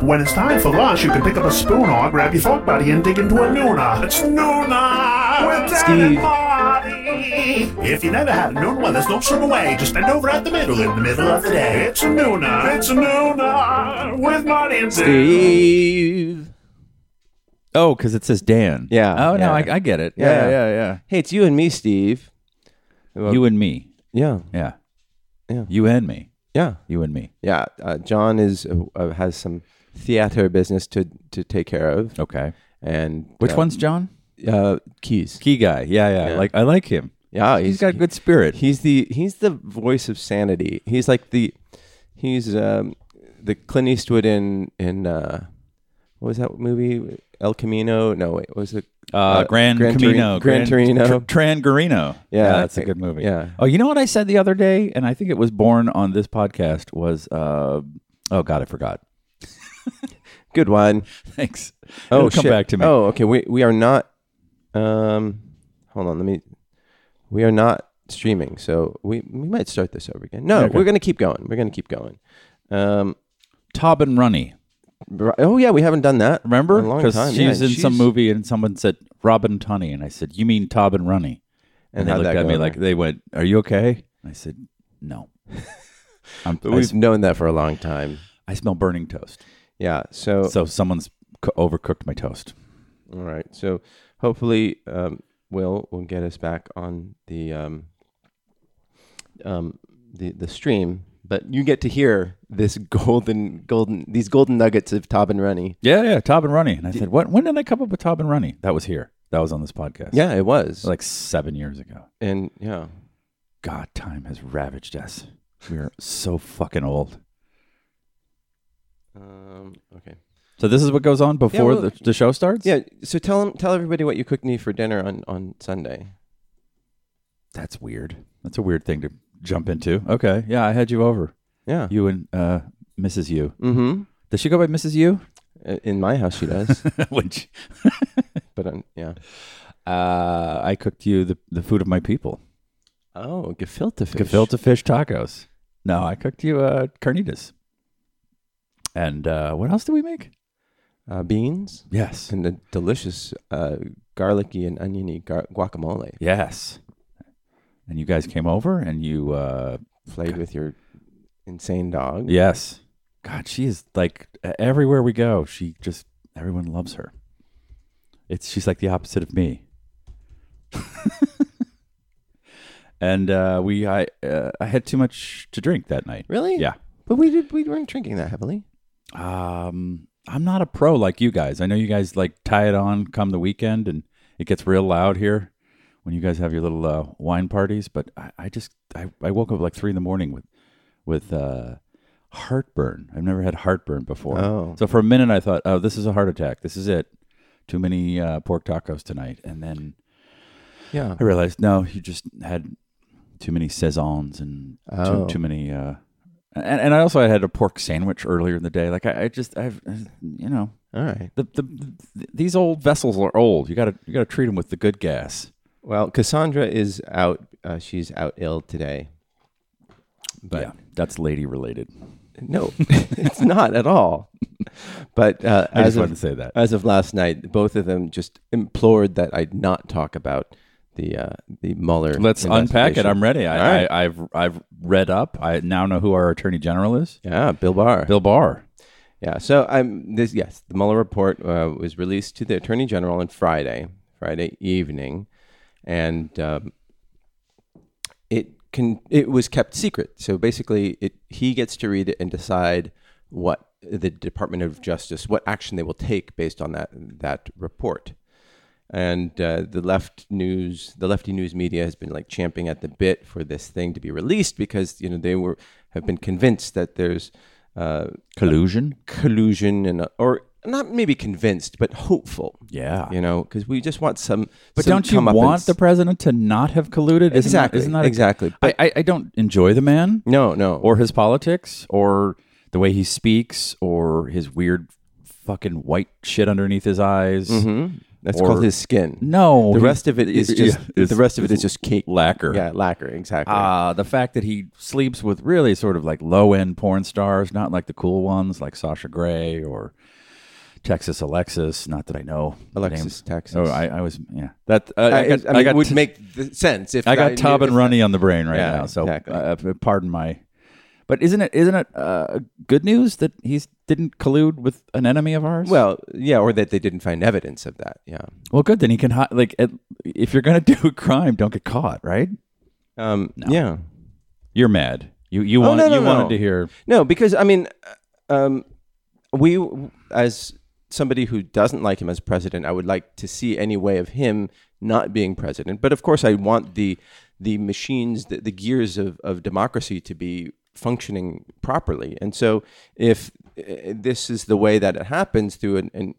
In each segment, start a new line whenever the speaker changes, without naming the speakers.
When it's time for lunch, you can pick up a spoon or grab your fork buddy and dig into a Nuna. It's Nuna with Dan and
Steve.
Marty. If you never had a Nuna, there's no swim away. Just bend over at the middle in the middle of the day. It's a Nuna. It's a Nuna with Marty and Dan.
Steve.
Oh, because it says Dan.
Yeah,
Oh no,
yeah.
I, I get it.
Yeah.
Yeah, yeah, yeah.
Hey, it's you and me, Steve.
You and me.
Yeah,
Yeah.
Yeah.
You and me.
yeah,
You and me.
yeah. Uh, John is uh, uh, has some theater business to to take care of,
Okay.
and
Which
uh,
one's John?
Oh. Uh, Keys.
Key guy. Yeah, yeah.
Yeah.
Like I like him.
Yeah,
he's got good spirit.
He's the he's the voice of sanity. He's like the he's um, the Clint Eastwood in in uh, what was that movie El Camino? No, wait, what was it
uh, Gran,
Gran
Camino.
Turin- Gran Torino.
Tr- Tran Garino.
Yeah,
that's a
I-
good movie.
yeah.
Oh, you know what I said the other day, and I think it was born on this podcast was uh, oh god, I forgot.
Good one.
Thanks.
Oh,
It'll come
shit.
back to me.
Oh, okay. We we are not. Um, hold on. Let me. We are not streaming, so we we might start this over again. No,
Okay.
we're gonna keep going. We're gonna keep going. Um.
Tob and Runny.
br- Oh yeah, we haven't done that.
Remember?
In a long
Because
time,
she's
yeah,
in
and
some
she's-
movie, and someone said Robin Tunney, and I said, "You mean Tob and Runny?" And, they
how'd
looked
that
at
go
me
over?
like they went, "Are you okay?" I said, "No." I'm,
But
I
we've
s-
known that for a long time.
I smell burning toast.
Yeah. So,
So someone's co- overcooked my toast.
all right. So hopefully, um, Will will get us back on the um, um, the the stream. But you get to hear this golden golden these golden nuggets of Tob and Runny.
Yeah, yeah, Tob and Runny. And I said, "What? When did I come up with Tob and Runny?" That was here. That was on this podcast.
Yeah, it was.
like seven years ago.
and yeah,
God, time has ravaged us. We're so fucking old.
um, okay.
So this is what goes on before
well-
the, the show starts.
Yeah. So tell 'em- tell everybody what you cooked me for dinner on on Sunday.
that's weird. That's a weird thing to jump into. Okay, yeah, I had you over.
Yeah.
You and uh, Mrs. You.
mm-hmm.
Does she go by Mrs. You?
In my house, she does.
Which
but um, yeah.
uh, I cooked you the, the food of my people,
Oh, gefilte fish.
gefilte fish tacos. No, I cooked you uh, carnitas. And uh, what else did we make?
Uh, beans.
Yes,
and a delicious uh, garlicky and oniony gar- guacamole
yes. And you guys came over and you uh,
played with your insane dog.
Yes. God, she is like e-, everywhere we go, she just everyone loves her. It's she's like the opposite of me. and uh, we I uh, I had too much to drink that night.
Really?
Yeah.
But we did. We weren't drinking that heavily.
Um I'm not a pro like you guys. I know you guys like tie it on come the weekend and it gets real loud here when you guys have your little uh, wine parties, but I, I just I, I woke up like three in the morning with with uh heartburn. I've never had heartburn before.
Oh.
So for a minute, I thought, "Oh, this is a heart attack. This is it. Too many uh, pork tacos tonight." And then
Yeah.
I realized, no, you just had too many saisons and
Oh.
too, too many. Uh, and, and I also had a pork sandwich earlier in the day. Like I, I just, I've, you know,
All right.
the, the these old vessels are old. You gotta you gotta treat them with the good gas.
Well, Cassandra is out. Uh, she's out ill today. But
yeah, that's lady related.
no, it's not at all. But uh,
I
as
just wanted to
of,
say that.
as of last night, both of them just implored that I not talk about the uh, the Mueller.
Let's unpack it.
investigation.
I'm ready.
All
I,
right.
I, I've I've read up. I now know who our attorney general is.
yeah, Bill Barr.
Bill Barr.
Yeah. So I'm this. Yes, the Mueller report uh, was released to the Attorney General on Friday, Friday evening, and um, it can it was kept secret. So basically, it he gets to read it and decide what the Department of Justice what action they will take based on that that report. And uh, the left news, the lefty news media has been like champing at the bit for this thing to be released because you know they were have been convinced that there's uh,
Collusion.
collusion and uh, or not maybe convinced but hopeful
Yeah.
you know because we just want some
But
some
don't you
comeuppance.
want the president to not have colluded? Isn't that-
exactly
isn't that a-
exactly
I, I, I don't enjoy the man
no no
or his politics or the way he speaks or his weird fucking white shit underneath his eyes.
That's
Or-
called his skin.
No,
The
he-
rest of it is
yeah,
just
it's-
the rest of it
it's
is just cake.
lacquer.
Yeah, lacquer. Exactly.
Uh, the fact that he sleeps with really sort of like low end porn stars, not like the cool ones like Sasha Gray or Texas Alexis. Not that I know the
Alexis
names.
Texas. Uh,
Oh, I, I was yeah. That uh,
I,
I, got,
I mean,
I got
it would
t-
make th- sense if
I got
knew
Tob and
this-
Runny on the brain right
Yeah,
now. So
exactly.
uh, uh, pardon my. But isn't it isn't it uh, good news that he's didn't collude with an enemy of ours?
Well, yeah, or that they didn't find evidence of that. Yeah.
well, good. Then he can hi- like at, if you're gonna do a crime, don't get caught. Right?
Um, Yeah.
You're mad. You you
Oh,
wanted
no, no,
you
no.
wanted to hear
No, because I mean, uh, um, we as somebody who doesn't like him as president, I would like to see any way of him not being president. But of course, I want the the machines, the, the gears of, of democracy to be functioning properly. And so, if uh, this is the way that it happens through an, an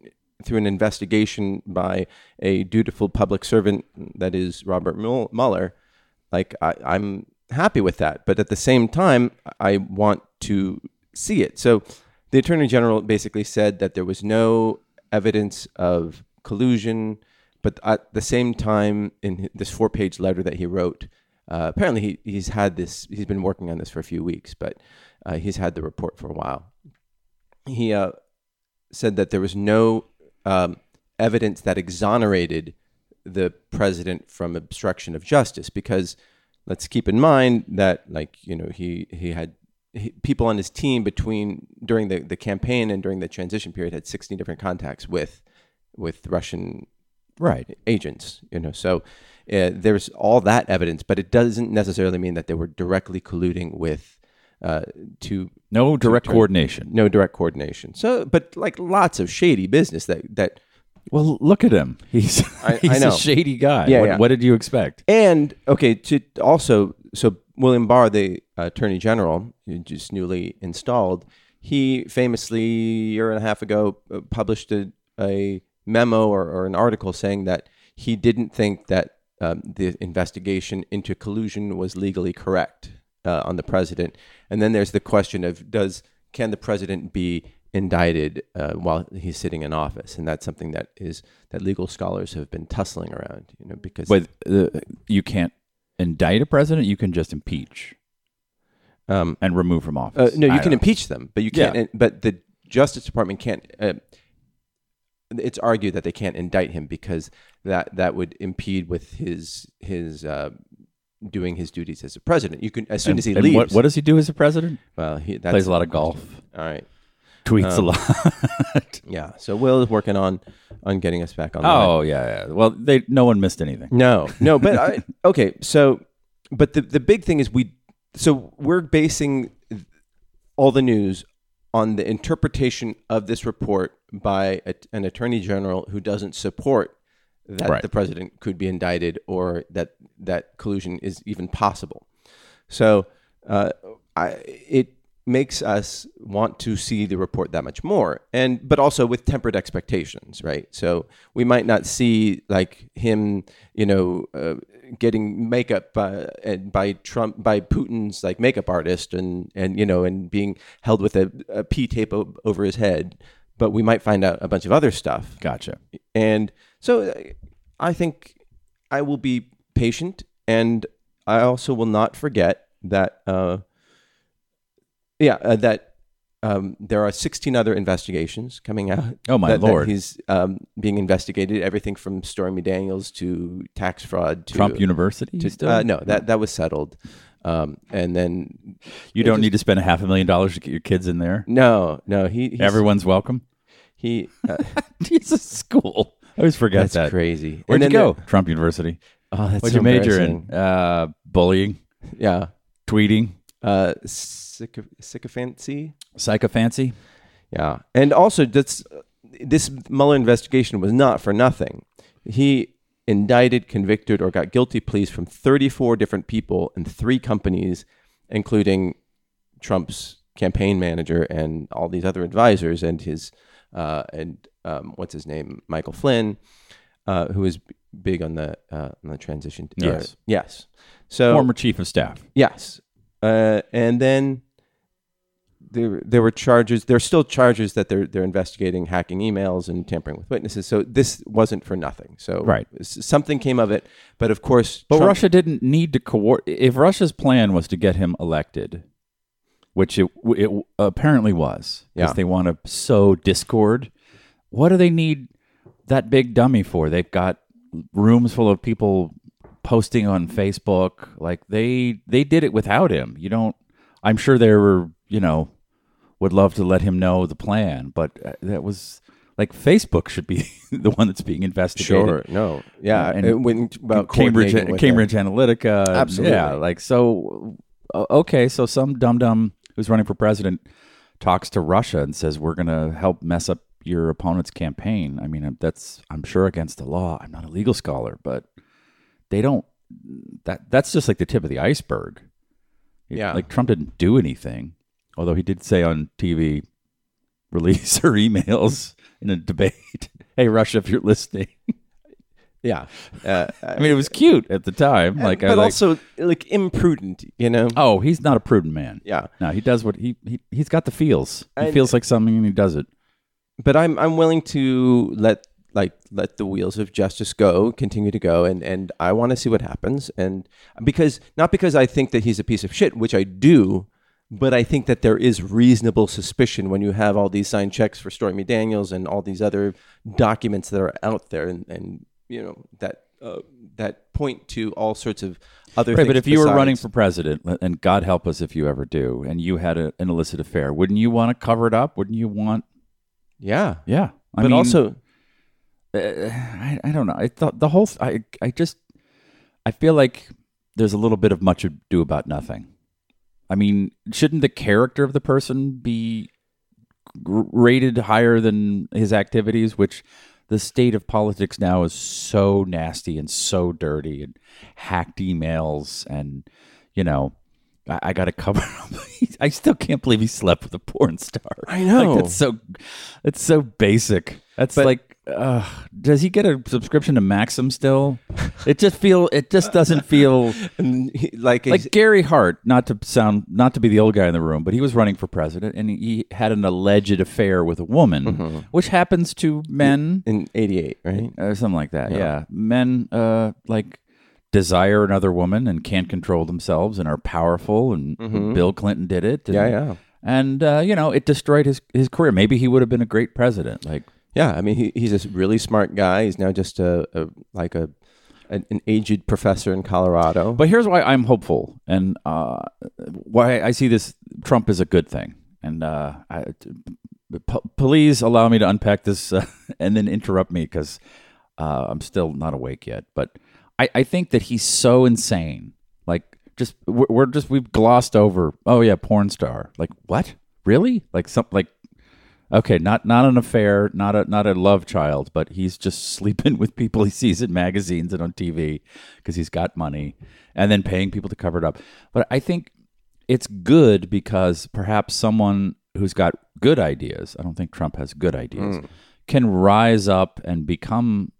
through an investigation by a dutiful public servant, that is Robert Muel- Mueller, like I, I'm happy with that. But at the same time, I want to see it. So the attorney general basically said that there was no evidence of collusion, but at the same time, in this four-page letter that he wrote, uh, apparently he, he's had this. He's been working on this for a few weeks, but uh, he's had the report for a while. He uh, said that there was no um, evidence that exonerated the president from obstruction of justice because let's keep in mind that like you know he he had he, people on his team between during the, the campaign and during the transition period had 16 different contacts with with Russian
right.
agents you know so uh, there's all that evidence but it doesn't necessarily mean that they were directly colluding with uh, to
No direct
turn-
coordination.
no direct coordination so but like lots of shady business that that
Well, look at him. He's
I- I
he's
know.
a shady guy.
Yeah,
what,
yeah.
what did you expect?
And okay, to also, so William Barr, the uh, Attorney General, who just newly installed, he famously a year and a half ago uh, published a, a memo or, or an article saying that he didn't think that um, the investigation into collusion was legally correct uh, on the president. And then there's the question of does can the president be indicted uh, while he's sitting in office? And that's something that is that legal scholars have been tussling around, you know, because
But uh, you can't indict a president. You can just impeach
um,
and remove from
Uh,
office.
no, you
I
can
don't-
impeach them, but you can't.
Yeah.
But the Justice Department can't. Uh, it's argued that they can't indict him because that that would impede with his his uh, doing his duties as a president. You can as soon
And-
as he
and
leaves.
What, what does he do as a president?
well, he, that's, Um,
Plays a lot of golf,
All right.
tweets a lot.
Yeah. So Will is working on on getting us back on.
oh yeah, yeah. Well, they no one missed anything.
No, no, but I, okay. So, but the the big thing is we. So we're basing all the news on the interpretation of this report by a, an attorney general who doesn't support that
Right.
the president could be indicted or that that collusion is even possible. So uh, I, it makes us want to see the report that much more, and but also with tempered expectations, right? So we might not see like him, you know, uh, getting makeup by, and by Trump by Putin's like makeup artist, and and you know, and being held with a, a pee tape o- over his head. But we might find out a bunch of other stuff,
Gotcha.
and so uh, I think I will be patient, and I also will not forget that. Uh, yeah, uh, that um, there are 16 other investigations coming out.
Oh, my
that, that
Lord.
he's um, being investigated. Everything from Stormy Daniels to tax fraud to
Trump University.
Uh, to-
still?
uh, no, that that was settled. Um, and then
you don't need to spend a half a million dollars to get your kids in there.
no, no, he he's,
Everyone's welcome.
he uh,
It's a school. I always forget
that's
that.
crazy.
Where'd
And
you
then
go?
there-
Trump University.
Oh, that's
What'd
so
you major in?
embarrassing.
Uh, bullying,
Yeah.
tweeting,
uh, syco- sycophancy.
psychophancy.
Yeah, and also that's this Mueller investigation was not for nothing. He indicted, convicted, or got guilty pleas from 34 different people and three companies, including Trump's campaign manager and all these other advisors and his uh, and um, what's his name, Michael Flynn, uh, who is big on the uh, on the transition. er,
Yes.
yes. So
Former chief of staff.
Yes. Uh, and then there there were charges. There are still charges that they're they're investigating hacking emails and tampering with witnesses. So this wasn't for nothing. So
Right.
s- something came of it, but of course,
But
Trump-
Russia didn't need to coordinate. If Russia's plan was to get him elected, which it, it apparently was, because
Yeah.
they want to sow discord, what do they need that big dummy for? They've got rooms full of people posting on Facebook. Like they they did it without him. You don't. I'm sure they were. You know, would love to let him know the plan, but uh, that was like Facebook should be the one that's being investigated.
Sure. No. Yeah.
and-
it went about
Cambridge uh,
coordinating with
Cambridge Analytica. and-
Absolutely.
Yeah, like so o- okay, so some dum dum who's running for president talks to Russia and says we're going to help mess up your opponent's campaign. I mean, that's I'm sure against the law. I'm not a legal scholar, but they don't that that's just like the tip of the iceberg.
Yeah.
Like Trump didn't do anything, although he did say on TV release her emails in a debate. hey Russia, if you're listening.
it. Yeah. Uh,
I mean, it was cute at the time. Like, I
but
was like,
also like imprudent, you know.
oh, he's not a prudent man.
Yeah.
No, he does what he, he he's got the feels. He
And-
feels like something and he does it.
But I'm I'm willing to let like let the wheels of justice go, continue to go, and and I want to see what happens, and because not because I think that he's a piece of shit, which I do. But I think that there is reasonable suspicion when you have all these signed checks for Stormy Daniels and all these other documents that are out there, and, and you know that uh, that point to all sorts of other.
Right,
things
but if you were
besides-
running for president, le- and God help us if you ever do, and you had a, an illicit affair, wouldn't you want to cover it up? Wouldn't you want?
yeah,
Yeah,
but
I mean,
also
I, I don't know. I thought the whole. I I just I feel like there's a little bit of much ado about nothing. I mean, shouldn't the character of the person be gr- rated higher than his activities? Which the state of politics now is so nasty and so dirty, and hacked emails, and you know. I, I got to cover. up. I still can't believe he slept with a porn star.
I
Like,
know.
that's so. It's so basic. That's
But-
like, uh, does he get a subscription to Maxim still? It just feel. It just doesn't feel
and he- like
like Gary Hart. Not to sound, not to be the old guy in the room, but he was running for president, and he had an alleged affair with a woman, which happens to men
in '88, right?
or something like that. Yeah, men uh, like desire another woman and can't control themselves and are powerful. And Bill Clinton did it. and-
Yeah, yeah.
And uh, you know, it destroyed his his career. Maybe he would have been a great president. Like.
Yeah, I mean, he, he's a s- really smart guy. He's now just a, a like a an, an aged professor in Colorado.
But here's why I'm hopeful and uh, why I see this Trump is a good thing. And uh, I, p- please allow me to unpack this uh, and then interrupt me because uh, I'm still not awake yet. But I, I think that he's so insane. Like, just we're, we're just we've glossed over. Oh yeah, porn star. Like what? Really? Like some like. Okay, not not an affair, not a not a love child, but he's just sleeping with people he sees in magazines and on TV because he's got money, and then paying people to cover it up. But I think it's good because perhaps someone who's got good ideas, I don't think Trump has good ideas, can rise up and become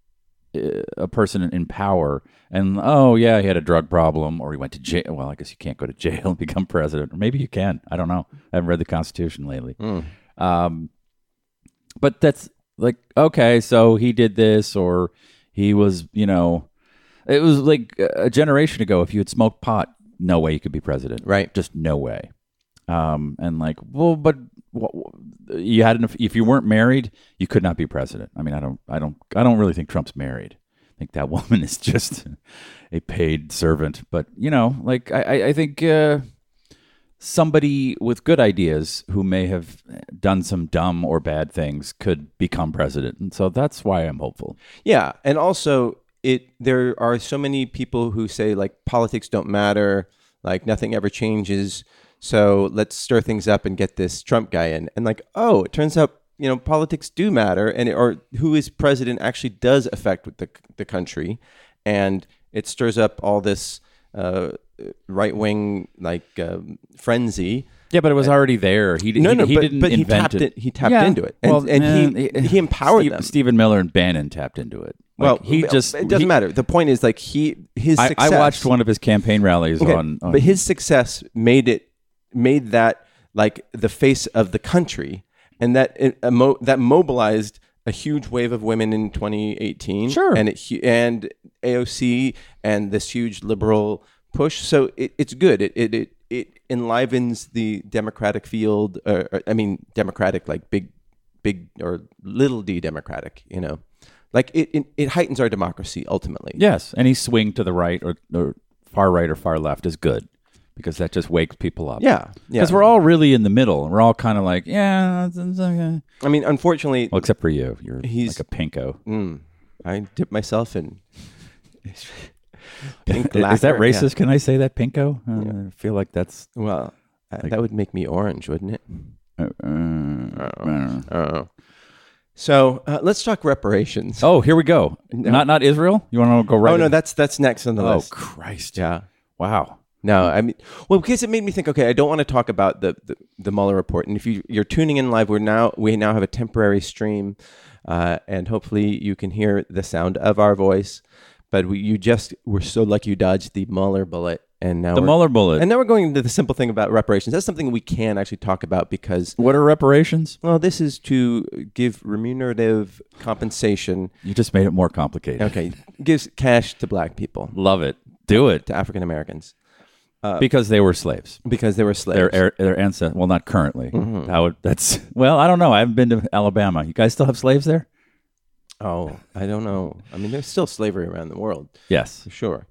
uh, a person in power and oh yeah he had a drug problem or he went to jail well i guess you can't go to jail and become president or maybe you can i don't know i haven't read the constitution lately um, but that's like okay so he did this or he was you know it was like a generation ago if you had smoked pot no way you could be president
Right.
just no way um, and like well but wh- wh- you had an, if you weren't married you could not be president i mean i don't i don't i don't really think trump's married i think that woman is just a paid servant but you know like i i, I think uh somebody with good ideas who may have done some dumb or bad things could become president. And so that's why I'm hopeful.
yeah, and also it there are so many people who say like politics don't matter, like nothing ever changes. So let's stir things up and get this Trump guy in. And like, oh, it turns out you know politics do matter, and it, or who is president actually does affect the the country, and it stirs up all this. Uh, right wing like um, frenzy,
Yeah, but it was already there. He,
No,
he,
no,
he
but-
didn't
but he
invent
tapped
it.
it- he tapped into it. And- and he- he empowered them.
Stephen Miller and Bannon tapped into it.
Well,
Like, he just
it doesn't
he-
matter. The point is like he his
I, I
success-
watched one of his campaign rallies
Okay,
on, on
but his success made it made that like the face of the country, and that it, emo- that mobilized a huge wave of women in 2018.
Sure.
and it hu- and AOC and this huge liberal push. So it, it's good. It it it. It enlivens the democratic field, or, or, I mean, democratic like big, big or little d democratic. You know, like it it, it heightens our democracy ultimately.
Yes, any swing to the right or, or far right or far left is good because that just wakes people up.
Yeah, yeah.
because we're all really in the middle. We're all kind of like, yeah, it's- it's okay.
I mean, unfortunately,
well, except for you. You're
He's-
like a pinko.
I dip myself in pink
Is that
lacquer, yeah.
racist? Can I say that pinko? Uh, I feel like that's.
Well, uh, that would make me orange, wouldn't it?
Uh, uh, uh.
Oh. So uh, let's talk reparations.
oh, here we go. Not not Israel. You want to go right?
oh no,
in-
that's that's next on the
oh
list.
Christ!
Yeah.
Wow.
No, I mean, well, because it made me think. Okay, I don't want to talk about the the, the Mueller report. And if you you're tuning in live, we're now we now have a temporary stream, uh, and hopefully you can hear the sound of our voice. But we, you just were so lucky you dodged the Mueller bullet, and now
The
we're,
Mueller bullet.
And now we're going into the simple thing about reparations. That's something we can actually talk about because,
what are reparations?
well, this is to give remunerative compensation.
You just made it more complicated.
Okay, gives cash to black people,
Love it. Do it
to African Americans, Uh,
because they were slaves.
because they were slaves.
Their air- their ancestors. Well, not currently. How it, that's well. I don't know. I haven't been to Alabama. You guys still have slaves there?
oh, I don't know. I mean, there's still slavery around the world,
Yes.
for sure.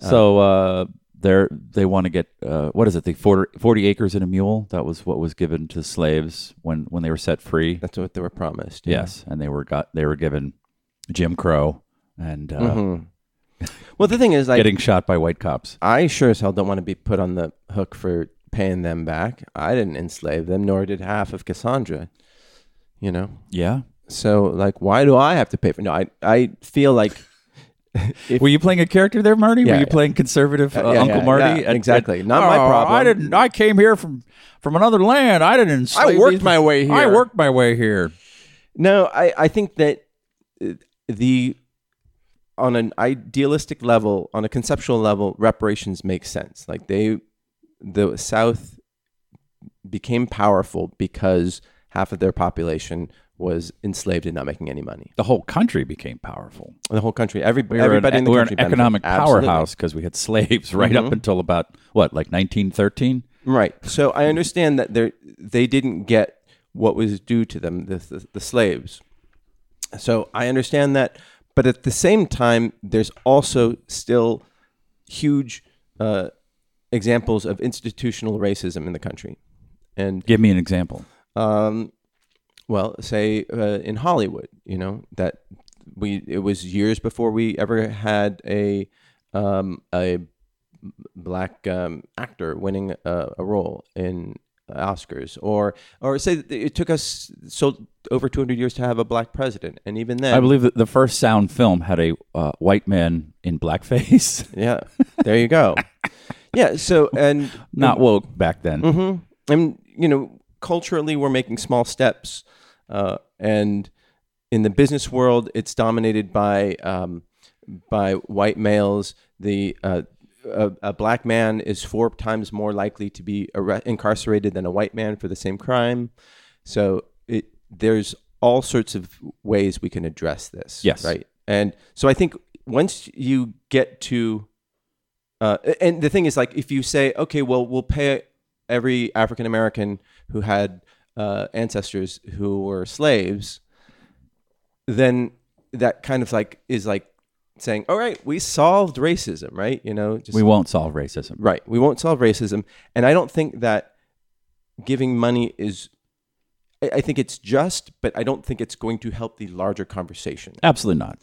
So uh, they're they want to get uh, what is it? The 40, 40 acres and a mule. That was what was given to slaves when when they were set free.
That's what they were promised.
Yes, and they were got they were given Jim Crow and uh,
Well, the thing is, like,
getting shot by white cops.
I sure as hell don't want to be put on the hook for paying them back. I didn't enslave them, nor did half of Cassandra. You know,
Yeah.
So like, why do I have to pay for? No, I I feel like
Were you playing a character there, Marty?
Yeah,
were you
yeah.
playing conservative uh,
yeah, yeah,
Uncle
yeah,
Marty? Oh,
exactly. Not my problem.
I didn't. I came here from from another land. I didn't. enslave
I worked
these-
my way
I
here."
worked my way here.
no, I I think that uh, the on an idealistic level, on a conceptual level, reparations make sense. Like they, the South became powerful because half of their population was enslaved and not making any money.
The whole country became powerful.
The whole country, every,
We were
everybody
an, e,
in the
we were an
country, benefited.
economic
Absolutely. Mm-hmm.
powerhouse because we had slaves right up until about what, like 1913.
Right. So I understand that they they didn't get what was due to them, the, the, the slaves. So I understand that, but at the same time, there's also still huge uh, examples of institutional racism in the country, and
Give me an example.
um, well, say uh, in Hollywood, you know that we it was years before we ever had a um, a black um, actor winning a, a role in Oscars, or or say that it took us so over two hundred years to have a black president, and even then,
I believe that the first sound film had a uh, white man in blackface.
yeah, there you go, yeah. So and
Not woke back then.
Mm-hmm. and you know culturally we're making small steps uh, and in the business world it's dominated by um, by white males the uh, a, a black man is four times more likely to be arre- incarcerated than a white man for the same crime so it there's all sorts of ways we can address this
Yes.
right and so i think once you get to uh, and the thing is, like, if you say, okay, well, we'll pay every African American who had uh, ancestors who were slaves, then that kind of like is like saying, all right, we solved racism, right? You know, just
We won't solve racism.
right. We won't solve racism, and I don't think that giving money is. I I think it's just, but I don't think it's going to help the larger conversation.
Absolutely not.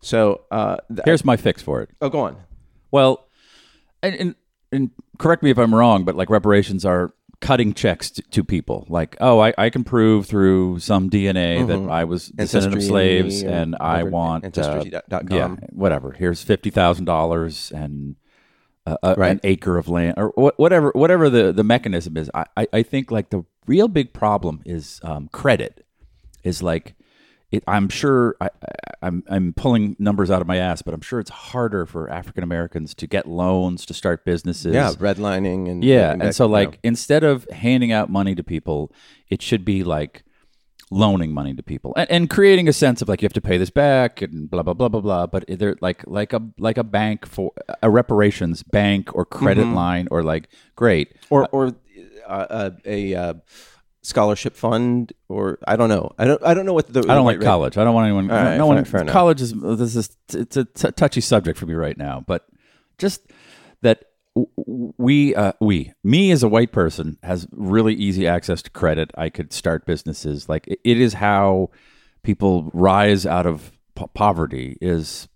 So, uh, th-
Here's my fix for it.
oh, go on.
Well, and, and and correct me if I'm wrong, but like reparations are cutting checks to, to people. Like, oh, I, I can prove through some DNA that I was descendant of
Ancestry
slaves,
or
and I
whatever,
want uh,
Ancestry.com.
yeah, whatever. Here's fifty thousand dollars and uh, a,
Right.
an acre of land, or wha- whatever whatever the the mechanism is. I I, I think like the real big problem is um, credit. Is like, it, I'm sure I, I'm I'm pulling numbers out of my ass, but I'm sure it's harder for African Americans to get loans to start businesses.
yeah, redlining and
Yeah.
that-
And so,
you know,
like, instead of handing out money to people, it should be like loaning money to people and, and creating a sense of like you have to pay this back and blah blah blah blah blah. But they're like like a like a bank for a reparations bank or credit
Mm-hmm.
line or like great.
or or uh, uh, a uh, scholarship fund, or I don't know. I don't I don't know what the
I don't like college. I don't want anyone. no-
right,
no
fair-
one.
fair enough.
college is this is it's a t- touchy subject for me right now. But just that w- w- we uh, we me as a white person has really easy access to credit. I could start businesses. Like it- it is how people rise out of po- poverty is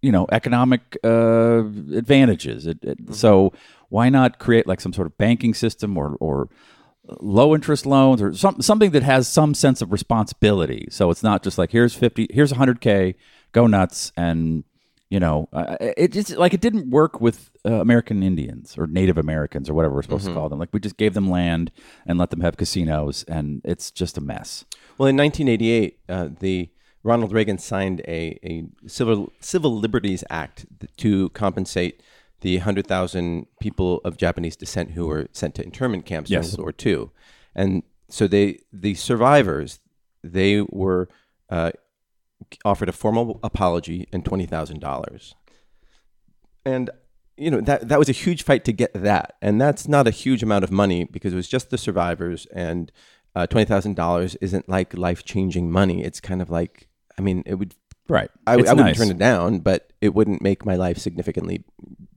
you know economic uh, advantages. It, it,
Mm-hmm.
So why not create like some sort of banking system or or low interest loans or some, something that has some sense of responsibility. So it's not just like here's fifty, here's hundred k, go nuts, and you know uh, it just like it didn't work with uh, American Indians or Native Americans or whatever we're supposed
Mm-hmm.
to call them. Like we just gave them land and let them have casinos, and it's just a mess.
Well, in 1988, uh, the Ronald Reagan signed a, a civil Civil Liberties Act to compensate the 100,000 people of Japanese descent who were sent to internment camps
Yes.
during World War II, and so they the survivors they were uh, offered a formal apology and twenty thousand dollars, and you know that that was a huge fight to get that, and that's not a huge amount of money because it was just the survivors, and uh, twenty thousand dollars isn't like life changing money. It's kind of like I mean it would
Right.
I, I wouldn't turn it down, but it wouldn't make my life significantly.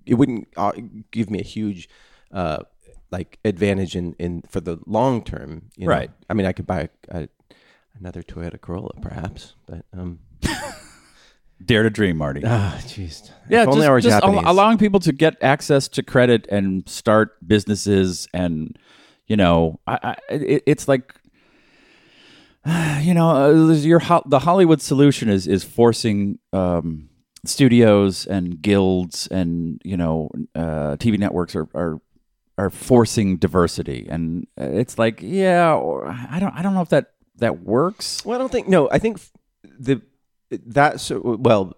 It wouldn't uh, give me a huge, uh, like advantage in, in for the long term. You know?
Right.
I mean, I could buy a, a, another Toyota Corolla, perhaps, but um.
Dare to dream, Marty.
Ah, jeez.
yeah,
If only
just,
I were
just al-
Japanese.
allowing people to get access to credit and start businesses, and you know, I, I, it, it's like, you know, uh, your ho- the Hollywood solution is is forcing um, studios and guilds and you know, uh, TV networks are. are are forcing diversity, and uh, it's like, yeah, or, I don't, I don't know if that that works.
Well, I don't think. No, I think f- the that so well,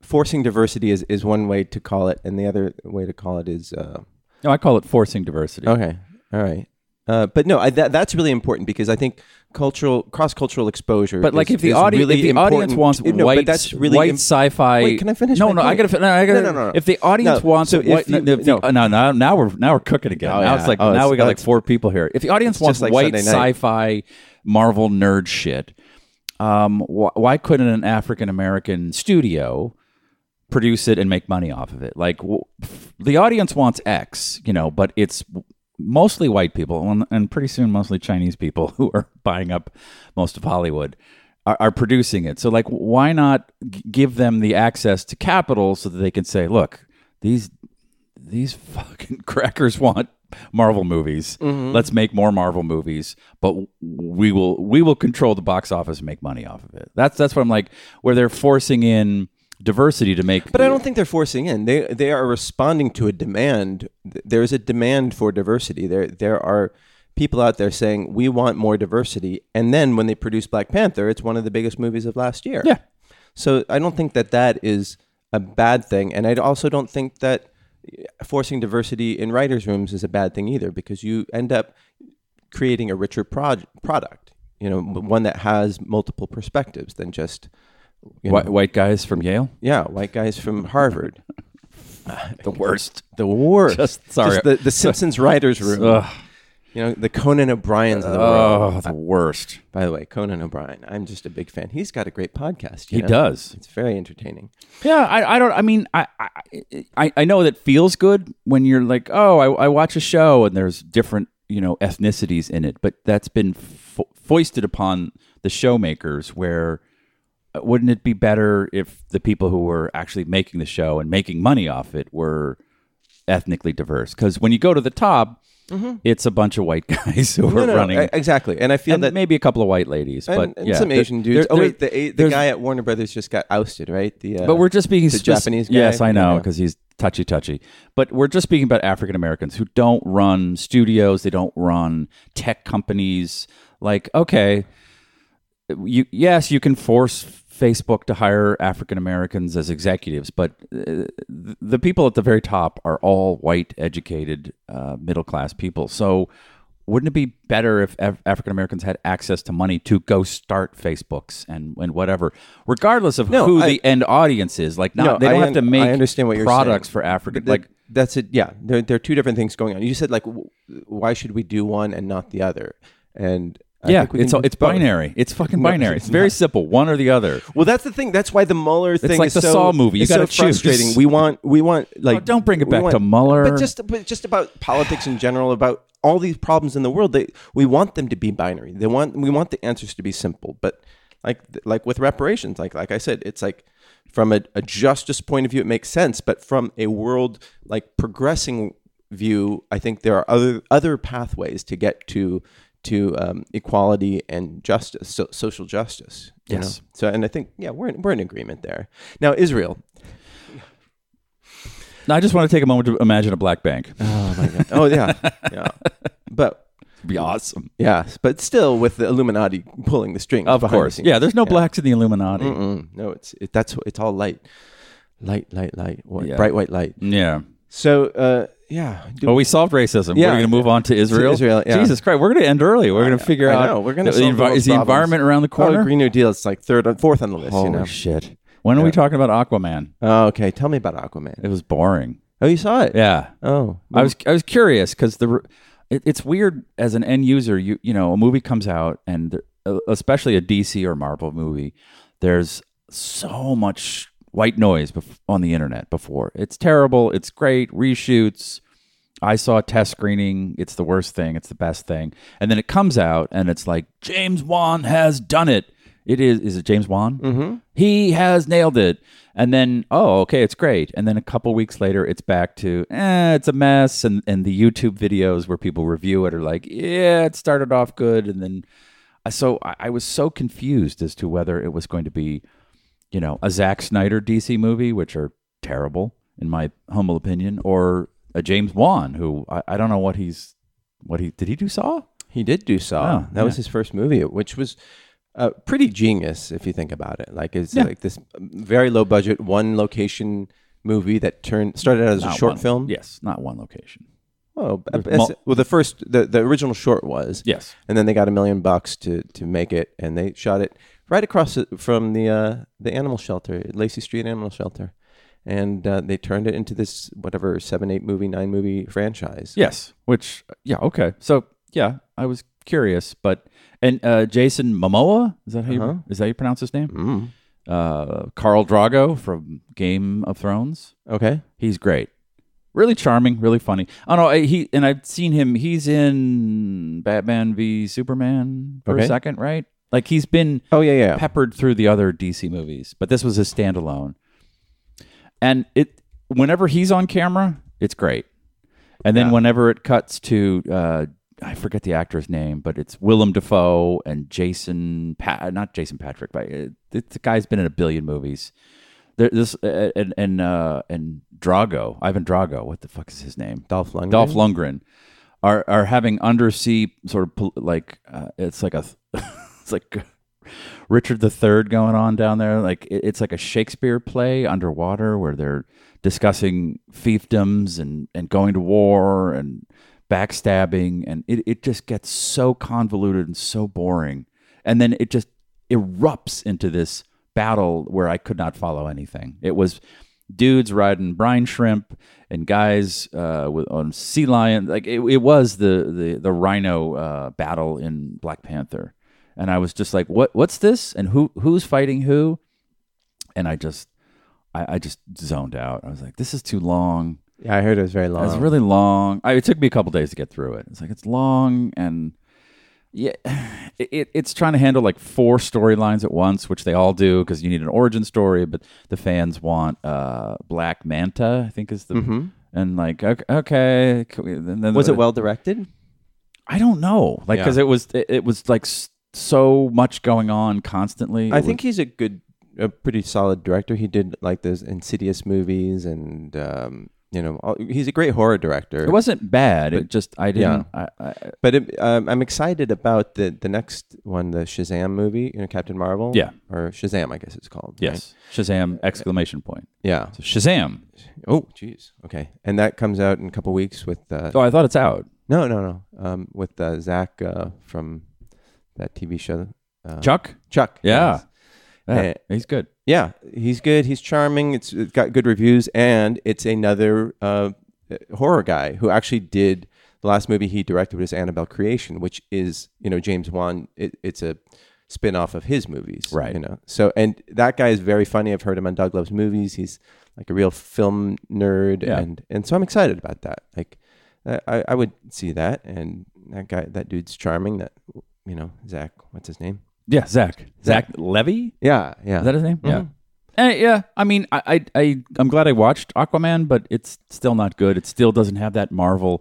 forcing diversity is is one way to call it, and the other way to call it is. Uh,
No, I call it forcing diversity.
Okay. All right. Uh, but no, I, that, that's really important because I think cultural cross cultural exposure.
But like,
is-
if the
is
audience,
really
if the audience
important.
wants
No, but
white,
that's really
white
im-
sci-fi.
Wait, can I finish
No,
my
no, I
point?
gotta. fin- No, I gotta,
No, no, no, no.
If the audience
No,
wants,
so if
white,
you-
no, no,
no.
no, no, now we're now we're cooking again.
Oh,
now
yeah.
it's like
Oh,
now
it's-
we got like
that's-
four people here. If the audience
just
wants
like
white
Sunday night.
sci-fi, Marvel nerd shit, um, wh- why couldn't an African American studio? produce it and make money off of it. Like w- f- the audience wants X, you know, but it's w- mostly white people and, and pretty soon mostly Chinese people who are buying up most of Hollywood are, are producing it. So like, why not g- give them the access to capital so that they can say, look, these these fucking crackers want Marvel movies.
Mm-hmm.
Let's make more Marvel movies, but we will we will control the box office and make money off of it. That's that's what I'm like where they're forcing in diversity to make
But I don't think they're forcing in. They they are responding to a demand. Th- There is a demand for diversity. There there are people out there saying we want more diversity. And then when they produce Black Panther, it's one of the biggest movies of last year.
Yeah.
So I don't think that that is a bad thing, and I also don't think that forcing diversity in writers' rooms is a bad thing either, because you end up creating a richer proj- product. You know, one that has multiple perspectives than just you know,
white, white guys from Yale
yeah, white guys from Harvard.
the worst.
The worst.
Just- sorry.
the, the Simpsons writers room.
Ugh.
You know, the Conan O'Briens of the world.
Oh, the worst.
By the way, Conan O'Brien, I'm just a big fan. He's got a great podcast. you
He
know?
does.
It's very entertaining.
Yeah, I, I don't. I mean, I, I I I know that feels good when you're like, oh, I, I watch a show and there's different you know ethnicities in it, but that's been fo- foisted upon the showmakers. Where uh, wouldn't it be better if the people who were actually making the show and making money off it were ethnically diverse? Because when you go to the top, it's a bunch of white guys who are
Mm-hmm. No, no,
running.
e- exactly. And I feel
and
that.
maybe a couple of white ladies,
and,
but
and
yeah,
some
there-
Asian dudes.
there-
oh,
there-
wait, the, A- the
there's-
guy at Warner Brothers just got ousted, right? The, uh,
but we're just speaking
the
spec-
Japanese guy.
Yes, I know
Yeah.
because he's touchy touchy. But we're just speaking about African Americans who don't run studios, they don't run tech companies. Like, okay, you yes, you can force Facebook to hire African Americans as executives, but uh, th- the people at the very top are all white, educated, uh, middle class people. So, wouldn't it be better if Af- African Americans had access to money to go start Facebooks and, and whatever, regardless of
No,
who
I-
the end audience is? Like, not,
No,
they don't
I
have
un-
to make
I understand what you're
products
saying.
for
But
African.
that-
Like,
that's it. Yeah, there, there are two different things going on. You said like, w- why should we do one and not the other? And I
yeah,
think we
it's
can
all-
do
it's
both.
binary. It's fucking
No,
binary.
it's
It's very
not.
simple, one or the other.
Well, that's the thing. That's why the Mueller thing
like
is
the
so,
Saw movie. You
is
gotta
so
choose.
frustrating. We want we want like
Oh, don't bring it
we
back
want-
to Mueller.
But just but just about politics in general, about all these problems in the world. They we want them to be binary. They want we want the answers to be simple. But like like with reparations, like like I said, it's like from a, a justice point of view, it makes sense. But from a world like progressing view, I think there are other other pathways to get to to um, equality and justice, so, social justice. you know?
Yes.
So, and I think yeah, we're in, we're in agreement there. Now, Israel.
Now, I just want to take a moment to imagine a black bank. It'd
Oh my god. Oh yeah, yeah. But
be awesome.
yeah, but still with the Illuminati pulling the strings.
Of
behind the
course.
scenes. Mm.
yeah, there's no blacks in the Illuminati.
Mm-mm. No, it's it, that's it's all light, light, light, light, Wh-
Yeah. Oh,
bright white light.
Yeah.
So uh, yeah. Do-
Well, we solved racism.
Yeah.
we're going to move on to Israel.
Israel, yeah.
Jesus Christ, we're going to end early. We're going to figure
I
out.
know. We're gonna
the
solve
envi-
the world's
is the
problems.
environment around the corner.
Oh, Green New Deal. It's like third, on, fourth on the list.
Holy
you know.
shit! When are we talking about Aquaman?
Oh, okay. Tell me about Aquaman.
It was boring.
Oh, you saw it?
Yeah,
Oh,
I was I was curious because the re- it, it's weird as an end user. You you know a movie comes out and there- uh, especially a DC or Marvel movie, there's so much white noise bef- on the internet before. It's terrible. It's great reshoots. I saw a test screening. It's the worst thing. It's the best thing. And then it comes out and it's like James Wan has done it. It is is it James Wan? Mm-hmm. He has nailed it. And then oh okay, it's great. And then a couple weeks later, it's back to eh, it's a mess. And and the YouTube videos where people review it are like yeah, it started off good, and then so I, I was so confused as to whether it was going to be you know, a Zack Snyder DC movie, which are terrible in my humble opinion, or a James Wan, who I, I don't know what he's what he did he do Saw?
He did do Saw.
Oh,
that was his first movie, which was uh, pretty genius if you think about it. Like it's
Yeah.
like this um, very low budget, one location movie that turned started out as a
Not
short
one-
film.
Yes, not one location.
Oh, b-
With
b-
mul-
well, the first the, the original short was.
Yes.
And then they got a million bucks to to make it, and they shot it right across the- from the uh, the animal shelter, Lacey Street Animal Shelter, and uh, they turned it into this whatever seven, eight movie, nine movie franchise.
Yes. Which yeah, okay. So yeah, I was curious, but and uh, Jason Momoa, is that how
Uh-huh.
you is that how you pronounce his name?
Mm.
Uh Carl Drago from Game of Thrones.
Okay.
He's great. Really charming, really funny. I don't know. I- He and I've seen him. He's in Batman v Superman for
Okay.
a second, right? Like he's been
Oh yeah, yeah.
peppered through the other DC movies, but this was a standalone. And it, whenever he's on camera, it's great. And then whenever it cuts to, uh, I forget the actor's name, but it's Willem Dafoe and Jason, pa- not Jason Patrick, but uh, it's the guy's been in a billion movies. There, this uh, and and uh, and Drago, Ivan Drago. What the fuck is his name?
Dolph Lundgren.
Dolph Lundgren are are having undersea sort of pol- like uh, it's like a it's like Richard the Third going on down there. Like it- it's like a Shakespeare play underwater where they're discussing fiefdoms and and going to war and backstabbing and it, it just gets so convoluted and so boring and then it just erupts into this battle where I could not follow anything. It was dudes riding brine shrimp and guys uh, with, on sea lion. Like it, it was the the the rhino uh, battle in Black Panther, and I was just like, what what's this? And who who's fighting who? And I just I, I just zoned out. I was like, this is too long.
Yeah, I heard it was very long.
It's really long. I, it took me a couple days to get through it. It's like it's long and yeah, it, it- it's trying to handle like four storylines at once, which they all do because you need an origin story. But the fans want uh, Black Manta, I think is the and like okay, okay can we- and then
Mm-hmm. was it well directed?
I don't know, like because it was it, it was like s- so much going on constantly.
I
It
think he's a good, a pretty solid director. He did like those Insidious movies and um, you know, all- he's a great horror director.
It wasn't bad. it just I didn't. I, I,
But it, um, I'm excited about the the next one, the Shazam movie, you know, Captain Marvel.
Yeah.
Or Shazam, I guess it's called. right?
yes. Shazam! Exclamation point.
Yeah.
So Shazam!
Oh, jeez. Okay. And that comes out in a couple weeks with uh,
Oh, I thought it's out.
no, no, no. Um, with uh, Zach uh, from that TV show, uh,
Chuck.
Chuck.
Yeah.
yes.
Yeah,
Eh.
he's good.
Yeah, he's good. He's charming. It's, it's got good reviews, and it's another uh, horror guy who actually did the last movie he directed was Annabelle Creation, which is you know James Wan. It, it's a spin off of his movies,
Right.
You know, so and that guy is very funny. I've heard him on Doug Loves Movies. He's like a real film nerd,
Yeah.
and and so I'm excited about that. Like, I- I I would see that, and that guy, that dude's charming. That you know, Zach, what's his name?
Yeah, Zach. Zach Levy.
Yeah, yeah.
Is that his name? Yeah. Eh, yeah, I mean, I, I, I, I'm glad I watched Aquaman, but it's still not good. It still doesn't have that Marvel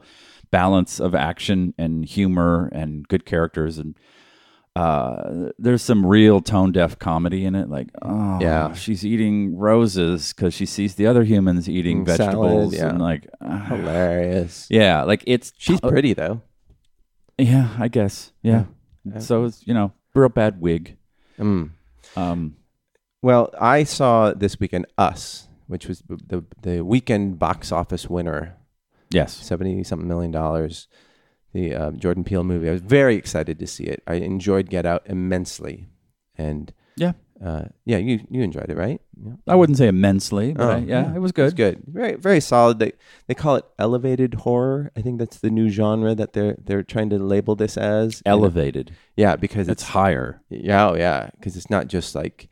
balance of action and humor and good characters, and uh, there's some real tone deaf comedy in it. Like, oh,
Yeah.
she's eating roses because she sees the other humans eating
Mm, salad,
vegetables,
yeah.
and like, ah.
Hilarious.
yeah, like it's
She's
uh,
pretty though.
yeah, I guess, yeah.
Yeah.
So it's you know, real bad wig.
Mm.
Um,
Well, I saw this weekend Us, which was b- the the weekend box office winner,
yes,
seventy something million dollars. The uh, Jordan Peele movie. I was very excited to see it. I enjoyed Get Out immensely, and
yeah.
uh, yeah, you you enjoyed it, right? Yeah.
I wouldn't say immensely, but
Oh,
I- yeah,
yeah.
it was
It's
good.
good. Very very solid. They they call it elevated horror. I think that's the new genre that they're they're trying to label this as. You know?
Elevated.
Yeah, because
It's
it's
higher.
Yeah, oh, yeah, because it's not just like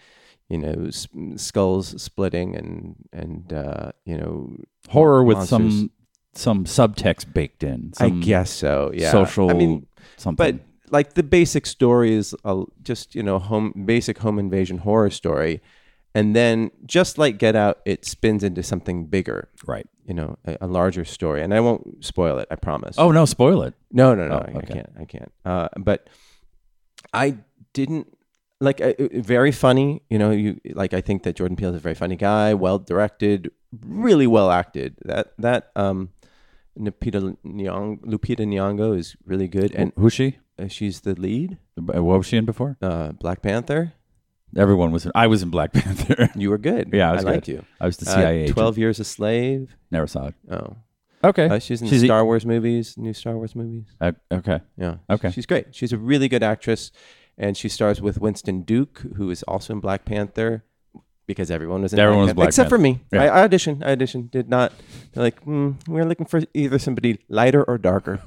you know s- skulls splitting and and uh, you know
Horror with
monsters.
some some subtext baked in.
I
some
guess so. Yeah,
social
I mean, but
something.
like the basic story is a, just you know home basic home invasion horror story, and then just like Get Out, it spins into something bigger.
right.
You know, a, a larger story, and I won't spoil it. I promise.
Oh no, spoil it.
No, no, no.
Oh,
I-
okay.
I can't. I can't. Uh, but I didn't like I, I- very funny. You know, you like I think that Jordan Peele is a very funny guy, well directed, really well acted. That that um, Lupita Nyong, Lupita Nyong'o is really good, and
Who's she?
uh, she's the lead.
What was she in before?
Uh, Black Panther.
Everyone was in I was in Black Panther.
You were good.
yeah, I was good.
liked you.
I was the
Uh,
CIA agent.
Twelve Years a Slave.
Never saw it.
Oh,
Okay.
uh, she's in
She's
the
e-
Star Wars movies, new Star Wars movies.
Uh, okay.
Yeah.
Okay.
She's great. She's a really good actress, and she stars with Winston Duke, who is also in Black Panther, because everyone was in
Everyone was
Panther,
Black
except for me.
Yeah.
I, I auditioned. I auditioned. Did not. They're like, mm, we're looking for either somebody lighter or darker.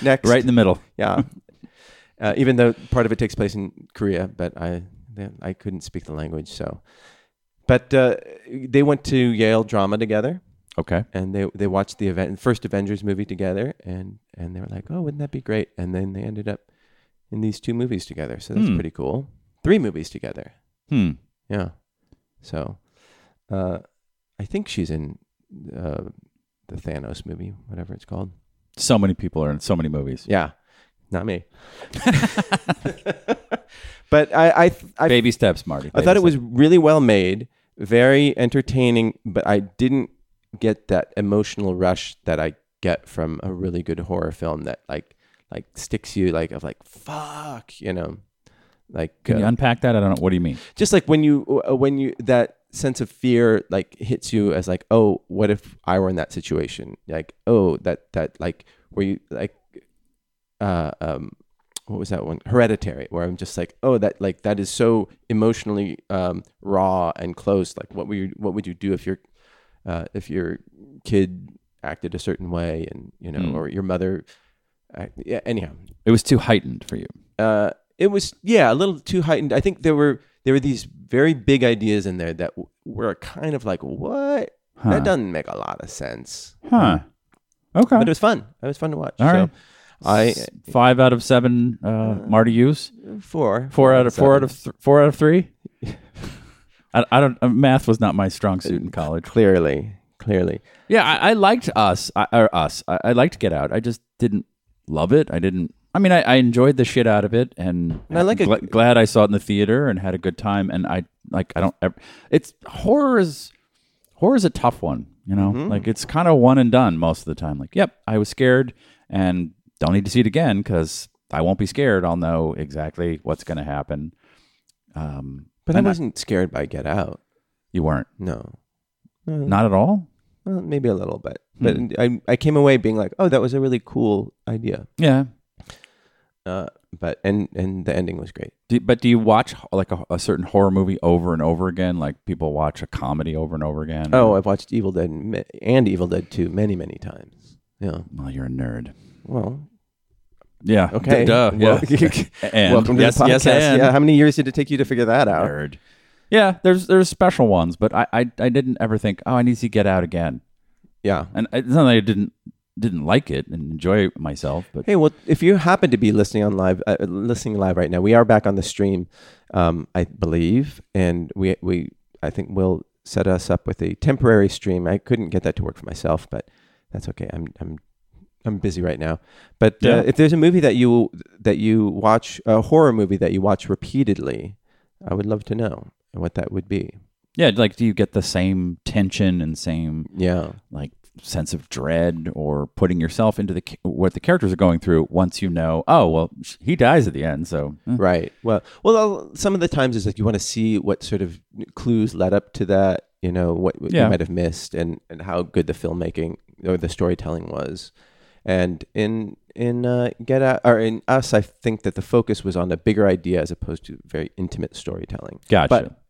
Next,
Right in the middle.
Yeah. Uh, even though part of it takes place in Korea, but I they- I couldn't speak the language, so. But uh, they went to Yale drama together
Okay.
and they they watched the event first Avengers movie together, and and they were like, oh, wouldn't that be great? And then they ended up in these two movies together, so that's
Hmm.
pretty cool. Three movies together,
Hmm.
yeah. So, uh, I think she's in uh, the Thanos movie, whatever it's called.
So many people are in so many movies.
Yeah, not me. but I I th- I
Baby steps, Marty.
I
Baby
thought it was
steps.
really well made, very entertaining, but I didn't get that emotional rush that I get from a really good horror film that like like sticks you like of like fuck, you know. Like
Can you
uh,
unpack that? I don't know. What do you mean?
just like when you uh, when you that sense of fear like hits you as like oh what if i were in that situation like oh that that like where you like uh um what was that one hereditary where i'm just like oh that like that is so emotionally um raw and close like what would you what would you do if your uh if your kid acted a certain way and you know
Mm.
or your mother act, yeah anyhow
It was too heightened for you.
uh, it was yeah a little too heightened. I think there were there were these very big ideas in there that w- were kind of like what
Huh.
that doesn't make a lot of sense.
Huh. Okay.
But it was fun. It was fun to watch.
All
so
right.
I
S- five out of seven uh, Marty Hughes.
four
Four out of four out
seven.
of th- four out of three. I, I don't. uh, Math was not my strong suit in college.
clearly clearly
Yeah, I, I liked us I, or us. I, I liked Get Out. I just didn't love it. I didn't. I mean, I, I enjoyed the shit out of it, and,
And I like a-
gla- glad I saw it in the theater and had a good time. And I like. I don't. Ever, it's horror is horror is a tough one. You know,
Mm-hmm.
like it's kind of one and done most of the time. Like, yep, I was scared and don't need to see it again because I won't be scared. I'll know exactly what's going to happen. Um,
But I wasn't scared by Get Out.
you weren't.
No,
Not at all.
well, maybe a little bit, but
Hmm.
I I came away being like, oh, that was a really cool idea.
Yeah.
Uh, but and and the ending was great.
Do, but do you watch like a, a certain horror movie over and over again? Like people watch a comedy over and over again?
Oh, I've watched Evil Dead ma- and Evil Dead Two many many times. Yeah.
Well, you're a nerd.
Well.
Yeah.
Okay.
duh.
Well,
yeah. and
Welcome to
yes,
the podcast.
yes, and.
yeah. How many years did it take you to figure that out?
Nerd. Yeah, there's there's special ones, but I, I I didn't ever think, oh, I need to Get Out again.
Yeah.
And it's not that I didn't didn't like it and enjoy myself, but
Hey, well, if you happen to be listening on live, uh, listening live right now, we are back on the stream, um, I believe, and we we I think we'll set us up with a temporary stream. I couldn't get that to work for myself, but that's okay. I'm I'm I'm busy right now. But
Yeah.
uh, if there's a movie that you that you watch, a horror movie that you watch repeatedly, I would love to know what that would be.
yeah, like do you get the same tension and same
Yeah.
like sense of dread or putting yourself into the ca- what the characters are going through once you know oh well sh- he dies at the end so eh.
Right. Well, well, I'll- some of the times it's like you want to see what sort of clues led up to that, you know, what, what
Yeah.
you might have missed and, and how good the filmmaking or the storytelling was. And in in uh, Get Out or in Us, I think that the focus was on a bigger idea as opposed to very intimate storytelling.
gotcha
But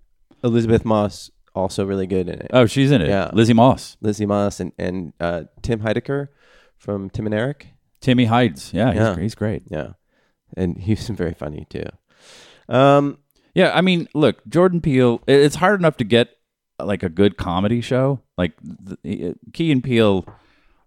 Elizabeth Moss also really good in it.
oh she's in it
Yeah.
Lizzie Moss
Lizzie Moss and and uh, Tim Heidecker from Tim and Eric.
Timmy Hides yeah he's,
Yeah.
he's great
Yeah, and he's very funny too. Um,
yeah I mean look Jordan Peele i- it's hard enough to get uh, like a good comedy show like the, uh, Key and Peele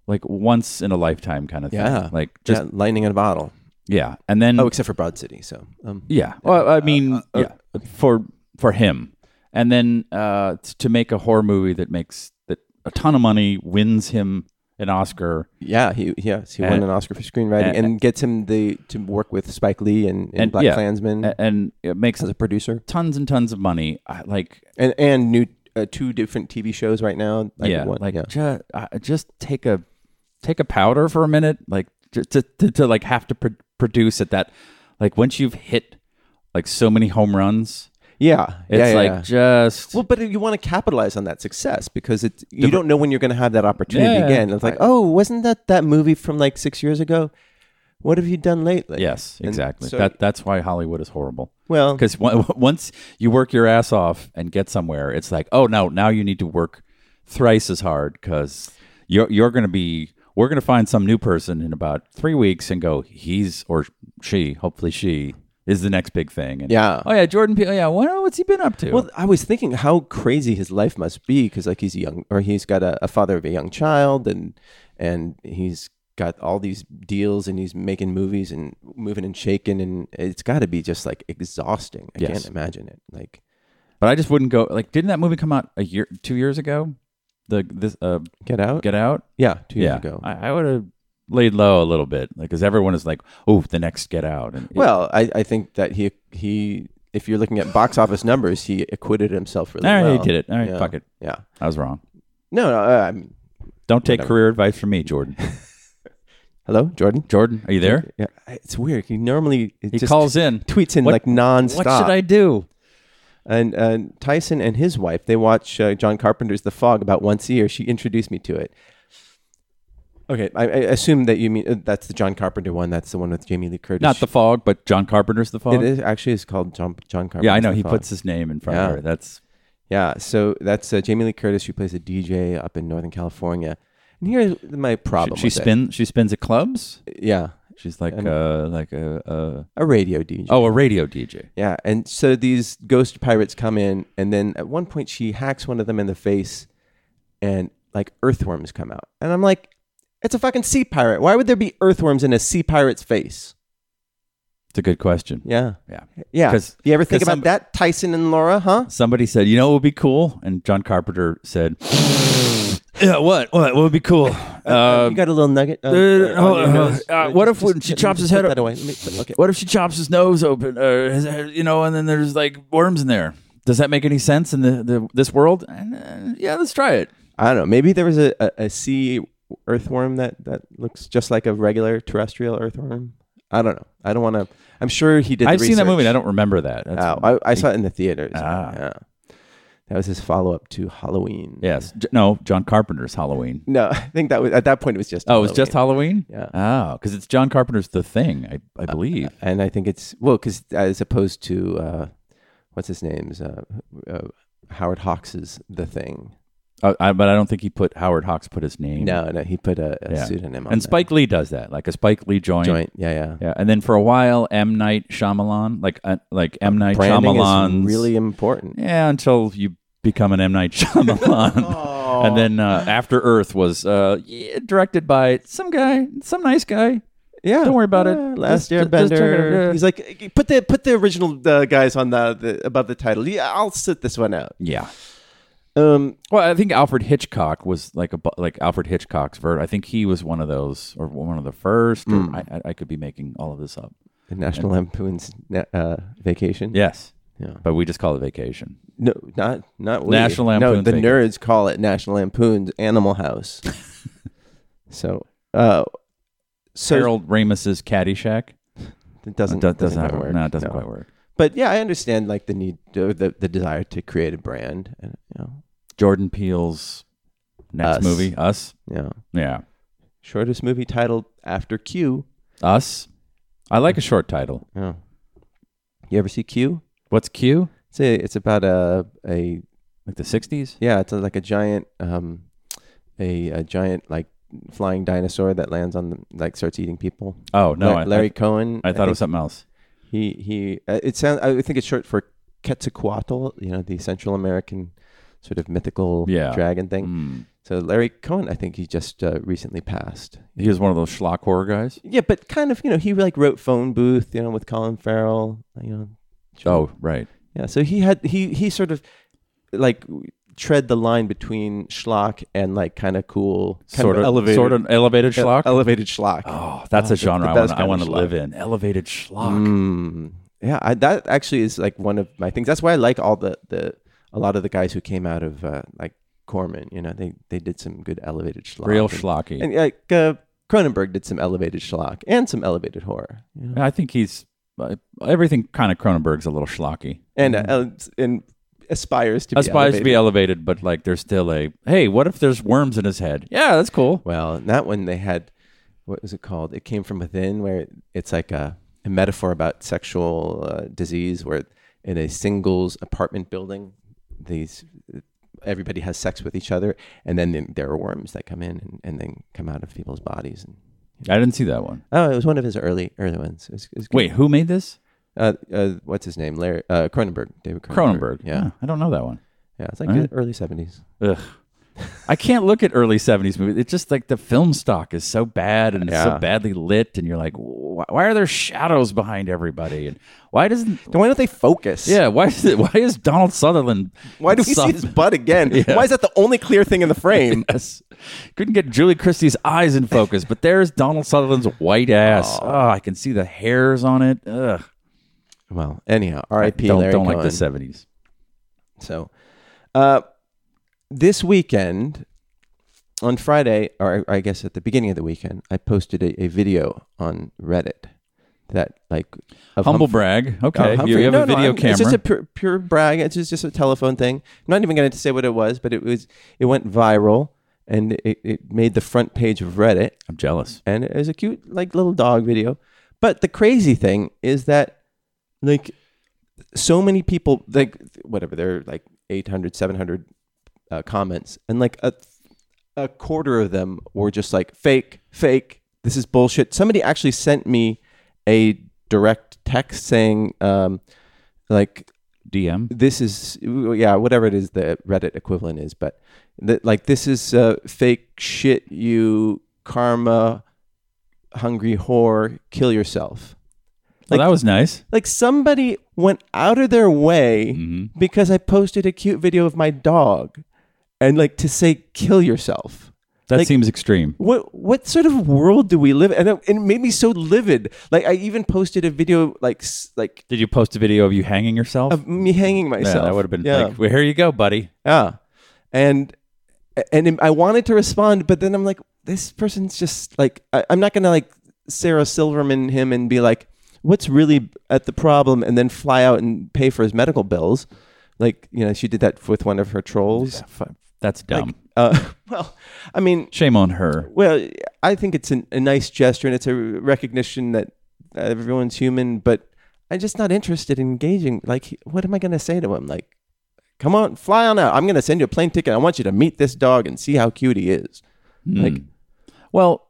like once in a lifetime kind of thing
Yeah.
like just Mm.
yeah, lightning in a bottle.
yeah, and then
Oh, Uh, except for Broad City. So, um,
Yeah. Well, I mean, yeah, for for him, and then uh, t- to make a horror movie that makes that a ton of money wins him an Oscar,
yeah, he yes, he won
And-
an Oscar for screenwriting and,
and-
gets him the to work with Spike Lee and, and
And,
Black
yeah.
Klansman
a- and it makes
as a producer,
tons and tons of money. I, like,
and and new uh, two different TV shows right now.
yeah,
one-
like
yeah.
ju- uh, just take a take a powder for a minute, like just to, to, to like have to pro- produce at that, like once you've hit like so many home runs,
yeah,
it's
yeah, yeah,
like
yeah.
just
Well, but you want to capitalize on that success because it's you don't know when you're going to have that opportunity
Yeah.
again. It's like, oh, wasn't that that movie from like six years ago? What have you done lately?
yes,
And
exactly.
so-
that that's why Hollywood is horrible.
Well,
because once you work your ass off and get somewhere, it's like, oh no, now you need to work thrice as hard because you're you're going to be we're going to find some new person in about three weeks and go he's or she hopefully she is the next big thing and
Yeah.
oh yeah Jordan Peele yeah what, what's he been up to
Well, I was thinking how crazy his life must be because, like, he's a young, or he's got a, a father of a young child, and and he's got all these deals, and he's making movies and moving and shaking, and it's got to be just like exhausting. I
Yes.
can't imagine it. Like,
but I just wouldn't go like didn't that movie come out a year two years ago the this uh
Get Out.
Get Out
yeah, two years
yeah
ago.
I, I would have laid low a little bit like because everyone is like oh the next Get Out and
well, I, I think that he he if you're looking at box office numbers, he acquitted himself really
all right
well.
he did it all right
Yeah.
fuck it
Yeah.
I was wrong.
No, no. I, I'm,
Don't take
Whatever.
career advice from me, Jordan.
hello, Jordan.
Jordan, are you there?
Yeah, it's weird. He normally
He calls in.
tweets in
What-
like nonstop.
What should I do?
and uh, Tyson and his wife they watch uh, John Carpenter's The Fog about once a year. She introduced me to it. Okay, I, I assume that you mean uh, that's the John Carpenter one. That's the one with Jamie Lee Curtis.
Not the fog, but John Carpenter's the fog.
It is actually is called John, John Carpenter.
Yeah, I know. He puts his name in front
Yeah.
of her. That's
Yeah, so that's uh, Jamie Lee Curtis. She plays a DJ up in Northern California. And here's my problem.
she
with it.
spin. She spins at clubs.
Yeah,
She's like
And-
uh like a, a
a radio DJ.
oh a radio DJ.
Yeah, and so these ghost pirates come in, and then at one point she hacks one of them in the face, and like earthworms come out, and I'm like, it's a fucking sea pirate. Why would there be earthworms in a sea pirate's face?
It's a good question.
Yeah,
Yeah.
yeah.
'Cause-
you ever think
'cause
about
some-
that, Tyson and Laura? Huh?
Somebody said, you know what would be cool, and John Carpenter said, yeah, what what what would be cool? Uh,
you got a little nugget. Uh,
uh,
on your
uh,
nose?
uh, what if
just-
when
just-
she
let me
chops
just
his head
put
up-
That away. Let me put- okay.
What if she chops his nose open, or his, you know, and then there's like worms in there? Does that make any sense in the, the this world? And, uh, yeah, let's try it.
I don't know. Maybe there was a, a, a sea earthworm that, that looks just like a regular terrestrial earthworm. I don't know. I don't want to. I'm sure he did. the
I've seen that
research.
movie. and I don't remember that. That's-
Oh, I, I saw it in the theaters.
Ah.
Yeah. That was his follow up to Halloween.
yes. J- no, John Carpenter's Halloween.
No, I think that was at that point it was just.
Oh, it was just Halloween.
Yeah.
Oh, because it's John Carpenter's The Thing, I, I believe.
and I think it's well because as opposed to uh, what's his name's uh, uh, Howard Hawks's The Thing.
Uh, I, but I don't think he put Howard Hawks put his name.
No, no, he put a, a
Yeah.
pseudonym on
And
that
Spike Lee does that, like a Spike Lee joint.
joint. Yeah, yeah.
Yeah, and then for a while, M Night Shyamalan, like uh, like M Night
Branding
Shyamalan,
is really important.
yeah, until you become an M Night Shyamalan. And then uh, After Earth was uh, yeah, directed by some guy, some nice guy.
Yeah,
Don't worry about it.
Yeah, Last
Just- ju-
year,
just check it out.
Bender.
Yeah.
He's like, put the put the original uh, guys on the, the above the title. Yeah, I'll sit this one out.
Yeah.
Um,
Well, I think Alfred Hitchcock was like a bu- like Alfred Hitchcock's vert. I think he was one of those, or one of the first. Or
Hmm.
I, I, I could be making all of this up.
the National Lampoon's na- uh, Vacation.
Yes,
Yeah.
but we just call it vacation.
No, not not we.
National
No,
Lampoon's
the
Vacation.
nerds call it National Lampoon's Animal House. so, uh, so
Harold Ramis's Caddyshack
it doesn't
That
doesn't, quite
work.
work.
No, it doesn't quite work.
But yeah, I understand like the need, uh, the the desire to create a brand. And, you know,
Jordan Peele's next
Us.
movie, Us.
yeah.
Yeah,
Shortest movie titled after Q.
Us. I like a short title.
Yeah. You ever see Q?
What's Q?
It's a, it's about a a
Like the '60s?
yeah, it's like a giant um a, a giant like flying dinosaur that lands on the, like starts eating people.
Oh no,
La-
I-
Larry Cohen.
I, I thought it was
think
something else.
he he. Uh, it sounds. I think it's short for Quetzalcoatl. You know, the Central American sort of mythical
Yeah.
dragon thing.
Mm.
So Larry Cohen, I think he just uh, recently passed.
He was one of those schlock horror guys.
Yeah, but kind of you know he like wrote Phone Booth, you know, with Colin Farrell. You know.
Oh right.
Yeah, so he had he he sort of like tread the line between schlock and like kind of cool, kind
sort of
elevated,
sort of elevated
ele-
schlock.
elevated schlock.
oh, that's
the-
a
the
genre
best
I
kind
want to
of
live in. Elevated schlock.
Mm. Yeah, I, that actually is like one of my things. That's why I like all the the a lot of the guys who came out of uh, like Corman. You know, they they did some good elevated schlock,
Real
and,
schlocky.
and like uh, Cronenberg did some elevated schlock and some elevated horror. you know?
I think he's uh, everything. Kind of Cronenberg's a little schlocky.
and uh, ele- and aspires to
Mm. Aspires
be
to be
elevated.
elevated, but like there's still a hey, what if there's worms in his head? Yeah, that's cool.
Well, and that one they had, what was it called? It came from within, where it's like a, a metaphor about sexual uh, disease, where in a singles apartment building, these everybody has sex with each other, and then th- there are worms that come in and, and then come out of people's bodies. And,
I didn't see that one.
oh, it was one of his early early ones. It was, it was good.
Wait, who made this?
uh, uh, what's his name? Larry uh, Cronenberg, David Cronenberg.
Cronenberg.
Yeah,
Huh, I don't know that one.
yeah, it's like
All
the
right.
early seventies.
Ugh. I can't look at early 70s movies. It's just like the film stock is so bad and it's so
Yeah.
badly lit and you're like, why, why are there shadows behind everybody? And why doesn't
Why don't they focus?
Yeah, why is it, why is Donald Sutherland
Why do we see his butt again?
Yeah.
Why is that the only clear thing in the frame?
Yes. Couldn't get Julie Christie's eyes in focus, but there's Donald Sutherland's white ass. Oh, I can see the hairs on it. Ugh.
Well, anyhow, R.I.P.
don't
Larry
don't
Cohen.
like the 70s.
So, uh, this weekend, on Friday, or I I guess at the beginning of the weekend, I posted a, a video on Reddit that like of
Humble
Humph-
brag.
Oh,
Okay. you
Humphrey-
have
no,
a
no,
video
I'm-
camera.
It's just a pure, pure brag. It's just, just a telephone thing. I'm not even going to say what it was, but it was it went viral and it, it made the front page of Reddit.
I'm jealous.
and it was a cute like little dog video. But the crazy thing is that like so many people like whatever there are like 800 700 uh, comments and like a a quarter of them were just like fake fake this is bullshit somebody actually sent me a direct text saying um like
DM.
this is yeah whatever it is the reddit equivalent is but that like this is uh, fake shit you karma hungry whore kill yourself
Well,
Like-
Oh, that was nice.
like somebody went out of their way because i posted a cute video of my dog and like to say kill yourself
That
Like-
seems extreme.
what what sort of world do we live in? and it, it made me so livid like i even posted a video like s- like
Did you post a video of you hanging yourself?
of me hanging
yeah,
myself
that would have been
Yeah.
like, well, here you go, buddy.
Yeah. And and I wanted to respond, but then I'm like, this person's just like, I, I'm not gonna like Sarah Silverman him and be like, what's really at the problem, and then fly out and pay for his medical bills. Like, you know, she did that with one of her trolls.
That's dumb.
Uh, well, I mean,
Shame on her.
well, I think it's an, a nice gesture and it's a recognition that everyone's human, but I'm just not interested in engaging. Like, what am I going to say to him? Like, come on, fly on out. I'm going to send you a plane ticket. I want you to meet this dog and see how cute he is.
Hmm.
Like,
Well,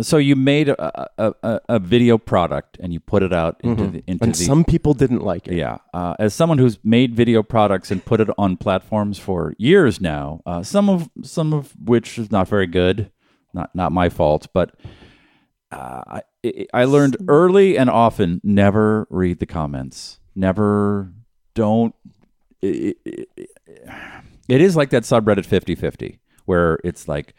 so you made a, a, a, a video product and you put it out into the into
and
the
some people didn't like it.
yeah. Uh, as someone who's made video products and put it on platforms for years now, uh, some of some of which is not very good, not not my fault, but uh, I, I learned early and often never read the comments. Never, don't. It, it, it is like that subreddit 50-50 where it's like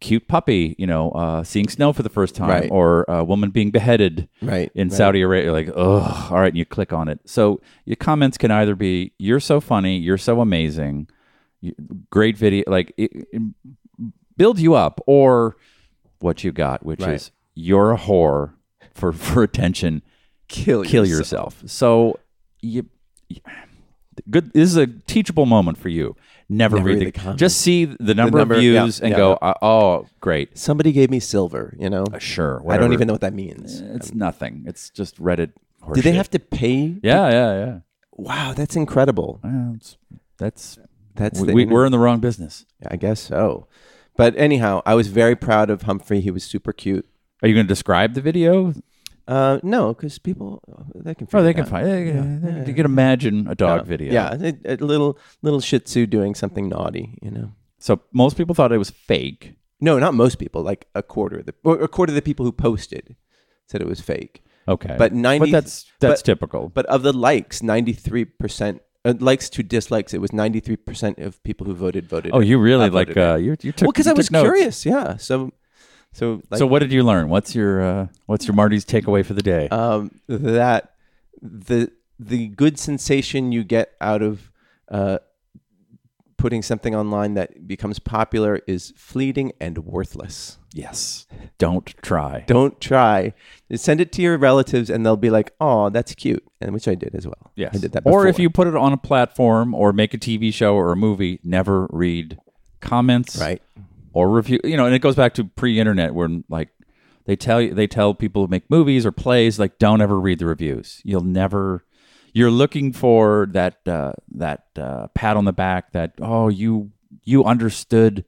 cute puppy, you know, uh, seeing snow for the first time,
Right.
or a woman being beheaded
Right,
in Saudi Arabia. You're like, oh, all right, and you click on it. So your comments can either be, "You're so funny," "You're so amazing," you- "Great video," like it, it builds you up, or what you got, which
Right.
is, "You're a whore for for attention."
Kill,
kill yourself. So you, good. This is a teachable moment for you. Never, read,
read
the,
the comments.
just see the number,
number-
of views
yeah,
and
yeah.
go, uh, oh, great,
Somebody gave me silver, you know?
Uh, sure.
I
whatever.
don't even know what that means.
It's nothing. It's just Reddit. Horseshit.
Um, Do they have to pay?
Yeah, yeah, yeah.
Wow, that's incredible.
Well, it's- that's
That's the
we, we, we're in the wrong business.
I guess so. But anyhow, I was very proud of Humphrey. He was super cute.
Are you going to describe the video?
Uh, no, because people they can.
Oh,
figure
they
it
can
out.
find. They, you can imagine a dog video.
Yeah, a, a little little Shih Tzu doing something naughty. You know.
So most people thought it was fake.
No, not most people. Like a quarter of the or a quarter of the people who posted said it was fake.
Okay.
But 90
But that's that's
but-
typical.
But of the likes, ninety three percent uh, likes to dislikes. It was ninety three percent of people who voted voted.
oh,
it.
you really
uploaded
like
it.
uh, you you took.
well, because
you
I
took
was
notes.
curious. Yeah. So, so like,
so what did you learn? What's your uh, what's your Marty's takeaway for the day?
um, that the the good sensation you get out of uh, putting something online that becomes popular is fleeting and worthless.
yes. Don't try.
Don't try. Send it to your relatives, and they'll be like, "Oh, that's cute," and which I did as well.
Yes.
I did that.
or
before.
if you put it on a platform or make a TV show or a movie, never read comments.
right,
or review you know and it goes back to pre-internet where like they tell you they tell people who make movies or plays like don't ever read the reviews you'll never you're looking for that uh, that uh, pat on the back that oh you you understood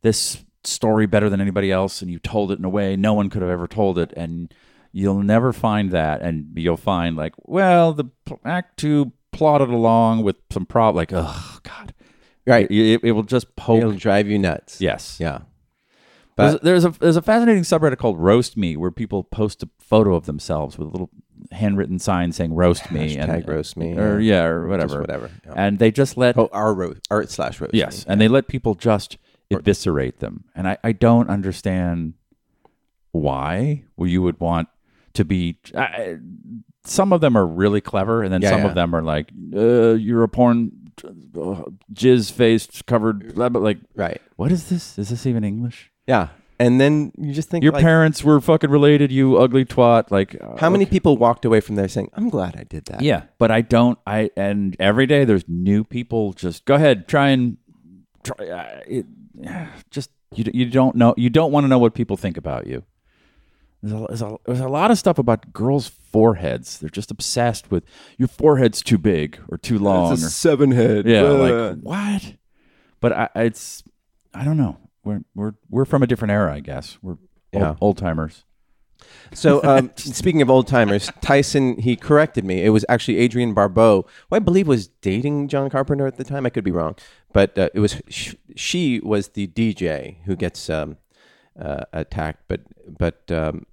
this story better than anybody else and you told it in a way no one could have ever told it and you'll never find that and you'll find like well the pl- act two plotted along with some problem like oh god
right,
it, it will just poke
it'll drive you nuts.
yes
yeah.
there's, there's a there's a fascinating subreddit called Roast Me where people post a photo of themselves with a little handwritten sign saying Roast Me
Hashtag roast me,
uh, or yeah, or whatever
whatever, yeah.
and they just let
Oh, our roast, art slash roast.
yes and they let people just eviscerate them and I, I don't understand why well, you would want to be I- I, some of them are really clever and then
Yeah,
some
yeah.
of them are like uh, you're a porn uh, jizz faced covered blah, blah, like
right.
what is this is this even English
Yeah, and then you just think
your
like,
parents were fucking related, you ugly twat. Like, uh,
How many people walked away from there saying, "I'm glad I did that"?
yeah, but I don't. I and every day there's new people. Just go ahead, try and try. Uh, it, just you. You don't know. You don't want to know what people think about you. There's a, there's, a, there's a lot of stuff about girls' foreheads. They're just obsessed with your forehead's too big or too long. or,
seven head.
yeah, like what? But I, it's I don't know. We're we're we're from a different era, I guess. We're
Yeah.
old timers.
so, um, speaking of old timers, Tyson he corrected me. It was actually Adrian Barbeau, who I believe was dating John Carpenter at the time. I could be wrong, but uh, it was sh- she was the DJ who gets um, uh, attacked. But but um,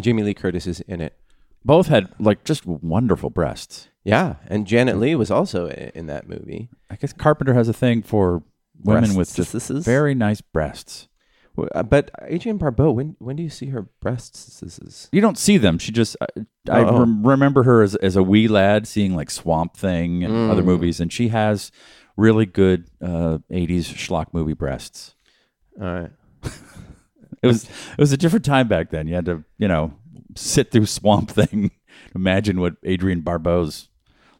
Jamie Lee Curtis is in it.
Both had like just wonderful breasts.
Yeah, and Janet Lee was also in, in that movie.
I guess Carpenter has a thing for women with just
Breasts-esses?
very nice breasts.
Well, uh, But Adrian Barbeau, when when do you see her breasts? This is
You don't see them. She just I, I
Oh. Mm.
rem- remember her as as a wee lad seeing like Swamp Thing and other movies, and she has really good uh, 80s schlock movie breasts.
All right.
It was it was a different time back then. You had to, you know, sit through Swamp Thing. Imagine what Adrian Barbeau's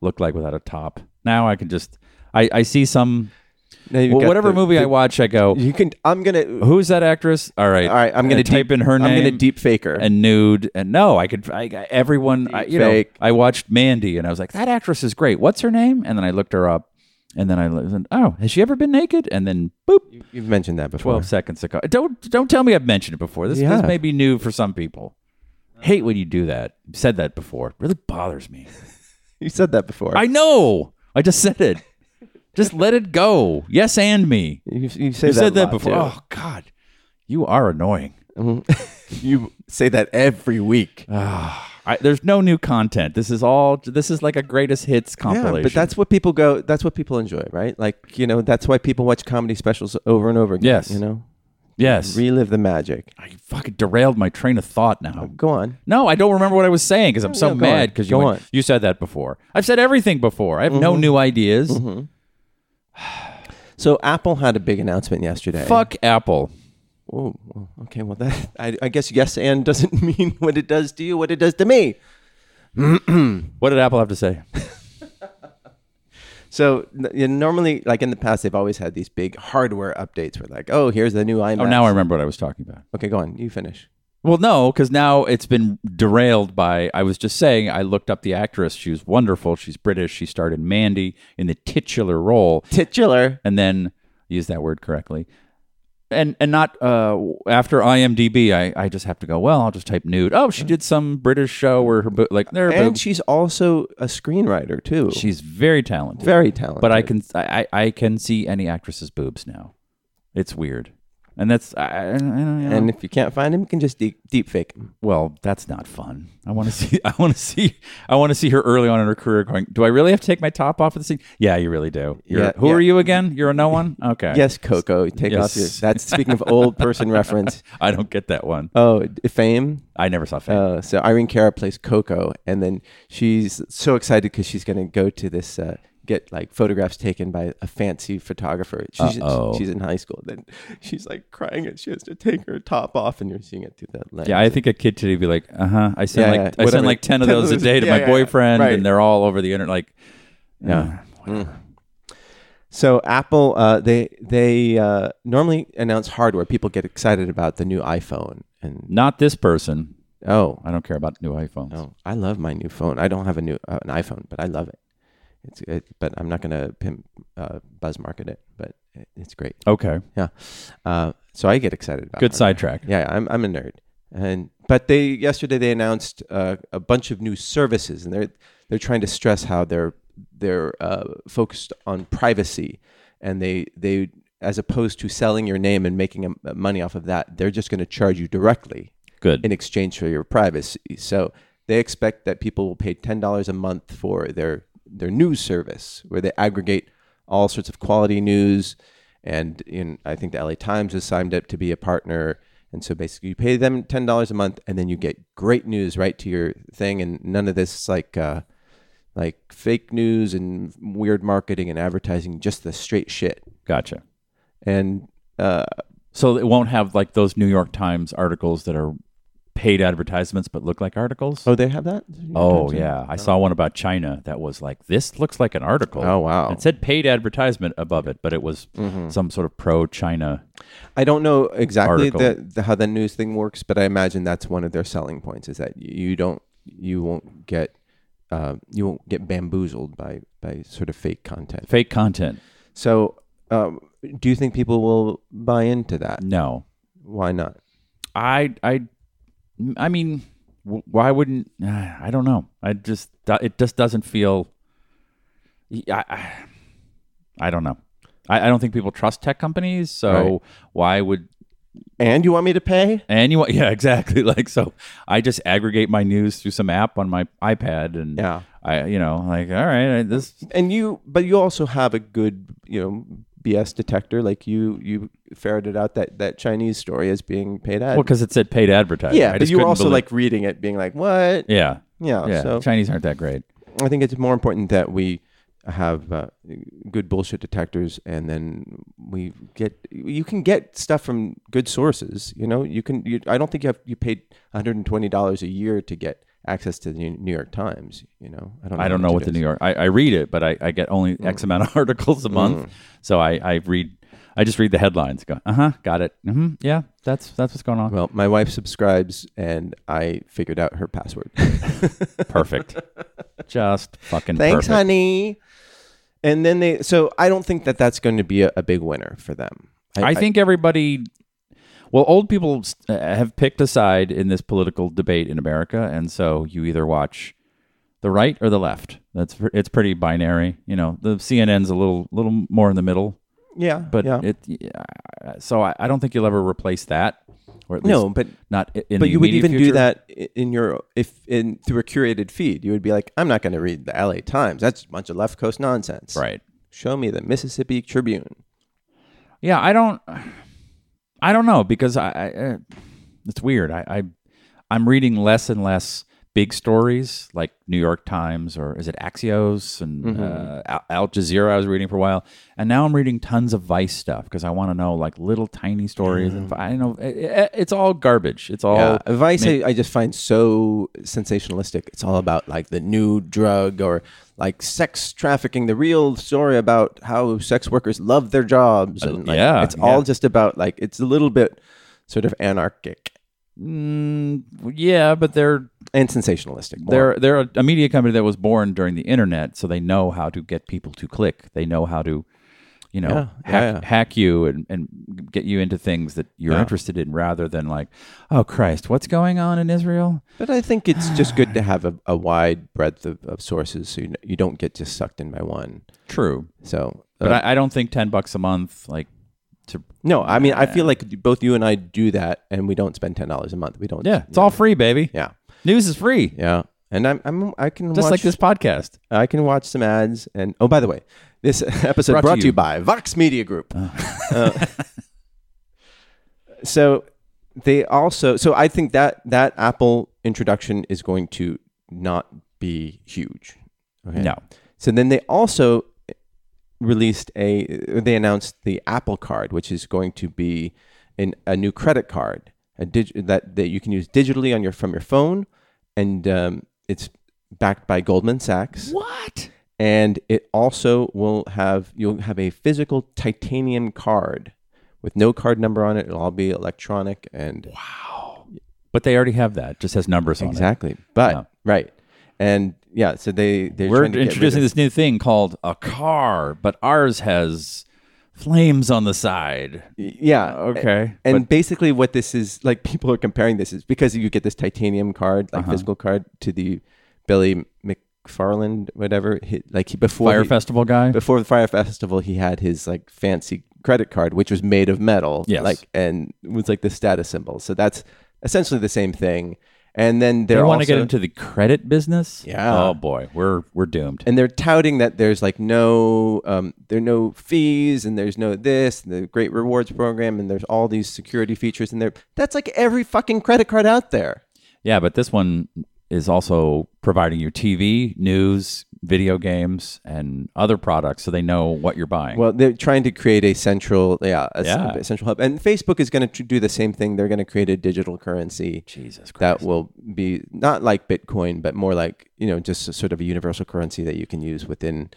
looked like without a top. Now I can just I, I see some
Now you've
well,
got
whatever
the-
movie I
the-
watch, I go,
you can. I'm gonna.
who's that actress? All right,
All right, I'm gonna
type
deep-
in her
I'm
name.
gonna deep fake her.
and nude and no, I could. I, I- everyone, I, you know,
Deepfake.
I watched Mandy and I was like, that actress is great. What's her name? And then I looked her up, and then I listened. Oh, has she ever been naked? And then boop,
You've mentioned that before.
twelve seconds ago. Don't don't tell me I've mentioned it before. This
You
this
have.
may be new for some people. Hate when you do that. Said that before. really bothers me.
You said that before.
I know. I just said it. Just let it go. Yes, and me.
you you say
You
that
said
a
that
lot,
before.
too.
Oh God, you are annoying.
You say that every week.
I, there's no new content. This is all. This is like a greatest hits compilation.
but that's what people go. That's what people enjoy, right? Like you know, that's why people watch comedy specials over and over again.
Yes.
You know,
yes.
relive the magic.
I fucking derailed my train of thought now.
Go on.
No, I don't remember what I was saying because I'm so
no, go
mad
on.
because you
Go
went-
on.
you said that before. I've said everything before. I have no new ideas.
So Apple had a big announcement yesterday.
Fuck Apple.
Oh, well, okay. Well, that I, I guess yes and doesn't mean what it does to you, what it does to me.
What did Apple have to say?
So n- you know, normally, like in the past, they've always had these big hardware updates where, like, oh, here's the new iMac.
Oh, now I remember what I was talking about.
Okay, go on. You finish.
Well, no, because now it's been derailed by. I was just saying, I looked up the actress. She was wonderful. She's British. She starred in Mandy in the titular role.
Titular.
and then use that word correctly. And and not uh, after IMDb, I, I just have to go. Well, I'll just type nude. Oh, she did some British show where her bo- like there,
And
but
she's also a screenwriter too.
she's very talented.
very talented.
but I can I, I I can see any actress's boobs now. It's weird, and that's I, I, I don't know.
And if you can't find him, you can just deep, deep fake him.
well, that's not fun. I want to see I want to see I want to see her early on in her career going. Do I really have to take my top off of the scene? Yeah, you really do. You're,
Yeah,
who
yeah.
are you again? You're a no one. Okay.
Yes, Coco, take off your.
Yes.
That's speaking of old person reference.
I don't get that one.
Oh, d- fame.
I never saw. Fame.
Uh, so Irene Cara plays Coco, and then she's so excited because she's going to go to this uh, get like photographs taken by a fancy photographer. She's,
Uh-oh.
she's in high school. Then she's like crying, and she has to take her top off, and you're seeing it through that lens.
Yeah, I think a kid today would be like, uh huh. I send
Yeah, yeah,
like I send
whatever.
like ten of
10
those a day to
yeah,
my
yeah, yeah.
boyfriend,
Right.
and they're all over the internet. Like, uh,
Yeah. So Apple, uh, they they uh, normally announce hardware. People get excited about the new iPhone, and
not this person.
oh,
I don't care about new iPhones.
No, I love my new phone. I don't have a new uh, an iPhone, but I love it. It's it, but I'm not gonna pimp uh, buzz market it, but it, it's great.
Okay,
Yeah, uh, so I get excited about.
good
hardware.
sidetrack.
Yeah, I'm I'm a nerd, and but they yesterday they announced uh, a bunch of new services, and they're they're trying to stress how they're they're uh, focused on privacy, and they they as opposed to selling your name and making um, money off of that, they're just going to charge you directly
Good.
in exchange for your privacy. So they expect that people will pay ten dollars a month for their their news service, where they aggregate all sorts of quality news. And in, I think the LA Times has signed up to be a partner. And so basically, you pay them ten dollars a month, and then you get great news right to your thing, and none of this like uh, like fake news and weird marketing and advertising, just the straight shit.
Gotcha.
And uh,
So it won't have like those New York Times articles that are paid advertisements but look like articles.
oh, they have that.
Oh, yeah, I saw one about China that was like this looks like an article.
Oh, wow. Mm-hmm.
It said paid advertisement above it, but it was some sort of pro China.
I don't know exactly
Article.
the, the, how the news thing works, but I imagine that's one of their selling points is that you don't, you won't get, uh, you won't get bamboozled by by sort of fake content.
Fake content.
So, um, do you think people will buy into that?
No,
Why not?
I I I mean, wh- why wouldn't I don't know. I just it just doesn't feel. I I, I don't know. I, I don't think people trust tech companies, so
Right.
why would
And you want me to pay?
anyone? Yeah, exactly. Like so, I just aggregate my news through some app on my iPad, and
Yeah.
I you know like all right, I, this
And you, but you also have a good, you know, BS detector. Like you, you ferreted out that that Chinese story as being paid ad.
well because it said paid advertising.
yeah,
I
but
just
you were
couldn't
also
believe-
like reading it, being like, what?
yeah,
Yeah,
yeah.
so-
Chinese aren't that great.
I think it's more important that we have uh, good bullshit detectors, and then we get you can get stuff from good sources. You know, you can. You, I don't think you have you paid one hundred and twenty dollars a year to get access to the New New York Times. You know, I don't.
I
how
don't know
much
what
Mm, it
the
is. Mm.
New York. I, I read it, but I, I get only X amount of articles a month. So I, I read. I just read the headlines. Go. Uh huh. Got it. Mm-hmm, yeah. That's that's what's going on.
Well, my wife subscribes, and I figured out her password.
perfect. just fucking.
Thanks,
perfect.
honey. And then they. So I don't think that that's going to be a, a big winner for them.
I think everybody. Well, old people s- uh, have picked a side in this political debate in America, and so you either watch the right or the left. That's pr- it's pretty binary. You know, the CNN's a little little more in the middle,
Yeah,
but
yeah.
it. yeah, so I, I don't think you'll ever replace that, or at least
no, but
not i- in.
but
the
you would
immediate
even do
future.
that i- in your if in through a curated feed. You would be like, I'm not going to read the L.A. Times. That's a bunch of left coast nonsense.
right?
Show me the Mississippi Tribune.
Yeah, I don't. I don't know because I. I uh, it's weird. I, I I'm reading less and less big stories like New York Times or is it Axios and
Mm-hmm.
uh, Al-, Al Jazeera. I was reading for a while, and now I'm reading tons of Vice stuff because I want to know like little tiny stories.
Mm.
And I know it, it- it's all garbage. It's all
Yeah, Vice, Uh, I, I just find so sensationalistic. It's all about like the new drug or like sex trafficking. The real story about how sex workers love their jobs. And, like,
yeah,
it's all
yeah.
just about like it's a little bit sort of anarchic
mm, yeah, but they're
and sensationalistic. more.
They're they're a, a media company that was born during the internet, so they know how to get people to click. They know how to, you know,
Yeah, yeah,
hack,
yeah.
hack you and, and get you into things that you're interested in, rather than like, oh Christ, what's going on in Israel?
But I think it's just good to have a, a wide breadth of, of sources so you, kn- you don't get just sucked in by one.
True,
So,
but
uh,
I, I don't think ten bucks a month, like, to
no, I mean, I feel like both you and I do that and we don't spend $10 a month. We don't.
yeah, it's all free, baby.
Yeah.
News is free,
Yeah. And I'm, I'm, I can
just
watch,
like this podcast.
I can watch some ads. And oh, by the way, this episode
Brought
brought,
to
to you.
you. Oh.
by Vox Media Group. Uh, so they also, so I think that that Apple introduction is going to not be huge. Okay.
No,
So then they also released a they announced the Apple Card, which is going to be an, a new credit card a dig, that that you can use digitally on your from your phone, and um, it's backed by Goldman Sachs.
what?
And it also will have you'll have a physical titanium card with no card number on it. It'll all be electronic and
But they already have that. Just has numbers on it.
exactly, but
Yeah.
right and yeah. So they they're
We're
trying to get rid
introducing
of-
this new thing called a car, but ours has flames on the side.
Yeah.
Okay.
And basically, what this is like, people are comparing this is because you get this titanium card, like
Uh-huh.
physical card, to the Billy McFarland, whatever. He, like he before
Fire
he-
Festival guy.
before the fire festival, he had his like fancy credit card, which was made of metal.
Yes.
Like and was like the status symbol. So that's essentially the same thing. And then
they
they're
want to
also-
get into the credit business.
Yeah.
Oh boy, we're we're doomed.
and they're touting that there's like no um, there are no fees and there's no this and the great rewards program and there's all these security features and there that's like every fucking credit card out there
yeah, but this one is also providing you TV, news, video games, and other products, so they know what you're buying.
well they're trying to create a central yeah a, s-
Yeah.
a central hub and facebook is going to do the same thing they're going to create a digital currency
Jesus Christ.
that will be not like bitcoin but more like you know just a sort of a universal currency that you can use within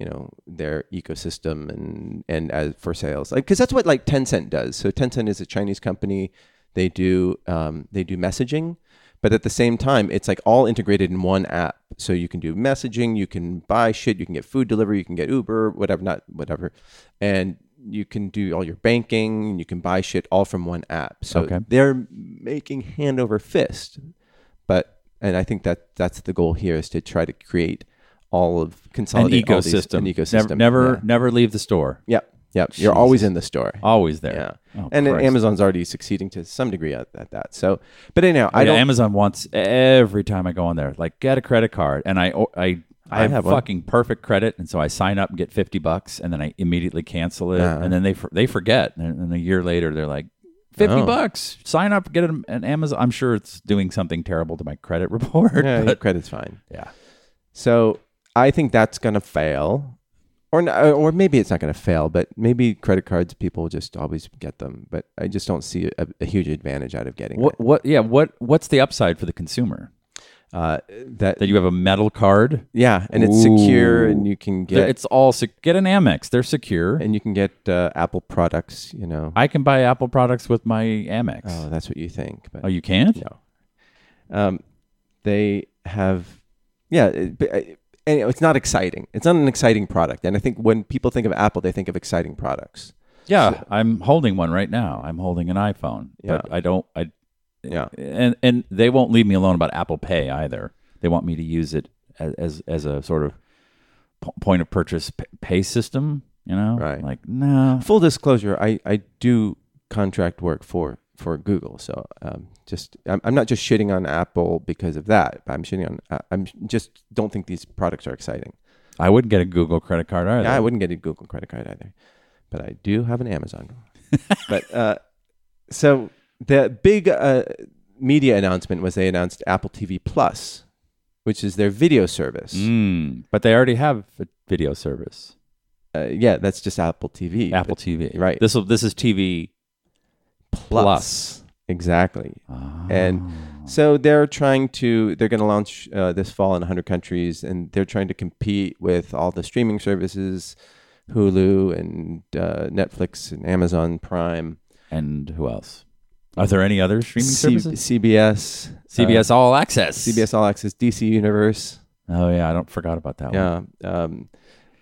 you know their ecosystem and and as for sales like because that's what like tencent does so tencent is a chinese company they do um, they do messaging but at the same time it's like all integrated in one app so you can do messaging you can buy shit you can get food delivery you can get uber whatever not whatever and you can do all your banking and you can buy shit all from one app so
Okay.
they're making hand over fist but and i think that that's the goal here is to try to create all of
an
consolidate all these-
ecosystem.
an ecosystem
Never never,
yeah.
never leave the store.
Yep. Yep. You're always in the store.
Always there.
yeah.
Oh,
and then
Christ.
Amazon's already succeeding to some degree at, at that. So, but anyhow, I
Yeah,
don't.
Amazon wants every time I go on there, like get a credit card, and I I I,
I
have,
have one.
fucking perfect credit, and so I sign up and get fifty bucks, and then I immediately cancel it,
Uh-huh.
and then they for, they forget, and, and a year later they're like. 50
Oh.
bucks. Sign up, get an, an Amazon. I'm sure it's doing something terrible to my credit report.
yeah, your
but
credit's fine.
yeah.
So I think that's going to fail, or n- uh, or maybe it's not going to fail, but maybe credit cards people just always get them. But I just don't see a, a huge advantage out of getting
What? What? Yeah. What? What's the upside for the
it.
consumer?
Uh, that
That you have a metal card.
yeah, and it's secure, and you can
They're-
get
It's all sec- get an Amex. They're secure.
and you can get uh, Apple products. You know,
I can buy Apple products with my Amex.
oh, that's what you think, but
oh, you can't.
No. Um, they have, yeah. It, but, uh, anyhow, it's not exciting. It's not an exciting product. And I think when people think of Apple, they think of exciting products.
Yeah, I'm holding one right now. I'm holding an iPhone, but
Yeah.
I don't. I
Yeah.
and and they won't leave me alone about Apple Pay either. They want me to use it as as, as a sort of p- point of purchase p- pay system. You know,
Right.
Like no,
Full disclosure: I, I do contract work for for Google, so um, just I'm, I'm not just shitting on Apple because of that. But I'm shitting on. I- I'm just don't think these products are exciting.
I wouldn't get a Google credit card either.
Yeah, I wouldn't get a Google credit card either, but I do have an Amazon. but uh, so the big uh, media announcement was they announced Apple TV Plus, which is their video service.
Mm, but they already have a video service,
Uh, yeah, that's just Apple TV.
Apple TV.
right.
This will this is TV.
Plus.
Plus.
Exactly.
Ah.
And so they're trying to, they're going to launch uh, this fall in 100 countries, and they're trying to compete with all the streaming services, Hulu and uh, Netflix and Amazon Prime,
and who else? Are there any other streaming
C-
services?
CBS, uh,
CBS All Access.
CBS All Access, DC Universe.
Oh yeah, I don't forgot about that one.
Yeah. Um,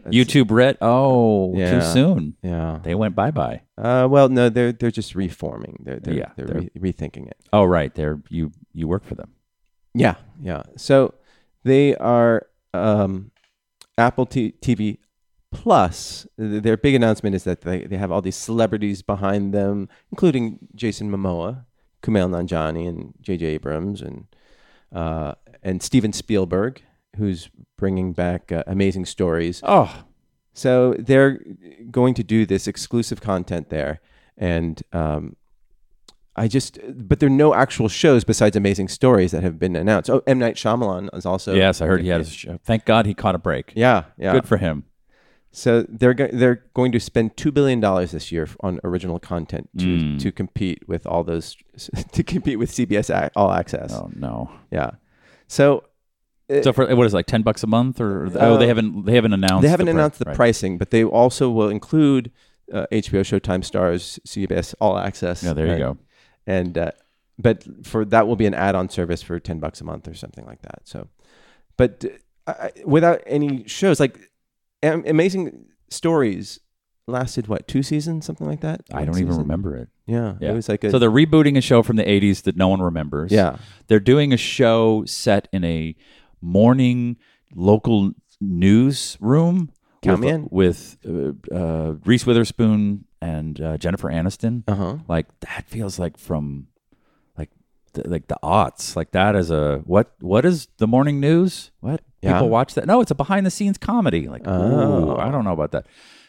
that's-
YouTube Red. Oh,
Yeah.
too soon.
Yeah.
They went bye bye.
Uh, well, no, they're they're just reforming. They're they're,
Yeah,
they're,
they're-
re- rethinking it.
Oh right, there you you work for them.
Yeah. Yeah. So they are um, Apple T- TV Plus. th- Their big announcement is that they, they have all these celebrities behind them, including Jason Momoa, Kumail Nanjiani, and J.J. Abrams, and uh, and Steven Spielberg, who's bringing back uh, Amazing Stories.
Oh,
So they're going to do this exclusive content there, and um, I just but there are no actual shows besides Amazing Stories that have been announced. Oh, M Night Shyamalan is also
yes, I heard he had. A show. Thank God he caught a break.
yeah yeah.
Good for him.
So they're go- they're going to spend two billion dollars this year on original content to
Hmm.
to compete with all those to compete with CBS Ac- All Access.
Oh no.
Yeah, so
So for what is it, like ten bucks a month or oh they haven't they haven't announced
Uh, They haven't
pri-
announced the
right.
pricing, but they also will include uh, HBO, Showtime, Stars, CBS All Access.
Yeah, there you
right?
go.
And uh, but for that will be an add-on service for ten bucks a month or something like that. So, but uh, I, I- without any shows, like Am- Amazing Stories lasted what two seasons, something like that.
I
One
don't even
season?
remember it.
Yeah,
Yeah.
it was like a
so they're rebooting a show from the 80s that no one remembers.
Yeah.
They're doing a show set in a morning local newsroom
Count
with,
me in.
with uh, uh, Reese Witherspoon and uh, Jennifer Aniston.
uh huh.
Like that feels like from like the, like the aughts. Like that is a what what is the morning news? What?
Yeah.
People watch that? No, it's a behind the scenes comedy. Like, ooh,
Oh.
I don't know about that.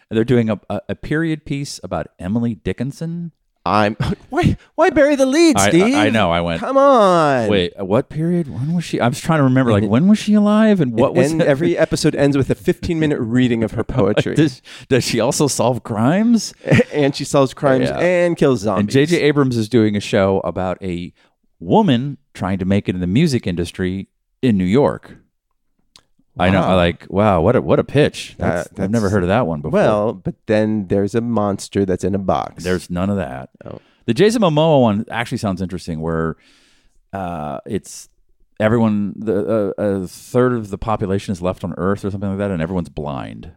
And they're doing a, a, a period piece about Emily Dickinson.
I'm why why bury the lead,
I- I-
Steve?
I know, I went-
Come on.
Wait, uh, what period? When was she? I'm just trying to remember. Like, when was she alive? And what was
and
it?
every episode ends with a 15 minute reading of her poetry.
Does, does she also solve crimes?
and she solves crimes
Yeah.
and kills
And
zombies.
J.J. Abrams is doing a show about a woman trying to make it in the music industry in New York. I know. I
Wow.
like, wow, what a what a pitch! That's, I've
that's-
never heard of that one before.
Well, but then there's a monster that's in a box.
There's none of that.
Oh.
The Jason Momoa one actually sounds interesting, where uh, it's everyone the uh, a third of the population is left on Earth or something like that, and everyone's blind.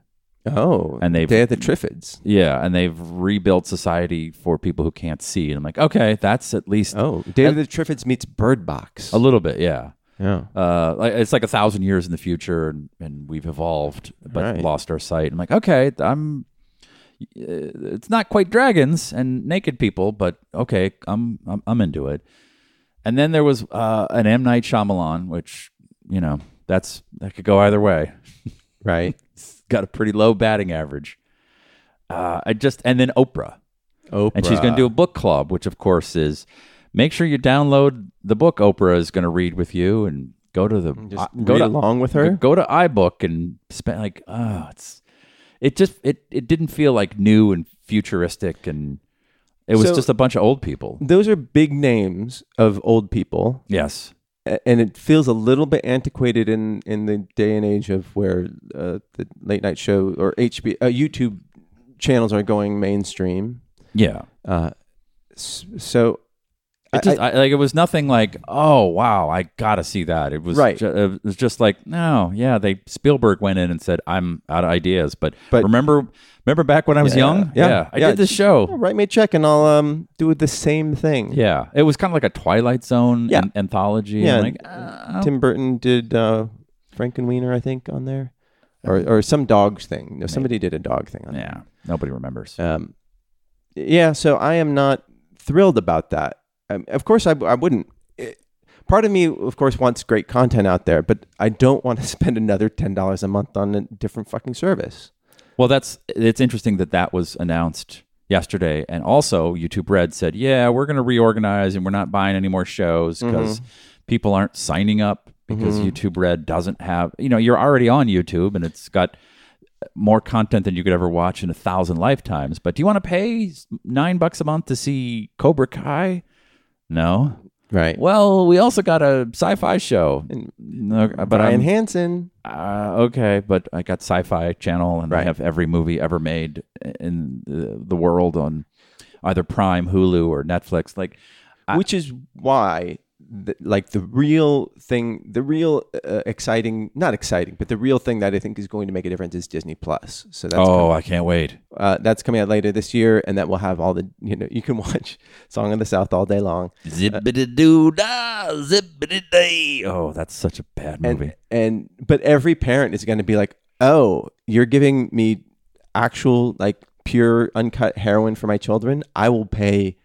oh,
and they've-
they're the Triffids.
Yeah, and they've rebuilt society for people who can't see. And I'm like, okay, that's at least
Oh, Day of the Triffids meets Bird Box.
a little bit, yeah.
yeah,
Uh, like it's like a thousand years in the future, and, and we've evolved but
Right.
lost our sight. I'm like, okay, I'm. uh, It's not quite dragons and naked people, but okay, I'm I'm, I'm into it. And then there was uh, an M Night Shyamalan, which you know that's that could go either way.
right.
Got a pretty low batting average. Uh, I just and then Oprah.
Oprah.
and she's going to do a book club, which of course is make sure you download the book Oprah is going to read with you, and Go to the
Just
uh,
read
go to
along with her?
Go to iBook and spend like oh, it's it just it it didn't feel like new and futuristic and it was
So-
just a bunch of old people.
Those are big names of old people,
Yes.
a- and it feels a little bit antiquated in in the day and age of where uh, the late night show or HB uh, YouTube channels are going mainstream.
Yeah.
Uh, s- so I-
It just I, like it was nothing like oh wow I gotta see that it was
Right.
ju- it was just like no yeah they Spielberg went in and said I'm out of ideas but,
But-
remember remember back when I was
Yeah,
young
yeah,
I
yeah.
did this
Oh,
show
write me a check and I'll um do the same thing.
yeah it was kind of like a Twilight Zone
Yeah.
an- anthology
Yeah,
and like
and,
uh,
Tim Burton did uh, Frankenweenie, I think, on there, or or some dogs thing. No, somebody did a dog thing on
yeah nobody remembers
there. Um, yeah, so I am not thrilled about that. Um, of course, I, I wouldn't. It, part of me, of course, wants great content out there, but I don't want to spend another ten dollars a month on a different fucking service.
well that's it's interesting that that was announced yesterday and also YouTube Red said yeah we're gonna reorganize and we're not buying any more shows because people aren't signing up because YouTube Red doesn't have, you know, you're already on YouTube and it's got more content than you could ever watch in a thousand lifetimes. But do you want to pay s- nine bucks a month to see Cobra Kai? No.
Right.
Well, we also got a sci-fi show, no, uh, but
Brian
I'm-
Hansen.
uh, okay, but I got Sci-Fi Channel, and I
Right.
have every movie ever made in the, the world on either Prime, Hulu, or Netflix. Like, I-
which is why th- like the real thing the real uh, exciting not exciting but the real thing that i think is going to make a difference is disney plus so that's com-
oh, I can't wait.
uh, that's coming out later this year and that will have all the you know you can watch song of the south all day long
Zippity doo da, zippity day. Oh, that's such a bad
and
movie.
and but every parent is going to be like oh you're giving me actual like pure uncut heroin for my children i will pay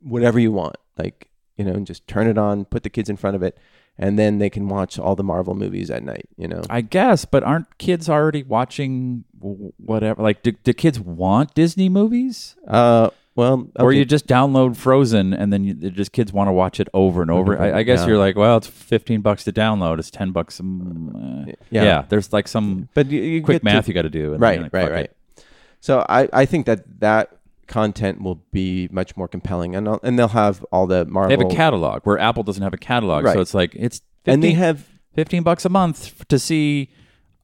whatever you want like you know and just turn it on put the kids in front of it and then they can watch all the marvel movies at night you know
I guess, but aren't kids already watching w- whatever? Like, do, do kids want Disney movies,
uh well okay.
or you just download Frozen and then you, they're just kids want to watch it over and over? I, I guess
Yeah.
you're like, well, it's fifteen bucks to download. It's ten bucks. a m- uh, yeah.
Yeah.
there's like some
but you, you
quick
get to-
math you got to do. and then
right
you're like,
right
fuck it.
right so i i think that that content will be much more compelling and I'll- and they'll have all the marvel
They have a catalog where Apple doesn't have a catalog,
Right.
so it's like it's 15,
and they have
15 bucks a month f- to see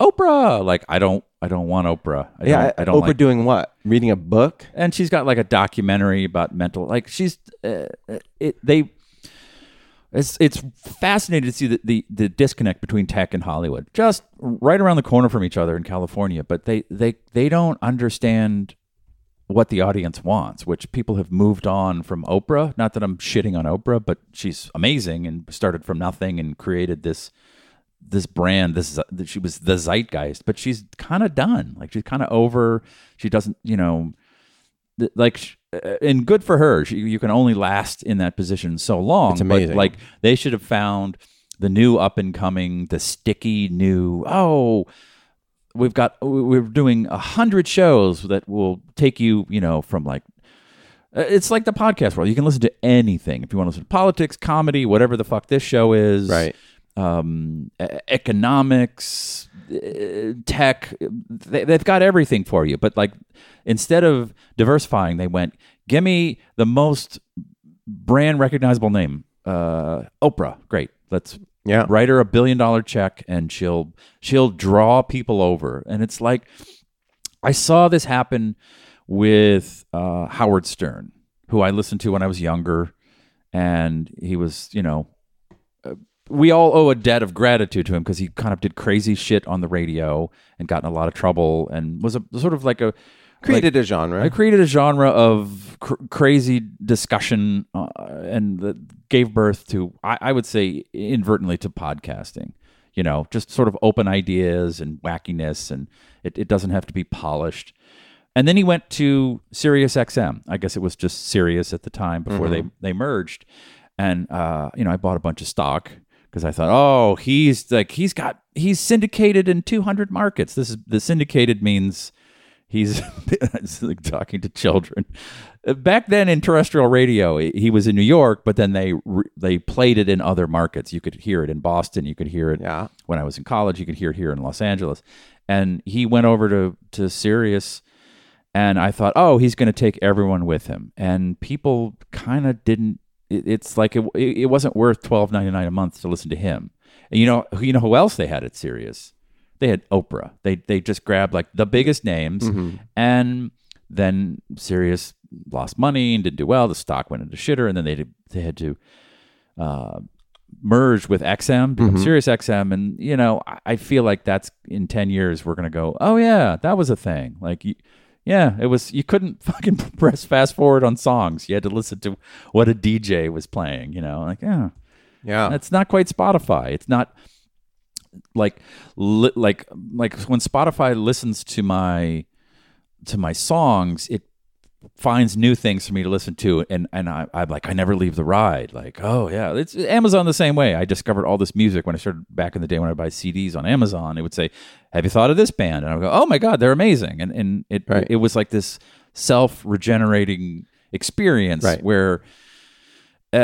Oprah. Like I don't I don't want Oprah. I
yeah
don't, I don't
Oprah
like
doing what reading a book
and she's got like a documentary about mental like she's uh, it they it's it's fascinating to see the, the the disconnect between tech and Hollywood just right around the corner from each other in California but they they they don't understand what the audience wants which people have moved on from Oprah not that I'm shitting on Oprah but she's amazing and started from nothing and created this this brand this ze- that she was the zeitgeist but she's kind of done like she's kind of over she doesn't you know th- like sh- uh, and good for her she, you can only last in that position so long
It's amazing.
but like they should have found the new up and coming the sticky new oh we've got we- we're doing a hundred shows that will take you you know from like uh, it's like the podcast world you can listen to anything if you want to listen to politics comedy whatever the fuck this show is
Right.
um, e- economics, uh, tech. They, they've got everything for you. But like, instead of diversifying, they went, "Give me the most brand recognizable name, uh, Oprah." Great. Let's
Yeah.
write her a billion dollar check, and she'll she'll draw people over. And it's like, I saw this happen with uh, Howard Stern, who I listened to when I was younger, and he was, you know, uh, we all owe a debt of gratitude to him because he kind of did crazy shit on the radio and got in a lot of trouble and was a sort of like a
created a genre
I created a genre of cr- crazy discussion uh, and that gave birth to, I, I would say, inadvertently to podcasting. You know, just sort of open ideas and wackiness, and it, it doesn't have to be polished. And then he went to Sirius XM. I guess it was just Sirius at the time before they, they merged. And, uh, you know, I bought a bunch of stock because I thought, oh, he's like, he's got, he's syndicated in 200 markets. This is the syndicated means He's it's like talking to children. Uh, Back then in terrestrial radio, he he was in New York, but then they re- they played it in other markets. You could hear it in Boston. You could hear it
Yeah.
when I was in college. You could hear it here in Los Angeles. And he went over to to Sirius, and I thought, oh, he's going to take everyone with him. And people kind of didn't. It, it's like it, it wasn't worth twelve ninety nine a month to listen to him. And you know, you know who else they had at Sirius? They had Oprah. They they just grabbed like the biggest names, and then Sirius lost money and didn't do well. The stock went into shitter, and then they did, they had to uh, merge with XM, become Sirius XM, and you know, I, I feel like that's in ten years we're gonna go, oh yeah, that was a thing. Like, you, yeah, it was. You couldn't fucking press fast forward on songs. You had to listen to what a DJ was playing. You know, like yeah,
Yeah.
it's not quite Spotify. It's not like li- like like when Spotify listens to my to my songs, it finds new things for me to listen to, and and I, I'm like I never leave the ride. Like oh yeah, it's Amazon the same way. I discovered all this music when I started back in the day when I buy CDs on Amazon. It would say, "Have you thought of this band?" And I would go, "Oh my god, they're amazing!" And and it
Right.
it was like this self regenerating experience
Right.
where uh,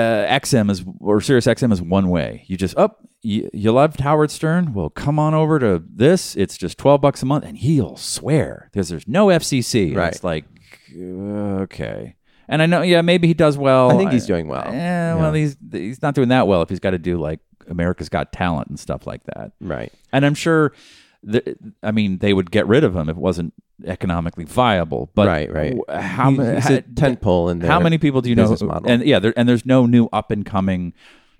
XM is or Sirius XM is one way. You just up. you, you loved Howard Stern. Well, come on over to this. It's just twelve bucks a month, and he'll swear because there's no FCC. And
Right.
It's like uh, okay. And I know, yeah, maybe he does well.
I think he's doing well.
Yeah, well, he's he's not doing that well if he's got to do like America's Got Talent and stuff like that.
Right.
And I'm sure, the, I mean, they would get rid of him if it wasn't economically viable. But
Right, right.
w- How
He-
ma-
he's
ha-
a tentpole in there.
how many people do you know?
business
who-
model.
And yeah, there, and there's no new up and coming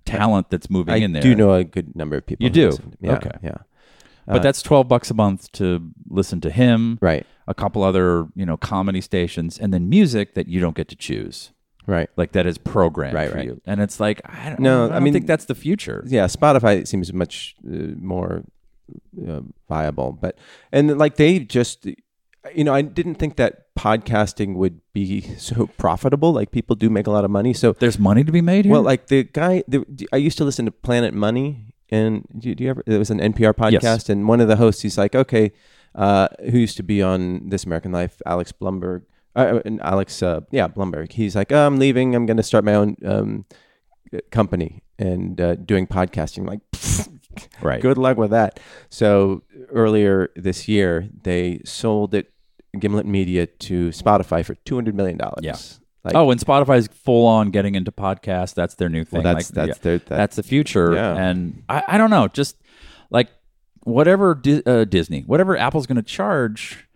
talent that's moving
I
in there.
do know a good number of people.
You
who
do?
listen. Yeah,
Okay.
Yeah.
but that's twelve bucks a month to listen to him,
Right.
a couple other you know comedy stations, and then music that you don't get to choose,
Right.
like that is programmed
Right,
for
right.
you. And it's like I don't,
No,
I don't
I mean-
think that's the future.
yeah, Spotify seems much uh, more uh, viable. But and like they just, you know, I didn't think that podcasting would be so profitable. Like people do make a lot of money. So
There's money to be made here.
well, like the guy, the, I used to listen to Planet Money, and do, do you ever? It was an NPR podcast,
Yes.
and one of the hosts, he's like, okay, uh, who used to be on This American Life, Alex Blumberg, uh, and Alex, uh, yeah, Blumberg. He's like, oh, I'm leaving. I'm going to start my own um, company and uh, doing podcasting. Like,
right.
good luck with that. So earlier this year, they sold it, Gimlet Media, to Spotify for two hundred million dollars.
Yeah.
Like,
oh, and Spotify's full on getting into podcasts. That's their new thing.
well, that's
Like,
that's
yeah.
their
that's, the future.
Yeah.
And I, I don't know, just like whatever Di- uh, Disney, whatever Apple's going to charge.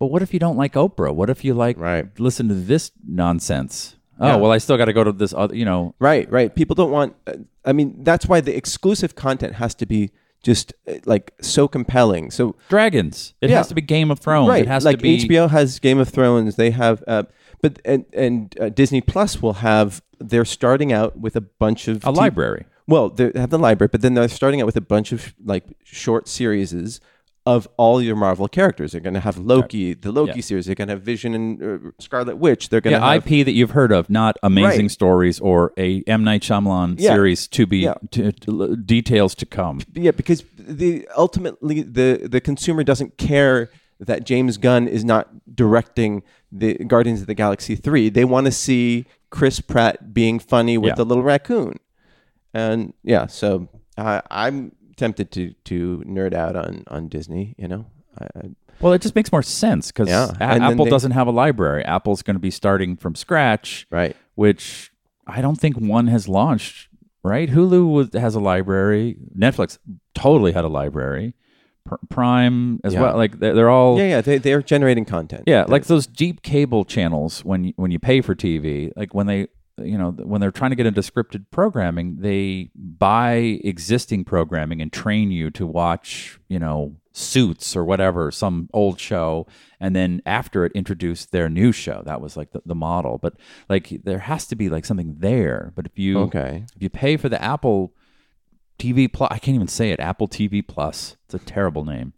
But what if you don't like Oprah? What if you like
Right.
listen to this nonsense? Oh well, I still got to go to this other. You know,
Right, right. People don't want. uh, I mean, that's why the exclusive content has to be just uh, like so compelling. So
dragons. It
Yeah.
has to be Game of Thrones.
right,
It has
like
to be
HBO has Game of Thrones. They have, uh, but and and uh, Disney Plus will have. They're starting out with a bunch of
a
T-
library.
Well, they have the library, but then they're starting out with a bunch of like short series of all your Marvel characters. They're going to have Loki, the Loki
Yeah.
series. They're going to have Vision and uh, Scarlet Witch. They're going to
Yeah,
have
IP that you've heard of, not amazing
Right.
stories or a M Night Shyamalan
Yeah.
series to be
Yeah.
to, to- details to come.
yeah because the ultimately the the consumer doesn't care that James Gunn is not directing the Guardians of the Galaxy 3 they want to see Chris Pratt being funny with
Yeah.
the little raccoon and yeah so I I'm tempted to to nerd out on on Disney you know I, I-
Well, it just makes more sense because
Yeah, and then
Apple
they-
doesn't have a library. Apple's going to be starting from scratch,
right
which I don't think one has launched. Right? Hulu was, has a library. Netflix totally had a library. Pr- Prime as
Yeah.
well. Like they're, they're all
yeah yeah they they're generating content
yeah, like those deep cable channels when you- when you pay for TV, like when they you know when they're trying to get into scripted programming, they buy existing programming and train you to watch you know Suits or whatever some old show, and then after it introduce their new show. That was like the, the model, but like there has to be like something there. But if you
okay
if you pay for the Apple TV Plus, I can't even say it. Apple TV Plus. It's a terrible name.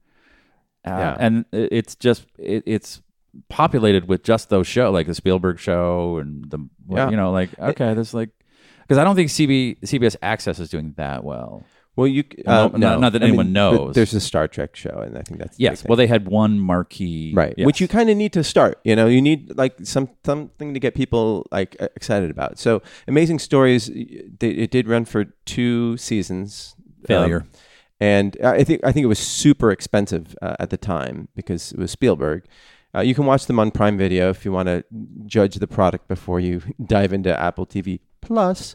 Uh,
Yeah.
And i- it's just it, it's populated with just those show, like the Spielberg show and the
Yeah.
you know like okay, there's like because I don't think CB, CBS Access is doing that well.
Well, you c-
Well,
uh,
no- not- not that
I mean,
anyone
but
knows.
There's a Star Trek show, and I think that's the big
Yes.
thing.
Well, they had one marquee,
right
yes.
which you kind of need to start you know you need like some something to get people like e- excited about so amazing stories y- they, it did run for two seasons um,
Failure.
and i think i think it was super expensive uh, at the time because it was spielberg uh, you can watch them on prime video if you want to judge the product before you dive into apple tv plus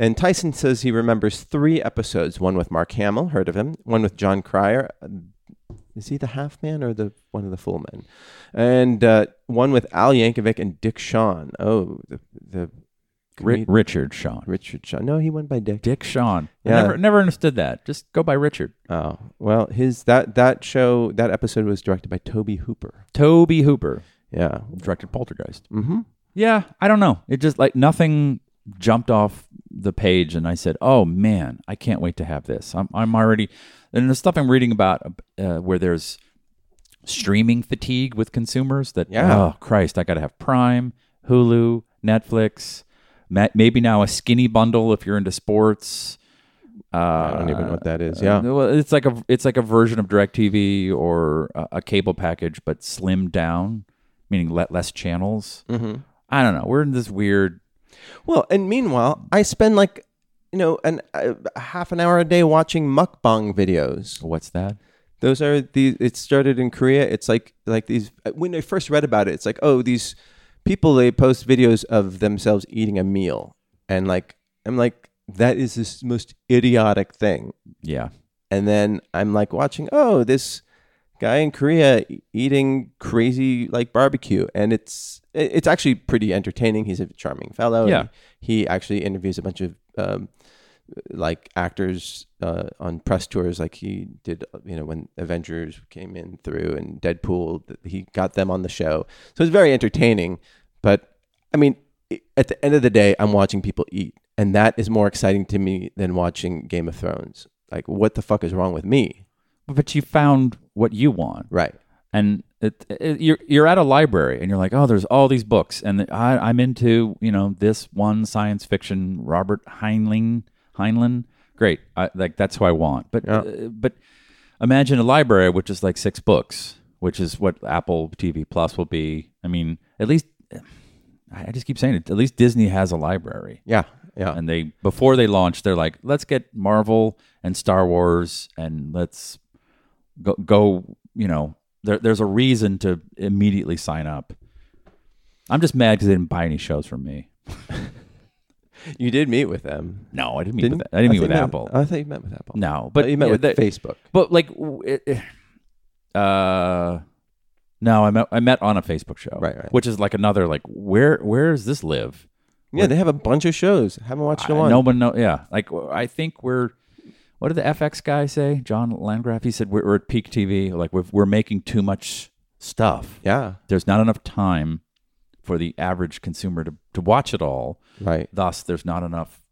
and Tyson says he remembers three episodes: one with Mark Hamill, heard of him; one with John Cryer, is he the half man or the one of the full men? And uh, one with Al Yankovic and Dick Shawn. Oh, the the
Ri-
comedian-
Richard Sean.
Richard Shawn. No, he went by Dick.
Dick Sean.
Yeah.
I never, never understood that. Just go by Richard.
Oh, well, his that that show that episode was directed by Toby Hooper.
Toby Hooper
Yeah.
directed Poltergeist.
Mm-hmm.
Yeah, I don't know. It just like nothing jumped off the page, and I said, "Oh man, I can't wait to have this." I'm I'm already, and the stuff I'm reading about uh, where there's streaming fatigue with consumers. That
Yeah.
oh Christ, I got to have Prime, Hulu, Netflix, ma- maybe now a skinny bundle if you're into sports. Uh,
I don't even know what that is. Yeah.
well, it's like a it's like a version of Directv or a, a cable package, but slimmed down, meaning let less channels.
Mm-hmm.
I don't know. We're in this weird.
Well, and meanwhile, I spend like you know an uh, half an hour a day watching mukbang videos.
What's that?
Those are the. It started in Korea. It's like like these. When I first read about it, it's like oh these people they post videos of themselves eating a meal and like I'm like that is this most idiotic thing.
Yeah,
And then I'm like watching oh this guy in Korea e- eating crazy like barbecue and it's it- it's actually pretty entertaining. He's a charming fellow. and
Yeah.
he actually interviews a bunch of. Um, like actors uh, on press tours, like he did, uh, you know, when Avengers came in through and Deadpool, th- he got them on the show. So it's very entertaining. But I mean, i- at the end of the day, I'm watching people eat, and that is more exciting to me than watching Game of Thrones. Like, what the fuck is wrong with me?
but you found what you want,
Right.
and it, it, you're you're at a library, and you're like, oh, there's all these books, and I, I'm into you know this one science fiction Robert Heinlein. Heinlein, great. I, like that's who I want. But
Yeah.
uh, but imagine a library which is like six books, which is what Apple TV Plus will be. I mean, at least I I just keep saying it. At least Disney has a library.
Yeah. Yeah.
and they before they launched they're like let's get marvel and star wars and let's go, go you know there, there's a reason to immediately sign up i'm just mad because they didn't buy any shows from me
you did meet with them.
no i didn't meet
Didn't?
with, i didn't meet
thought
with
you met-
apple
I thought you met with Apple.
no
But
but
uh, you met
yeah,
with
they-
Facebook.
but like w- it, uh no i met i met on a facebook show
Right, right.
which is like another like where where does this live
Yeah, they have a bunch of shows. Haven't watched
I-
one.
No one know. Yeah, like w- I think we're. What did the FX guy say, John Landgraf? He said we're, we're at peak TV. Like we're we're making too much stuff.
Yeah.
There's not enough time for the average consumer to to watch it all.
Right.
Thus, there's not enough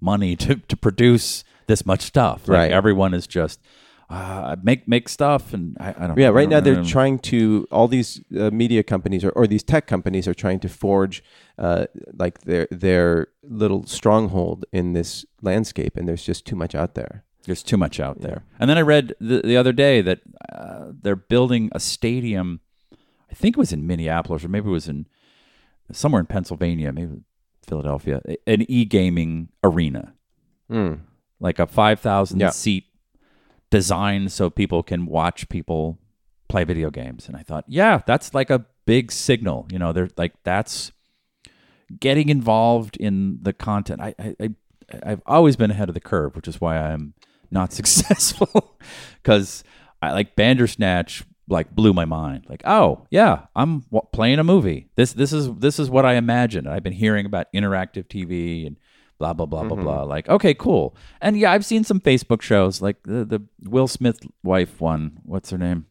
money to to produce this much stuff. Like
Right.
everyone is just. Uh, make make stuff and I, I don't
Yeah,
I
right
don't
now they're
know.
trying to all these uh, media companies or, or these tech companies are trying to forge uh, like their their little stronghold in this landscape, and there's just too much out there.
There's too much out there. And then I read the, the other day that uh, they're building a stadium. I think it was in Minneapolis, or maybe it was in somewhere in Pennsylvania, maybe Philadelphia, a- an e-gaming arena, like a five thousand
Yeah.
seat designed so people can watch people play video games. And I thought, yeah, that's like a big signal. You know, they're like that's getting involved in the content. I, I, I I've always been ahead of the curve, which is why I'm not successful. Because I like Bandersnatch, like blew my mind. Like, oh yeah, I'm w- playing a movie. This this is this is what I imagined. I've been hearing about interactive TV and blah blah blah blah blah. Like, okay, cool. And yeah, I've seen some Facebook shows, like the the Will Smith wife one. What's her name?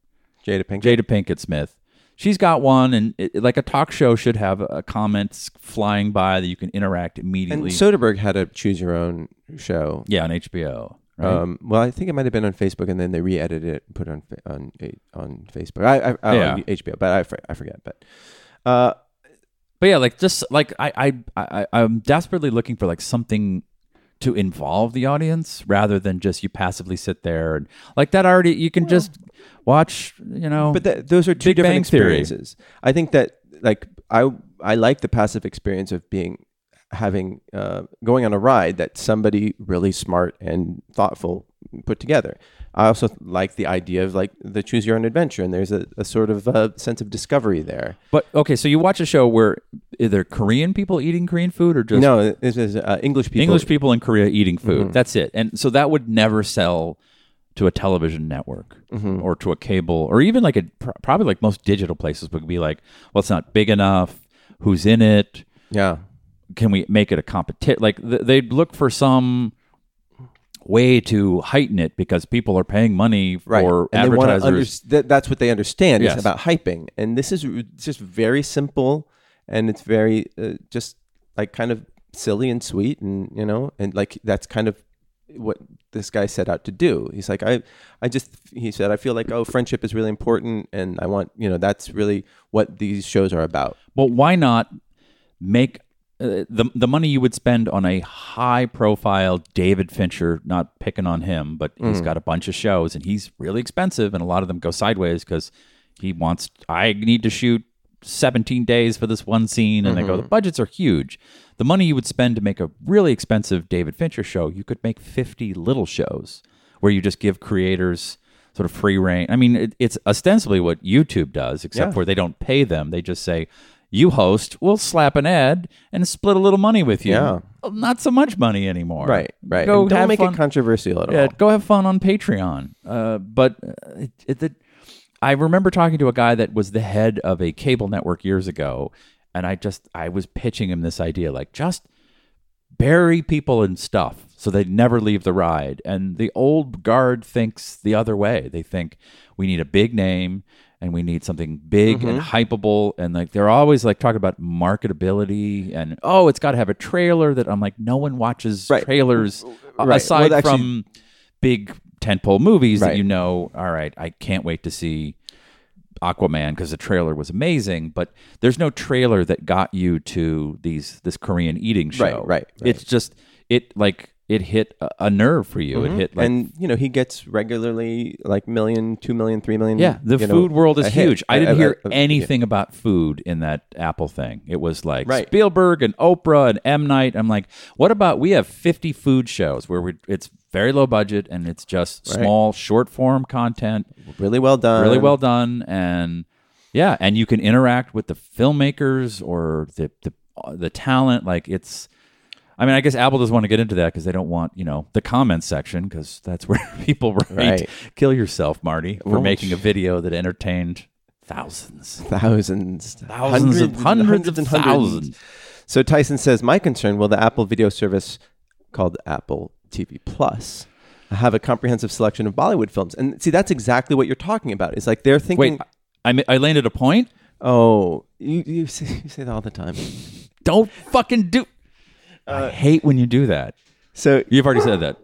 Jada Pinkett.
Jada Pinkett Smith. She's got one, and it, like a talk show should have a comments flying by that you can interact
and
immediately.
Soderbergh had a choose your own show.
yeah, on HBO. Right?
Um, well, I think it might have been on Facebook, and then they re-edited it and put it on fa- on on Facebook. I, oh, I, I
Yeah.
HBO, but I, for- I forget. But uh,
But yeah, like just like I I I I'm desperately looking for like something to involve the audience rather than just you passively sit there and like that already you can just watch you know
but that, those are two
Big
different
Bang Theory.
experiences. I think that like I I like the passive experience of being having uh, going on a ride that somebody really smart and thoughtful put together. I also like the idea of like the choose your own adventure, and there's a, a sort of uh sense of discovery there.
but okay so you watch a show where either Korean people eating Korean food or just
No, this is uh, English people. Mm-hmm.
English people in Korea eating food that's it and so that would never sell to a television network
Mm-hmm.
or to a cable or even like a pr- probably like most digital places would be like well it's not big enough who's in it
yeah,
can we make it a competition? Like th- they'd look for some way to heighten it because people are paying money for
right. and they want to
advertisers.
that, that's what they understand
Yes.
is about hyping, and this is r- just very simple, and it's very uh, just like kind of silly and sweet, and you know, and like that's kind of what this guy set out to do. He's like, I, I just, he said, I feel like, oh, friendship is really important, and I want, you know, that's really what these shows are about.
but why not make uh, the the money you would spend on a high profile David Fincher? Not picking on him, but he's got a bunch of shows and he's really expensive, and a lot of them go sideways because he wants. I need to shoot. 17 days for this one scene and they go the budgets are huge the money you would spend to make a really expensive david fincher show you could make 50 little shows where you just give creators sort of free reign. I mean, it, it's ostensibly what YouTube does, except
Yeah.
for they don't pay them. They just say, "You host, we'll slap an ad and split a little money with you."
Yeah.
Well, not so much money anymore.
Right, right.
Go
And don't
have
make
fun.
it controversial at
yeah,
all.
go have fun on Patreon. Uh, but uh, it, it, the, I remember talking to a guy that was the head of a cable network years ago, and I just I was pitching him this idea, like just bury people in stuff so they never leave the ride. And the old guard thinks the other way. They think we need a big name and we need something big and
Mm-hmm.
hypeable. And like they're always like talking about marketability and oh, it's got to have a trailer that I'm like, no one watches
Right.
trailers a-
Well,
aside
actually-
from big tentpole movies that
Right.
you know. All right, I can't wait to see Aquaman because the trailer was amazing, but there's no trailer that got you to these this Korean eating show.
Right, right, right.
It's just it like it hit a, a nerve for you. It hit like
Mm-hmm. and you know he gets regularly like million, two million, three million.
yeah, the
you know,
food world is
a hit.
huge. I
A-
didn't
a-
hear
a- a-
anything about food in that Apple thing. It was like
Right.
Spielberg and Oprah and M Night. I'm like, what about we have 50 food shows where we it's very low budget and it's just small short form content,
Really well done.
really well done and yeah, and you can interact with the filmmakers or the the uh, the talent like it's I mean, I guess Apple doesn't want to get into that because they don't want, you know, the comments section because that's where people write,
Right.
"Kill yourself, Marty," for
Well,
making a video that entertained thousands.
thousands,
Thousands of- hundreds of thousands.
So Tyson says, my concern: will the Apple video service called Apple TV Plus have a comprehensive selection of Bollywood films? And see, that's exactly what you're talking about. It's like they're thinking,
Wait, I I, I landed a point.
oh, you, you, say, you say that all the time.
Don't fucking do. I hate when you do that.
So
You've already said that.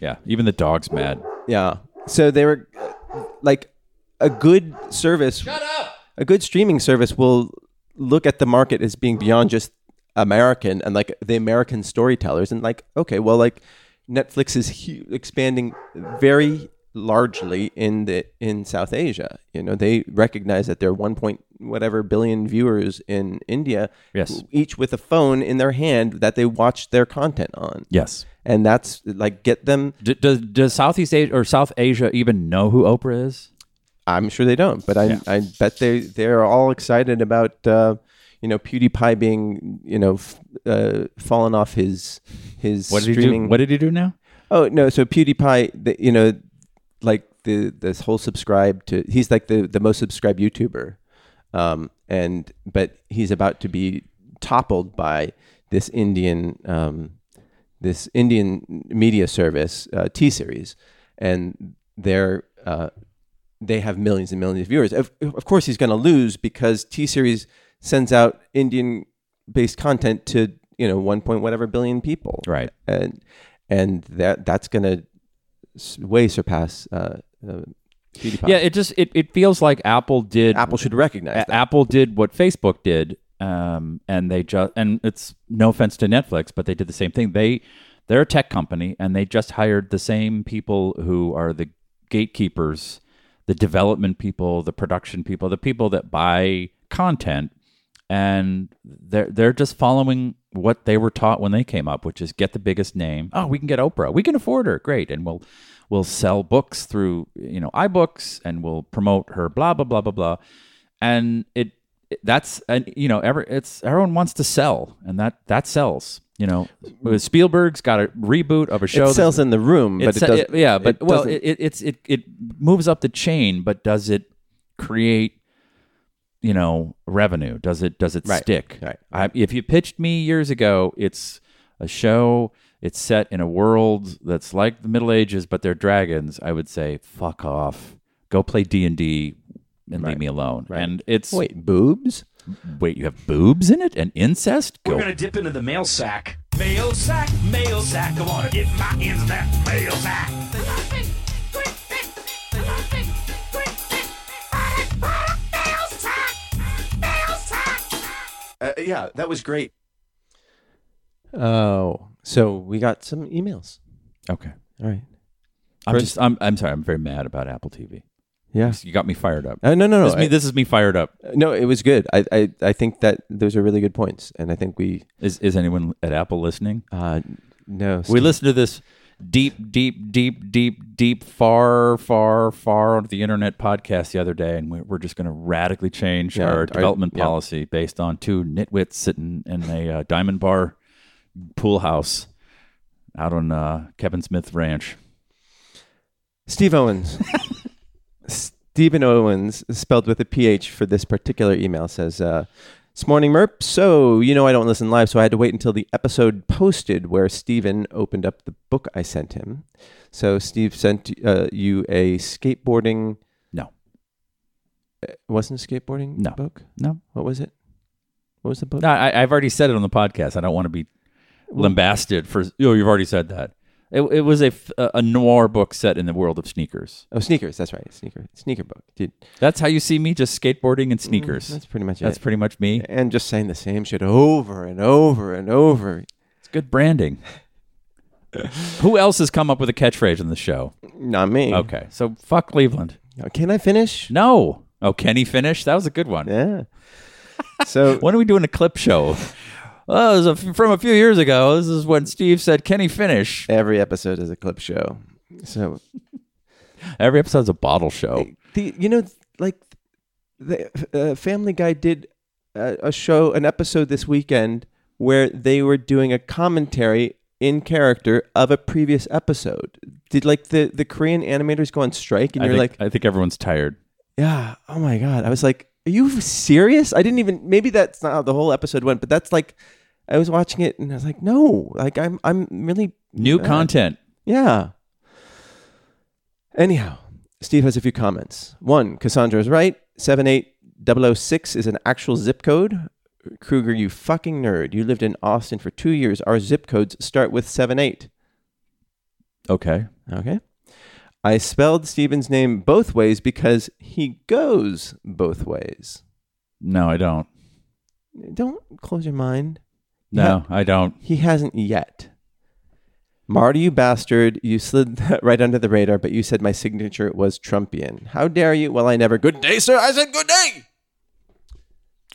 Yeah, even the dog's mad.
yeah, so they were uh, like a good service. Shut up. A good streaming service will look at the market as being beyond just American and like the American storytellers and like okay, well like Netflix is hu- expanding very largely in the in South Asia. You know, they recognize that there are 1. Point whatever billion viewers in India,
Yes.
each with a phone in their hand that they watch their content on.
Yes.
And that's like get them
D- does does Southeast Asia or South Asia even know who Oprah is?
I'm sure they don't, but I
Yeah.
I bet they they're all excited about uh, you know PewDiePie being you know f- uh, fallen off his his
What did
streaming.
he do? What did he do now?
oh no, so PewDiePie, the, you know, like the this whole subscribe to he's like the the most subscribed YouTuber, um, and but he's about to be toppled by this Indian um, this Indian media service uh, T series, and they're uh, they have millions and millions of viewers. Of, of course, he's going to lose because T Series sends out Indian based content to you know one point whatever billion people,
Right.
And and that that's going to way surpass uh, uh, PewDiePie.
Yeah, it just it, it feels like Apple did
Apple should recognize
A-
that.
Apple did what Facebook did um, and they just and it's no offense to Netflix, but they did the same thing. They they're a tech company, and they just hired the same people who are the gatekeepers, the development people, the production people, the people that buy content, and they're they're just following what they were taught when they came up, which is get the biggest name. Oh, we can get Oprah, we can afford her, great, and we'll we'll sell books through you know iBooks, and we'll promote her, blah blah blah blah blah, and it that's and you know every it's everyone wants to sell and that that sells you know spielberg's got a reboot of a show
it sells in the room, but it
it's-
doesn't.
yeah but well
doesn't-
it, it it's it it moves up the chain but does it create you know revenue does it does it
Right,
stick
right.
I, if you pitched me years ago it's a show it's set in a world that's like the middle ages but they're dragons i would say fuck off go play d&d and leave me alone and it's
wait, boobs?
Wait, you have boobs in it and incest?
We're
Go.
gonna dip into the mail sack. Mail sack, mail sack. I wanna get my
Is that mail sack?
Uh, yeah, that was great.
Oh, so we got some emails.
Okay.
All right.
I'm just I'm I'm sorry, I'm very mad about Apple TV.
Yeah.
You got me fired up.
Uh, no, no, no.
This is me this is me fired up.
I- no, it was good. I, I, I think that those are really good points, and I think we
Is is anyone at Apple listening?
uh, no
We listen to this deep, deep, deep, deep, deep, far, far, far onto the internet podcast the other day, and we're, we're just going to radically change
Yeah,
our,
our-
development
yeah.
policy based on two nitwits sitting in a uh, diamond bar pool house out on uh, Kevin Smith Ranch.
Steve Owens. Stephen Owens, spelled with a PH for this particular email, says, uh, This morning, Merp. So, you know, I don't listen live, so I had to wait until the episode posted where Steven opened up the book I sent him. So, Steve sent uh, you a skateboarding.
No.
It wasn't a skateboarding
No.
book?
No,
What was it? What was the book?
no, I, I've already said it on the podcast. I don't want to be lambasted for. Oh, you've already said that. It, it was a, f- a a noir book set in the world of sneakers.
Oh, sneakers. That's right. Sneaker. Sneaker book. Dude,
That's how you see me, just skateboarding and sneakers.
Mm, that's pretty much
That's
it.
pretty much me.
and just saying the same shit over and over and over.
It's good branding. Who else has come up with a catchphrase in the show?
Not me.
Okay, so fuck Cleveland.
Now, Uh, Can I finish?
No. Oh, can he finish? That was a good one.
Yeah. So
When are we doing a clip show? Oh, it was a f from a few years ago. This is when Steve said, "Can he finish?"
every episode is a clip show. So
Every episode's a bottle show.
the you know like the uh, Family Guy did a, a show an episode this weekend where they were doing a commentary in character of a previous episode. Did like the the Korean animators go on strike and
I
you're
think,
like
I think everyone's tired.
Yeah. Oh my god. I was like, "Are you serious?" I didn't even. Maybe that's not how the whole episode went, but that's like, I was watching it and I was like, "No, like I'm, I'm really
New
mad."
content.
Yeah. Anyhow, Steve has a few comments. One, Cassandra is right. Seven eight double oh six is an actual zip code. Kruger, you fucking nerd. You lived in Austin for two years. Our zip codes start with seven eight.
Okay.
Okay. I spelled Steven's name both ways because he goes both ways.
No, I don't.
Don't close your mind.
No, I don't.
He hasn't yet. Marty, you bastard. You slid that right under the radar, but you said my signature was Trumpian. How dare you? Well, I never. Good day, sir. I said good day.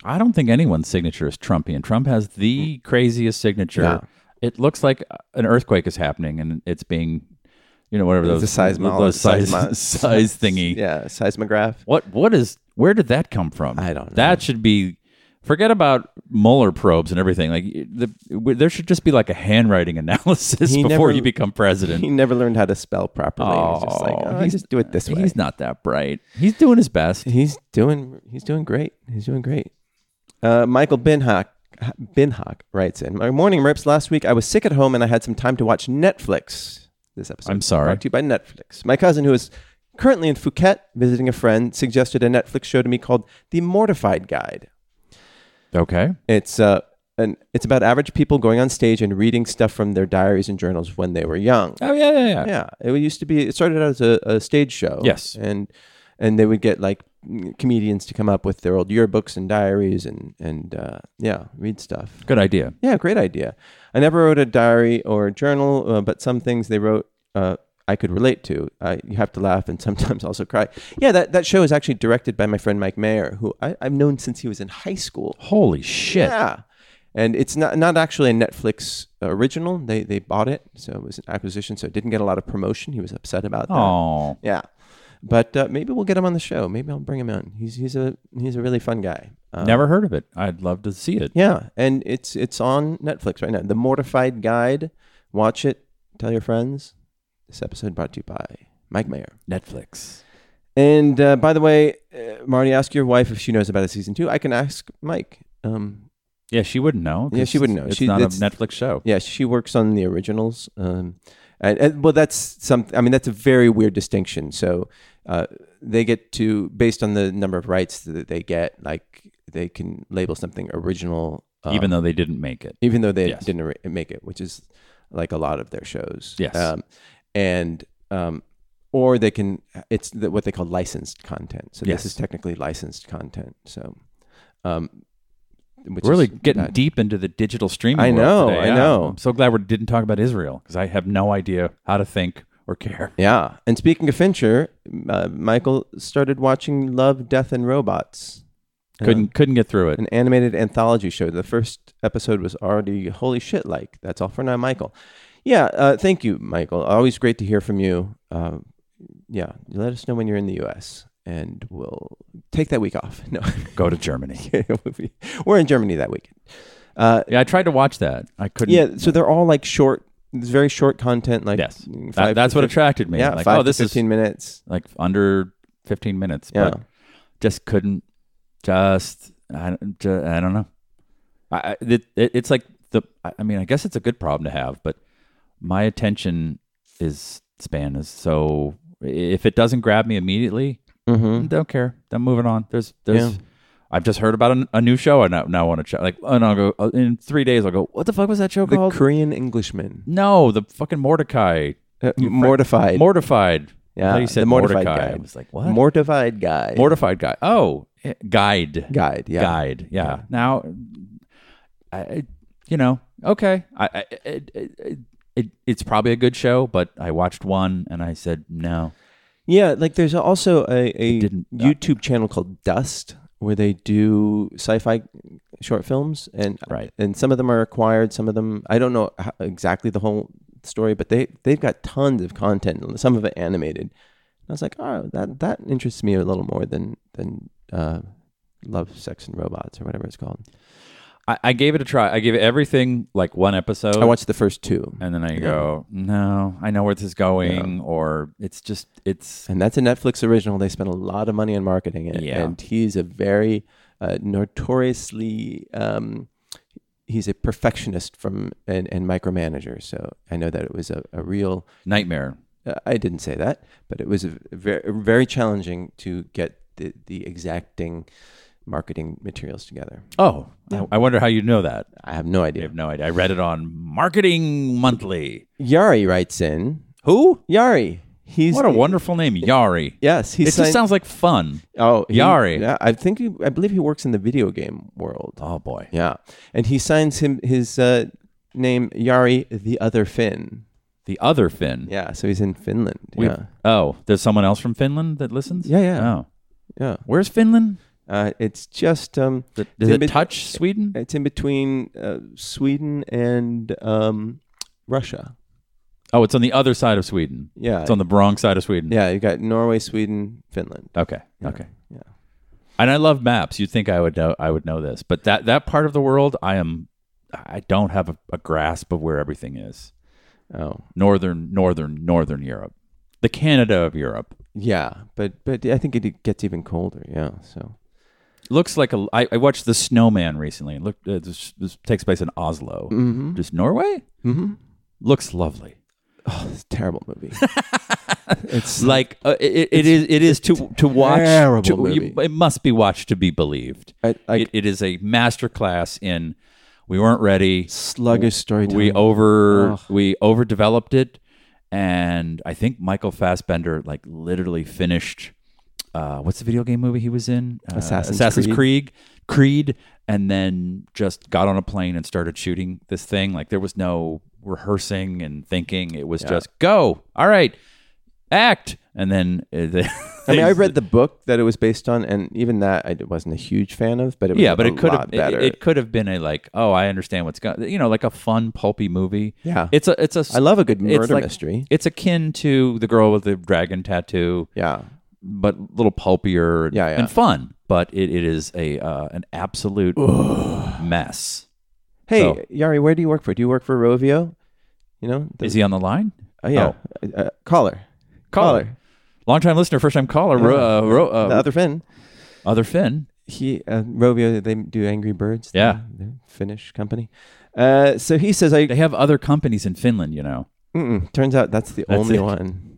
I don't think anyone's signature is Trumpian. Trump has the craziest signature.
Hmm. Yeah.
It looks like an earthquake is happening and it's being, you know, whatever
It's
those
a seismol-
those size,
seismo-
size thingy.
Yeah, seismograph.
What what is where did that come from?
I don't know.
That should be forget about Mueller probes and everything. Like the, there should just be like a handwriting analysis
He
before
never-
you become president.
He never learned how to spell properly. he's just like,
Oh,
oh, I
he's-
just do it this way.
He's not that bright. He's doing his best.
He's doing he's doing great. He's doing great. Uh, Michael Binhock Binhock writes in my morning rips. Last week I was sick at home and I had some time to watch Netflix. This episode.
I'm sorry.
Brought to you by Netflix. My cousin who is currently in Phuket visiting a friend suggested a Netflix show to me called The Mortified Guide.
Okay.
It's uh an, it's about average people going on stage and reading stuff from their diaries and journals when they were young.
Oh yeah yeah yeah.
Yeah, it used to be. It started out as a, a stage show.
Yes.
and and they would get like comedians to come up with their old yearbooks and diaries and and uh, yeah, read stuff.
Good idea.
Yeah, great idea. I never wrote a diary or a journal, uh, but some things they wrote uh, I could relate to. I, you have to laugh and sometimes also cry. Yeah, that, that show is actually directed by my friend Mike Mayer, who I, I've known since he was in high school.
Holy shit.
Yeah. And it's not, not actually a Netflix original. They, they bought it, so it was an acquisition, so it didn't get a lot of promotion. He was upset about that.
Oh,
Yeah. But uh, maybe we'll get him on the show. Maybe I'll bring him on. He's, he's, a, he's a really fun guy. Um,
never heard of it. I'd love to see it.
yeah, and it's it's on Netflix right now. The Mortified Guide. Watch it. Tell your friends. This episode brought to you by Mike Mayer.
Netflix.
And uh, by the way, uh, Marty, ask your wife if she knows about a season two. I can ask Mike. Um,
Yeah, she wouldn't know. 'cause
Yeah, she wouldn't know.
It's
She-
not a
it's-
Netflix show.
yeah, she works on the originals. Um, and, and- well, that's some. I mean, that's a very weird distinction. So uh, they get to based on the number of rights that they get, like they can label something original, uh,
Even though they didn't make it.
even though they
Yes.
didn't re- make it, which is like a lot of their shows.
Yes.
Um, and um, or they can it's the, what they call licensed content. So
Yes.
this is technically licensed content. So um, which
We're really
is
getting
bad.
deep into the digital streaming.
I
world
know,
today.
I
Yeah.
know.
I'm so glad we didn't talk about Israel because I have no idea how to think or care.
Yeah. And speaking of Fincher, uh, Michael started watching Love, Death, and Robots. Uh,
Couldn't couldn't get through it.
an animated anthology show. The first episode was already holy shit like. That's all for now, Michael. Yeah, uh, thank you, Michael. Always great to hear from you. Uh, yeah, let us know when you're in the U.S. and we'll take that week off. No,
Go to Germany.
we're in Germany that week. Uh,
Yeah, I tried to watch that. I couldn't.
yeah, so they're all like short. It's very short content. Like
Yes.
mm,
That,
five
that's
to
what
fif-
attracted me.
Yeah,
like,
five
oh, this
to
is
fifteen minutes.
like under 15 minutes.
Yeah.
But just couldn't. Just I, don't- ju- I don't know. I, I- it, it, it's like the. I I mean, I guess it's a good problem to have, but my attention is span is so. If it doesn't grab me immediately,
Mm-hmm.
don't care. I'm moving on. There's there's.
Yeah.
I've just heard about a, a new show. I now, now want to check. Like, and I'll go uh, in three days. I'll go. What the fuck was that show
The
called?
Korean Englishman,
no, the fucking Mordecai.
uh, mortified,
Mortified.
Yeah,
How do you say
the Mortified
Mordecai?
guy.
I was like, what?
mortified guy,
Mortified guy. Oh, eh, guide.
guide, yeah,
Guide. Yeah. Now, I- I, you know, okay. I, I it, it, it, it's probably a good show, but I watched one and I said no.
Yeah, like there's also a, a
didn't- uh,
YouTube channel called Dust where they do sci-fi short films, and
Right.
and some of them are acquired, some of them I don't know how, exactly the whole story, but they they've got tons of content, and some of it animated. And I was like, oh, that that interests me a little more than than uh, Love, Sex, and Robots or whatever it's called.
I, I gave it a try. I gave everything like one episode.
I watched the first two,
and then I go, no, I know where this is going, or it's just it's
and that's a Netflix original. They spent a lot of money on marketing it,
Yeah.
and he's a very uh, notoriously um, he's a perfectionist from and, and micromanager. So I know that it was a, a real.
nightmare.
Uh, I didn't say that, but it was a very very challenging to get the the exacting marketing materials together.
Oh, I, I wonder how you know that.
I have no
I
idea.
have no idea. I read it on Marketing Monthly.
Yari writes in.
Who?
Yari. He's
What a wonderful name, Yari.
Yes,
It
he
just
signed-
sounds like fun.
Oh, he-
Yari.
Yeah, I think he, I believe he works in the video game world.
Oh boy.
Yeah, and he signs him his uh, name Yari the Other Finn.
The other Finn.
Yeah, so he's in Finland.
We-
yeah,
Oh, there's someone else from Finland that listens?
Yeah, yeah.
Oh.
yeah.
Where's Finland?
Uh, it's just um,
Th- Does
in
it
bet-
touch Sweden?
It's in between uh, Sweden and um, Russia.
Oh, it's on the other side of Sweden.
Yeah,
It's on the wrong side of Sweden.
yeah. You got Norway, Sweden, Finland.
Okay. Okay.
Yeah.
And I love maps. You'd think I would know I would know this. But that that part of the world I am I don't have a, a grasp of where everything is.
Oh,
Northern, northern, northern Europe. The Canada of Europe.
yeah. But but I think it gets even colder. Yeah. So
looks like a. I, I watched The Snowman recently. It looked. Uh, this, this takes place in Oslo. Just Norway. Mm-hmm. Looks lovely.
it's a terrible movie. it's
Like uh, it, it is. It is to to watch.
terrible
to-
movie.
it must be watched to be believed.
I- I-
it, it is a masterclass in. We weren't ready.
sluggish storytelling.
We over we overdeveloped it, and I think Michael Fassbender like literally finished uh, what's the video game movie he was in? Uh,
Assassin's
Creed. Creed, and then just got on a plane and started shooting this thing. Like there was no rehearsing and thinking. It was just go. All right, act, and then uh, the,
I mean, I read the book that it was based on, and even that I wasn't a huge fan of, but it was
yeah, but
a
it could have
lot better.
it, it could have been a like oh I understand what's going you know like a fun pulpy movie.
Yeah.
it's a it's a
I love a good
it's
murder
like-
mystery.
It's akin to the girl with the dragon tattoo.
yeah,
but a little pulpier and,
Yeah, yeah.
and fun. But it, it is a uh, an absolute mess.
Hey,
So-
Yari, where do you work for? Do you work for Rovio? You know, the-
Is he on the line?
oh, yeah, Uh, uh, caller, caller,
Long time listener, first time caller. Ro, uh, ro, uh,
the other Finn.
other Finn.
He uh, Rovio, they do Angry Birds. the-
Yeah.
the Finnish company. Uh, so he says, I
They have other companies in Finland, you know.
Mm-mm. Turns out that's the
That's
only
it.
one.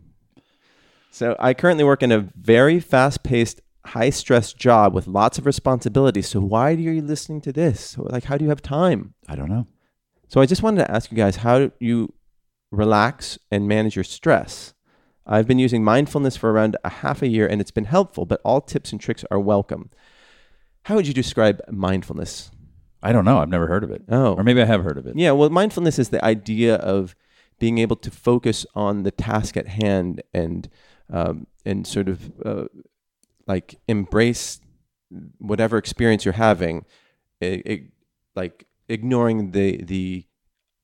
So I currently work in a very fast-paced, high-stress job with lots of responsibility. So why are you listening to this? Like, how do you have time?
I don't know.
So I just wanted to ask you guys how do you relax and manage your stress. I've been using mindfulness for around a half a year, and it's been helpful. But all tips and tricks are welcome. How would you describe mindfulness?
I don't know. I've never heard of it.
Oh.
or maybe I have heard of it.
Yeah, well, mindfulness is the idea of being able to focus on the task at hand and um, and sort of uh, like embrace whatever experience you're having, i i- like ignoring the the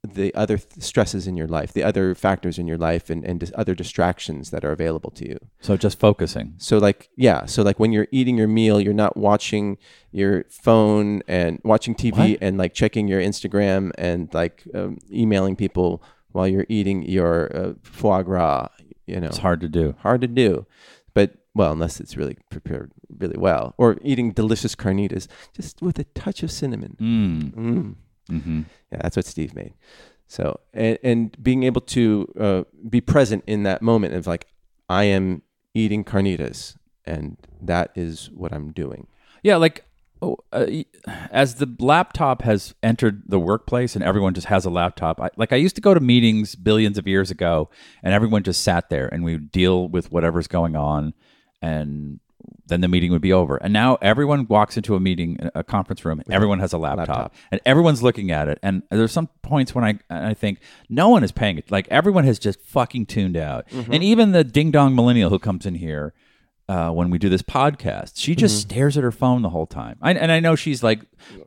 the other th- stresses in your life, the other factors in your life, and and dis- other distractions that are available to you.
So just focusing.
So like yeah, so like when you're eating your meal, you're not watching your phone and watching TV
What?
and like checking your Instagram and like um, emailing people while you're eating your uh, foie gras. You know,
It's hard to do.
hard to do, but well, unless it's really prepared really well, or eating delicious carnitas just with a touch of cinnamon.
Mm.
Mm.
hmm
Yeah, that's what Steve made. So and and being able to uh, be present in that moment of like I am eating carnitas and that is what I'm doing.
Yeah, like oh, uh, y- as the laptop has entered the workplace and everyone just has a laptop. I, like I used to go to meetings billions of years ago, and everyone just sat there and we would deal with whatever's going on, and then the meeting would be over. And now everyone walks into a meeting, a- a conference room. Everyone has a laptop, and everyone's looking at it. And there's some points when I and I think no one is paying it. Like everyone has just fucking tuned out, and even the ding dong millennial who comes in here uh, when we do this podcast. She just
Mm-hmm.
stares at her phone the whole time. I, and I know she's like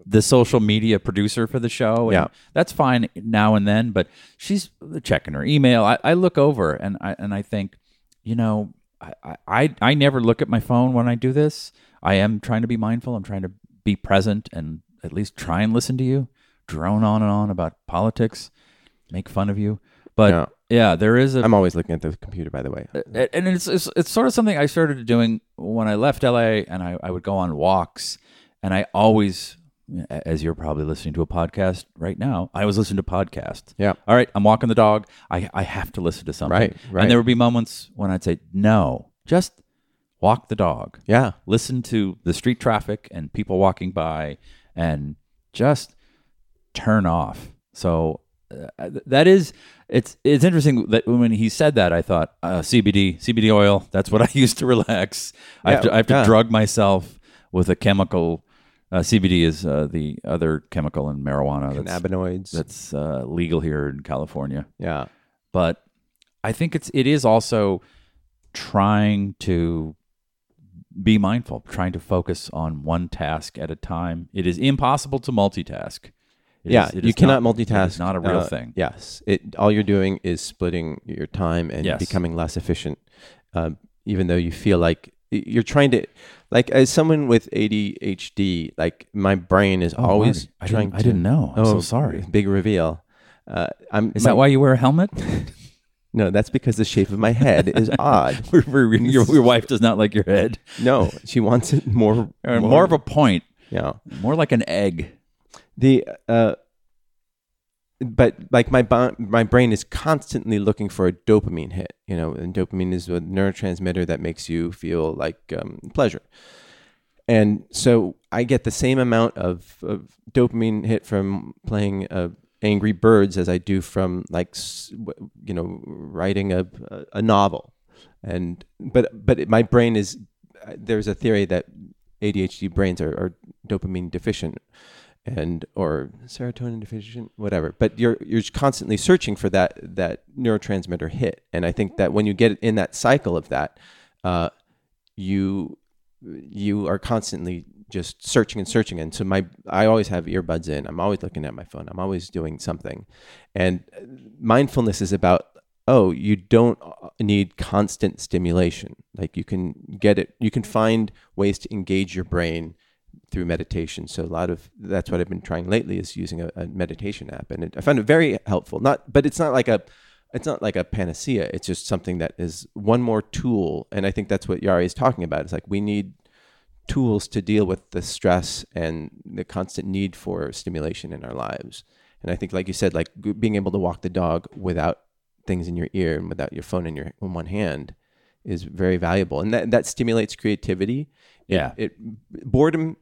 the social media producer for the show. And
Yeah.
That's fine now and then, but she's checking her email. I, I look over and I, and I think, you know, I, I- I, I never look at my phone when I do this. I am trying to be mindful. I'm trying to be present and at least try and listen to you drone on and on about politics, make fun of you. But
Yeah.
yeah, there is a
I'm always looking at the computer by the way.
a- and it's, it's it's sort of something I started doing when I left LA, and I, I would go on walks, and I always, a- as you're probably listening to a podcast right now, I always listen to podcasts.
Yeah.
All right, I'm walking the dog. I I have to listen to something.
Right, right.
And there would be moments when I'd say, no, just walk the dog
Yeah.
listen to the street traffic and people walking by and just turn off so uh, that is it's it's interesting that when he said that i thought uh, cbd cbd oil that's what i use to relax i have
Yeah,
to, I have to
yeah.
drug myself with a chemical uh, cbd is uh, the other chemical in marijuana that's,
Cannabinoids.
that's uh, legal here in california
yeah.
but I think it's it is also trying to be mindful, trying to focus on one task at a time. It is impossible to multitask. It
yeah,
is- it
you
is
cannot
not-
multitask.
It is not a real
uh,
thing.
Yes, it. All you're doing is splitting your time and
Yes.
becoming less efficient, um, even though you feel like y- you're trying to. Like as someone with ADHD, like my brain is always
Oh, Marty, I didn't-
trying.
I
to- Oh,
didn't know. I'm so sorry.
Big reveal. Uh, I'm.
Is
my-
that why you wear a helmet?
No, that's because the shape of my head is odd.
your, your- your wife does not like your head.
No, she wants it more.
Or more of a point,
Yeah.
more like an egg.
the uh but like my bo- my brain is constantly looking for a dopamine hit you know and dopamine is a neurotransmitter that makes you feel like um, pleasure and so i get the same amount of, of dopamine hit from playing uh, angry birds as i do from like s- w- you know writing a, a novel and but but it, my brain is uh, there's a theory that ADHD brains are, are dopamine deficient and or serotonin deficient, whatever. But you're you're constantly searching for that that neurotransmitter hit, and I think that when you get in that cycle of that, uh, you you are constantly just searching and searching and so my i always have earbuds in i'm always looking at my phone i'm always doing something and mindfulness is about oh you don't need constant stimulation like you can get it you can find ways to engage your brain through meditation so a lot of that's what i've been trying lately is using a, a meditation app and it, i found it very helpful not but it's not like a it's not like a panacea. It's just something that is one more tool. And I think that's what Yari is talking about. It's like we need tools to deal with the stress and the constant need for stimulation in our lives. And I think, like you said, like g- being able to walk the dog without things in your ear and without your phone in your in one hand is very valuable. And that, that stimulates creativity.
Yeah.
It boredom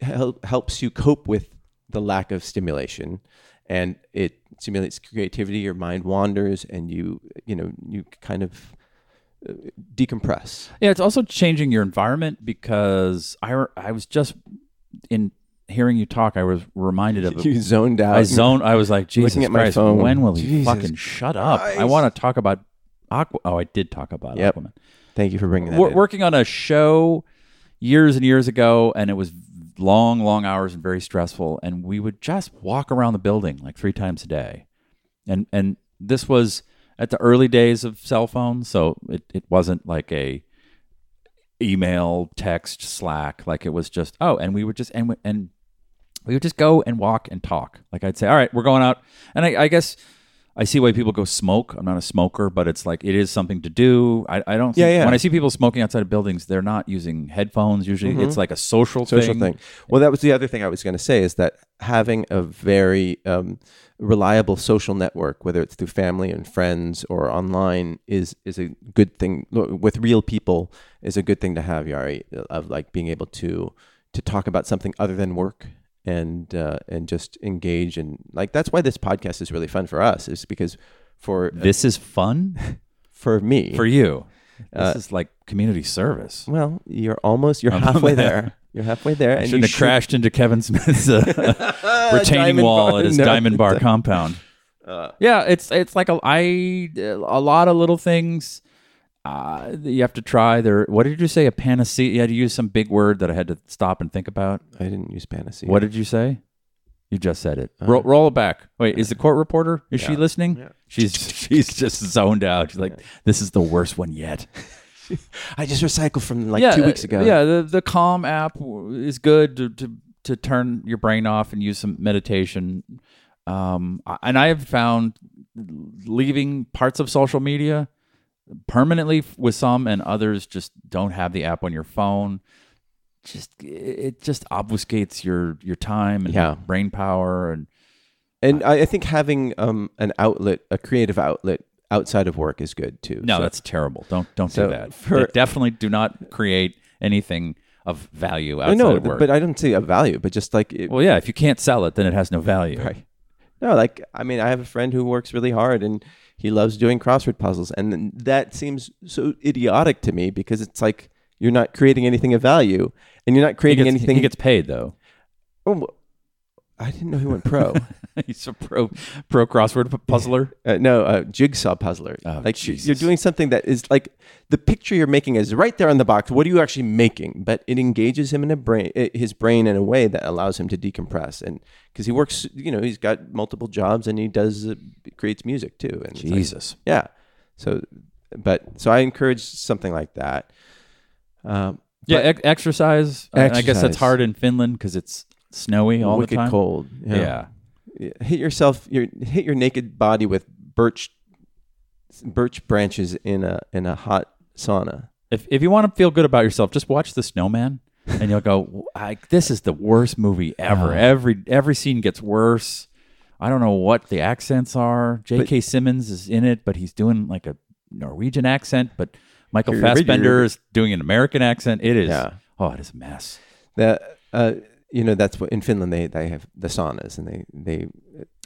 hel- helps you cope with the lack of stimulation and it stimulates creativity your mind wanders and you you know you kind of uh, decompress
Yeah, it's also changing your environment because I re- I was just in hearing you talk, I was reminded of
you zoned out
I zoned. I was like, Jesus
Looking at my
Christ,
phone.
when will he
Jesus
fucking shut up? I
Christ.
want to talk about Aqua. Oh, I did talk about
Yep.
Aquaman.
thank you for bringing that
We're
in.
working on a show years and years ago, and it was long, long hours and very stressful. And we would just walk around the building like three times a day, and and this was at the early days of cell phones, so it, it wasn't like a email, text, Slack. Like it was just oh, and we would just and we- and we would just go and walk and talk. Like I'd say, all right, we're going out, and I, I guess. I see why people go smoke. I'm not a smoker, but it's like it is something to do. I, I don't. Think,
Yeah, yeah.
When I see people smoking outside of buildings, they're not using headphones. Usually, it's like a social
Mm-hmm. social thing. Well, that was the other thing I was going to say is that having a very um, reliable social network, whether it's through family and friends or online, is is a good thing with real people. Is a good thing to have, Yari, of like being able to to talk about something other than work and uh, and just engage and like that's why this podcast is really fun for us is because for
This is fun
for me
for you.
Uh,
This is like community service.
well you're almost you're halfway there. You're halfway there,
I
and
shouldn't
you
have crashed into Kevin Smith's uh, retaining
Diamond
wall
bar.
at his
No.
diamond bar compound. Uh, yeah, it's it's like a I a lot of little things uh, that you have to try. There, what did you say? A panacea? You had to use some big word that I had to stop and think about.
I didn't use fantasy.
What did you say? You just said it. roll, roll it back. Wait, is the court reporter? Is she listening? She's she's just zoned out. She's like, this is the worst one yet.
I just recycled from like
yeah,
two weeks
uh,
ago.
Yeah, the, the Calm app w- is good to, to to turn your brain off and use some meditation. Um, I- and I have found leaving parts of social media permanently f- with some, and others just don't have the app on your phone. Just it- it just obfuscates your your time and
Yeah.
brain power and
And I, I think having um, an outlet, a creative outlet outside of work is good too.
No,
So-
that's terrible. Don't don't
so
do that.
for-
They definitely do not create anything of value
I
outside
know,
of work.
but I don't see a value, but just like, it,
well, yeah, if you can't sell it, then it has no value.
Right. no, like, I mean, I have a friend who works really hard and he loves doing crossword puzzles. And then that seems so idiotic to me because it's like you're not creating anything of value and you're not
He
creating
gets,
anything.
he gets paid though.
oh, I didn't know he went pro.
He's a pro pro crossword p- puzzler.
Uh, no, uh, jigsaw puzzler.
Oh,
like you- you're
Jesus.
doing something that is like the picture you're making is right there on the box. What are you actually making? But it engages him in a brain, i- his brain in a way that allows him to decompress. And because he works, you know, he's got multiple jobs and he does uh, creates music too. And it's like-
Jesus.
yeah. So, but so I encourage something like that. Um,
Yeah, ex- exercise. I- I guess
Exercise.
that's hard in Finland because it's snowy all
wicked
the time.
cold.
Yeah.
Yeah, hit yourself your hit your naked body with birch birch branches in a in a hot sauna.
If if you want to feel good about yourself, just watch The Snowman, and you'll go, I, "This is the worst movie ever." every every scene gets worse. I don't know what the accents are. J.K. Simmons is in it, but he's doing like a Norwegian accent. But Michael
You're- you're-
Fassbender is doing an American accent. It is
Yeah.
oh, it is a mess.
That uh, you know that's what in Finland they, they have the saunas and they they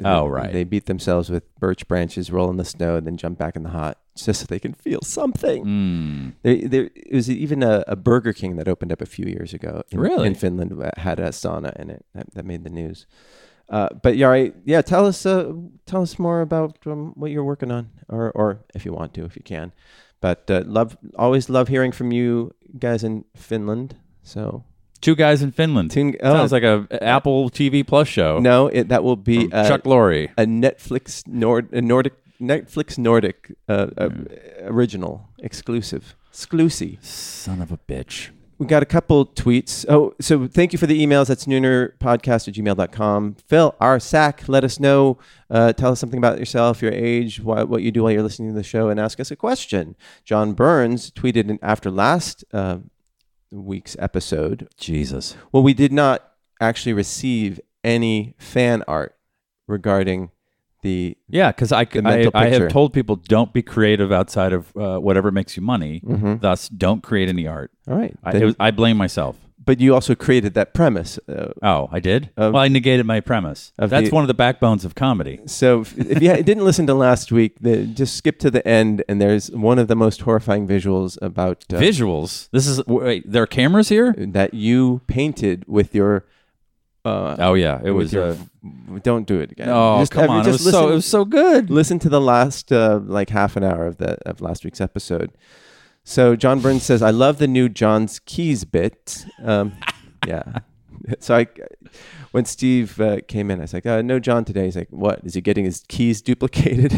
Oh,
they-
right.
they beat themselves with birch branches, roll in the snow, then jump back in the hot just so they can feel something.
Mm.
There, there it was even a, a Burger King that opened up a few years ago. In,
Really?
in Finland that had a sauna in it that, that made the news. Uh, but Yari, yeah, tell us uh, tell us more about um, what you're working on, or or if you want to, if you can. But uh, love always love hearing from you guys in Finland. So
Two guys in Finland.
Two- oh.
Sounds like a a Apple TV Plus show.
no, it, that will be uh,
Chuck Lorre.
a Netflix Nord a Nordic Netflix Nordic uh, uh, original exclusive exclusive.
Son of a bitch.
We got a couple tweets. Oh, so thank you for the emails. That's noonerpodcast at gmail.com. Phil, our sack, let us know. Uh, tell us something about yourself, your age, why, what you do while you're listening to the show, and ask us a question. John Burns tweeted in- after last uh, week's episode.
Jesus.
Well, we did not actually receive any fan art regarding the.
Yeah, because I,
The
I,
mental
I
picture.
have told people don't be creative outside of uh, whatever makes you money. Thus, don't create any art.
All right.
I,
Mm-hmm. Then-
it was, I blame myself.
but you also created that premise. Uh,
Oh, I did? well, I negated my premise.
of
That's
the-
one of the backbones of comedy.
So if, if you didn't listen to last week, the, just skip to the end, and there's one of the most horrifying visuals about uh,
Visuals. This is, wait, there are cameras here?
that you painted with your. Uh,
Oh, yeah. It
with
was.
your-
Uh,
don't do it again.
oh,
Just-
come
have you
on. It
just
was, so, it
listen-
was so good.
listen to the last uh, like half an hour of the of last week's episode. So John Burns says, "I love the new John's keys bit." Um, yeah. So I, when Steve uh, came in, I was like, uh, "No, John today." He's like, "What is he getting his keys duplicated?"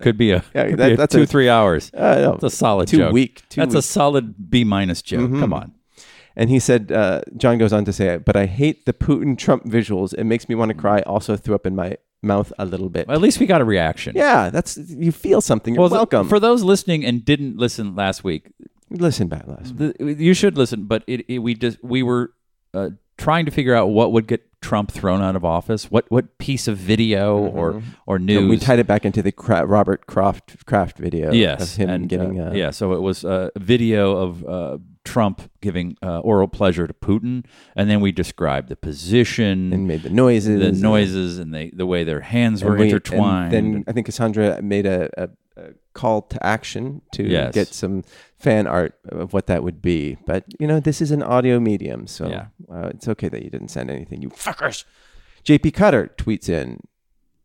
Could be a,
Yeah,
could
that-
be a
that's
two,
a- Oh,
three hours.
I don't know.
That's a solid
Too
joke.
weak, too
That's a
weak. Mm-hmm.
solid B minus joke. Come on.
and he said, uh, John goes on to say, "But I hate the Putin Trump visuals. It makes me want to cry. Also, threw up in my mouth a little bit."
At least we got a reaction.
yeah, that's you feel something. You're
Well, th-
welcome.
For those listening and didn't listen last week,
Listen back last.
the, you should listen. But it, it we just we were uh, trying to figure out what would get Trump thrown out of office. What what piece of video or or news?
Mm-hmm. And we tied it back into the Cra- Robert Croft Kraft video
yes,
of him
and,
giving
uh,
uh,
yeah. So it was a video of uh, Trump giving uh, oral pleasure to Putin, and then we described the position,
and made the noises.
the
and-
noises, and the the way their hands
and
were
we- and
intertwined.
then I think Cassandra made a, a, a call to action to
Yes.
get some fan art of what that would be. But you know, this is an audio medium, so
Yeah.
uh, it's okay that you didn't send anything. You fuckers. JP Cutter tweets in.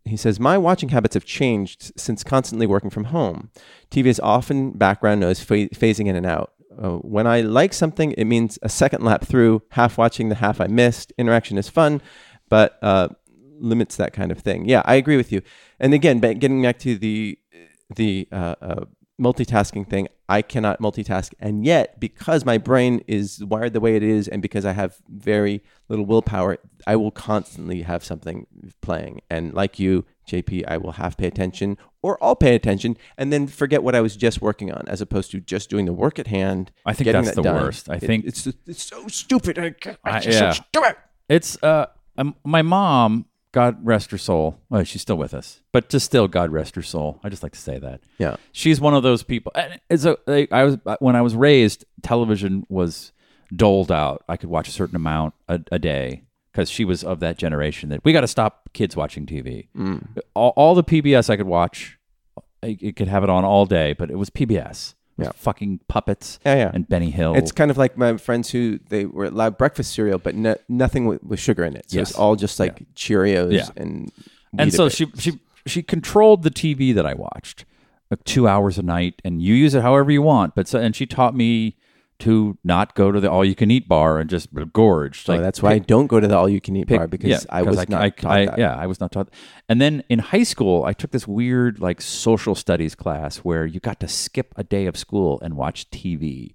He says, My watching habits have changed since constantly working from home. TV is often background noise pha- phasing in and out. Uh, when I like something, it means a second lap through, half watching the half I missed. Interaction is fun, but uh, limits that kind of thing. Yeah, I agree with you. And again, ba- getting back to the the uh, uh, multitasking thing, I cannot multitask, and yet because my brain is wired the way it is, and because I have very little willpower, I will constantly have something playing. And like you, JP, I will half pay attention, or I'll pay attention, and then forget what I was just working on, as opposed to just doing the work at hand.
I think
getting
that's
that
the
done.
worst. I
It-
think-
it's it's so stupid. I, can't- I
I-
just
yeah.
so stupid.
It's uh, um, my mom. God rest her soul. Well, she's still with us, but just still, God rest her soul. I just like to say that.
Yeah.
she's one of those people. And it's a, I I was uh, when I was raised, television was doled out. I could watch a certain amount a, a day because she was of that generation that we got to stop kids watching TV.
Mm.
All, all the PBS I could watch, I, it could have it on all day, but it was PBS. It was
Yeah.
fucking puppets
Yeah, yeah.
and Benny Hill.
It's kind of like my friends who they were allowed breakfast cereal, but no, nothing with, with sugar in it. So
Yes.
it's all just like Cheerios
Yeah.
and
and so
Weetabix.
she she she controlled the TV that I watched, like two hours a night, and you use it however you want. But so and she taught me to not go to the all you can eat bar and just gorge.
So
Like
Oh, that's why I don't go to the all you can eat
pick-
bar because
yeah,
I was not taught
I-
that.
Yeah, I was not taught. And then in high school, I took this weird like social studies class where you got to skip a day of school and watch TV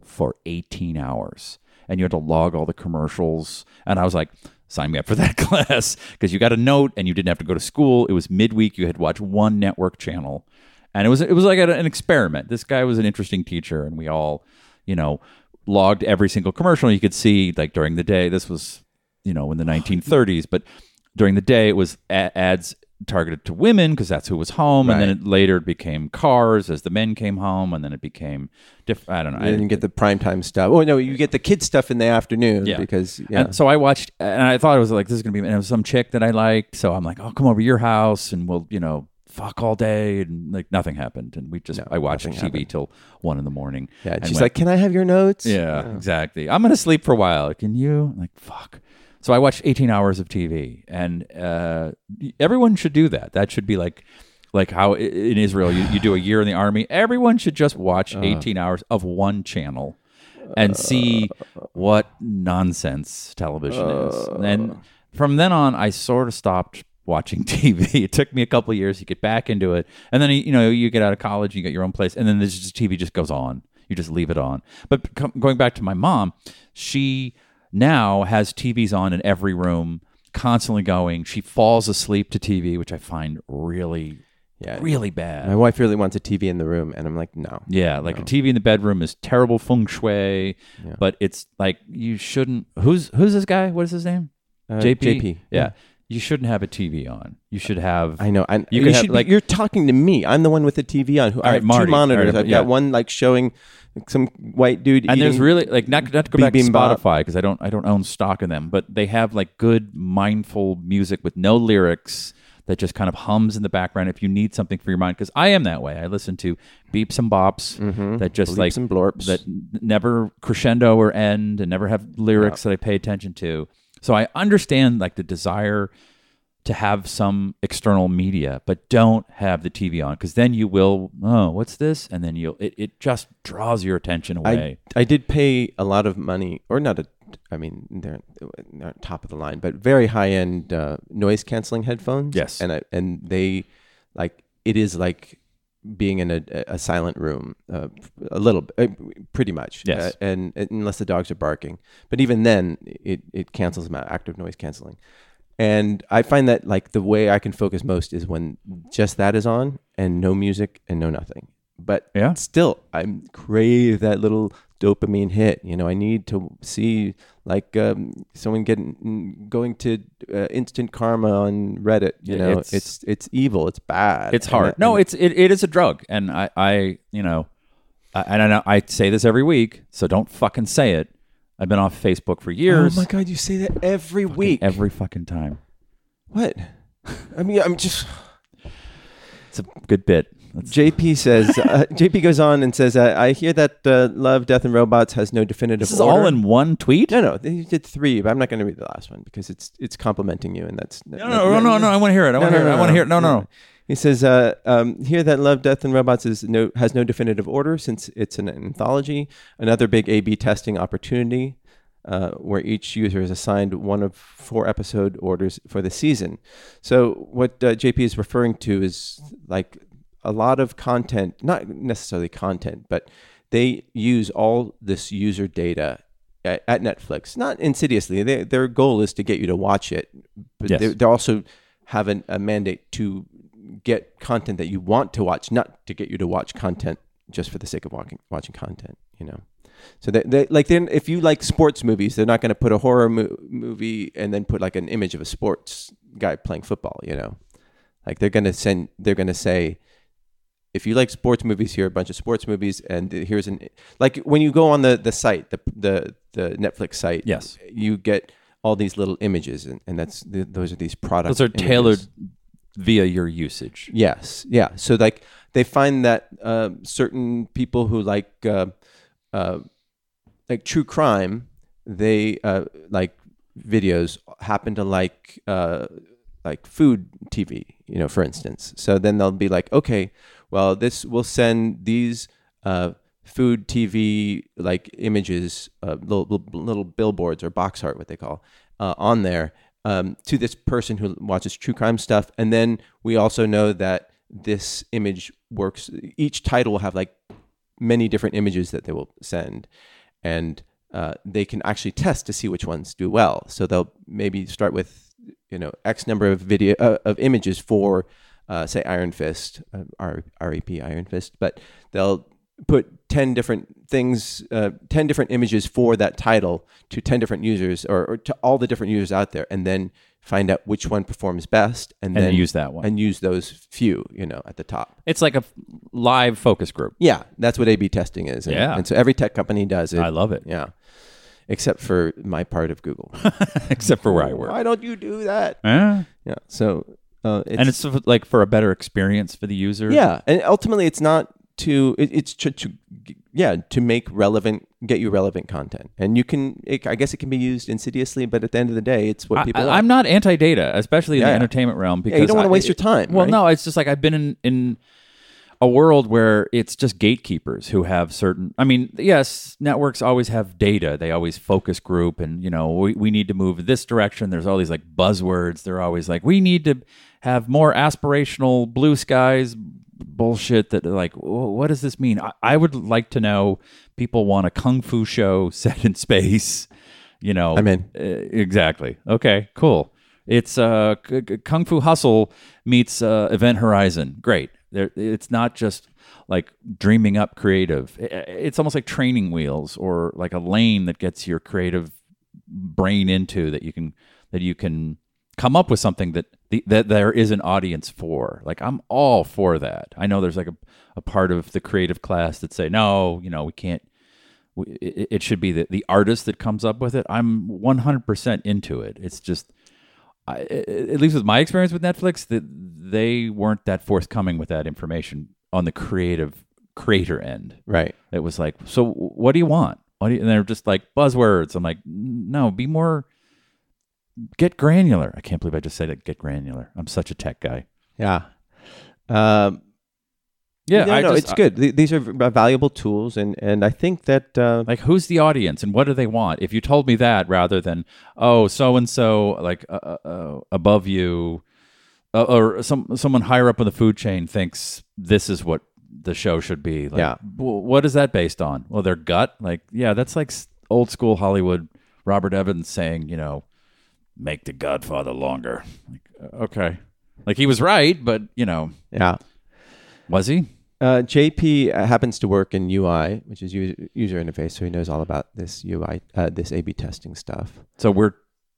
for 18 hours, and you had to log all the commercials. And I was like, sign me up for that class because you got a note and you didn't have to go to school. It was midweek. You had to watch one network channel, and it was it was like an experiment. This guy was an interesting teacher, and we all, you know. Logged every single commercial you could see, like during the day. This was you know, in the 1930s. But during the day, it was a- ads targeted to women because that's who was home, and then it later it became cars as the men came home, and then it became different. I don't know. I-
And you get the primetime stuff. Oh no, you get the kid stuff in the afternoon
yeah.
because yeah.
And so I watched, "Oh, and I thought it was like this is gonna be and it was some chick that I liked. So I'm like, I'll come over to your house, and we'll you know fuck all day and like nothing happened. And we just I watched TV
nothing happened.
till one in the morning.
Yeah,
and
she's
went,
like, "Can I have your notes?"
yeah, exactly. I'm gonna sleep for a while. Can you? I'm like, fuck. So I watched 18 hours of TV, and uh, everyone should do that. That should be like, like how i- in Israel you, you do a year in the army. Everyone should just watch 18 hours of one channel and see what nonsense television is. And from then on, I sort of stopped watching TV. It took me a couple of years to get back into it, and then you know you get out of college, you get your own place, and then this just, TV just goes on. You just leave it on. But com- going back to my mom, she now has TVs on in every room, constantly going. She falls asleep to TV, which I find really,
Yeah.
really bad.
My wife really wants a TV in the room, and I'm like, "No."
Yeah, like a TV in the bedroom is terrible feng shui, but it's like you shouldn't. Who's who's this guy? What is his name?
Uh, JP,
Yeah. you shouldn't have a TV on. You should have.
I know. And
You
you,
could have,
should be-
like-
you're talking to me. I'm the one with the TV on. Who I
right,
have
Marty.
two
All
monitors.
right,
I've
yeah.
got one like showing some white dude.
and there's
eating-
really like not not to go back to
bibimbap.
Spotify because I don't I don't own stock in them, but they have like good mindful music with no lyrics that just kind of hums in the background if you need something for your mind. Because I am that way. I listen to beeps and bops that just like
Mm-hmm. and blorps.
that n- never crescendo or end and never have lyrics that I pay attention to. So I understand like the desire to have some external media, but don't have the TV on because then you will, oh, what's this? And then you'll, it, it just draws your attention away.
I, I did pay a lot of money, or not a. I mean, they're, they're not top of the line, but very high end uh, noise canceling headphones.
Yes.
and I, and they like it is like being in a, a silent room uh, a little uh, pretty much uh,
Yes.
and unless the dogs are barking but even then it, it cancels them out active noise canceling and i find that like the way i can focus most is when just that is on and no music and no nothing but
Yeah.
still i crave that little dopamine hit you know i need to see like um, someone getting going to uh, instant karma on reddit you know
It's-
it's it's, evil it's bad
It's hard.
no
no, it's it, it is a drug, and I I you know, I, and I know I say this every week, so don't fucking say it. I've been off Facebook for years.
Oh my god, you say that every week.
Every fucking time.
what? I mean, I'm just.
It's a good bit. That's,
JP says. Uh, JP goes on and says, uh, "I hear that uh, Love, Death, and Robots has no definitive."
this is
order.
all in one tweet.
No, no, you did three, but I'm not going to read the last one because it's it's complimenting you, and that's
No, no, no, no, no. I want to hear it. I want to hear it. I want to hear it. No, no, no.
He says, uh, um, "Here that Love, Death, and Robots is no has no definitive order since it's an anthology. Another big A/B testing opportunity, uh, where each user is assigned one of four episode orders for the season. So what uh, JP is referring to is like a lot of content, not necessarily content, but they use all this user data." At at Netflix, not insidiously. They, their goal is to get you to watch it, but
Yes.
they, they also have an, a mandate to get content that you want to watch, not to get you to watch content just for the sake of watching watching content. You know, so they, they like then if you like sports movies, they're not going to put a horror mo- movie and then put like an image of a sports guy playing football. You know, like they're going to send they're going to say. If you like sports movies, here are a bunch of sports movies, and here's an like when you go on the the site, the the the Netflix site,
Yes.
you get all these little images, and, and that's th- those are these products.
Those are tailored via your usage.
Yes, yeah. So like they find that uh, certain people who like uh, uh, like true crime, they uh, like videos happen to like uh, like food TV, you know, for instance. So then they'll be like, okay, well, this will send these uh, food TV like images, uh, little, little- little billboards or box art, what they call, uh, on there um, to this person who watches true crime stuff. And then we also know that this image works. Each title will have like many different images that they will send, and uh, they can actually test to see which ones do well. So they'll maybe start with you know X number of video uh, of images for uh, say Iron Fist, uh, R- REP Iron Fist, but they'll put 10 different things uh, 10 different images for that title to 10 different users or, or to all the different users out there and then find out which one performs best and,
And
then
use that one.
and use those few you know at the top
It's like a f- live focus group.
yeah, that's what A/B testing is. And,
Yeah.
and so every tech company does it.
I love it,
Yeah, except for my part of Google.
except for where I work.
Why don't you do that?
Eh,
Yeah. So Uh, it's,
and it's sort of like for a better experience for the user.
yeah, and ultimately, it's not to it, it's to, to yeah to make relevant get you relevant content, and you can it, I guess it can be used insidiously, but at the end of the day, it's what
I,
people. like.
am not anti-data, especially in
Yeah.
the entertainment realm, because
you don't wanna
I-
waste your time,
Well,
right?
no, it's just like I've been in in a world where it's just gatekeepers who have certain. I mean, yes, networks always have data. They always focus group, and you know, we we need to move this direction. There's all these like buzzwords. They're always like, we need to have more aspirational blue skies bullshit that like wh- what does this mean I, I would like to know people want a kung fu show set in space you know
I'm in.
uh, exactly. Okay, cool. It's uh, K- K- Kung Fu Hustle meets uh, Event Horizon. Great. There, it's not just like dreaming up creative. I- I- It's almost like training wheels or like a lane that gets your creative brain into that you can that you can come up with something that the, that there is an audience for. Like I'm all for that. I know there's like a, a part of the creative class that say no, you know, we can't we- it, it should be the, the artist that comes up with it. I'm 100% into it. It's just, I, at least with my experience with Netflix, that they weren't that forthcoming with that information on the creative creator end.
right.
It was like, so what do you want? What do you, and they're just like buzzwords. I'm like, no, be more, get granular. I can't believe I just said it, get granular. I'm such a tech guy.
Yeah. Um,
Yeah,
no,
I
no,
just-
it's good. Th- These are v- valuable tools, and and I think that uh,
like who's the audience and what do they want if you told me that rather than oh so and so like uh, uh, uh, above you uh, or some someone higher up in the food chain thinks this is what the show should be like,
Yeah.
w- what is that based on well their gut like yeah that's like s- old school hollywood robert evans saying you know make the godfather longer like uh, okay like he was right but you know
yeah.
was he
Uh, JP happens to work in UI, which is user, user interface, so he knows all about this UI, uh, this A/B testing stuff.
so we're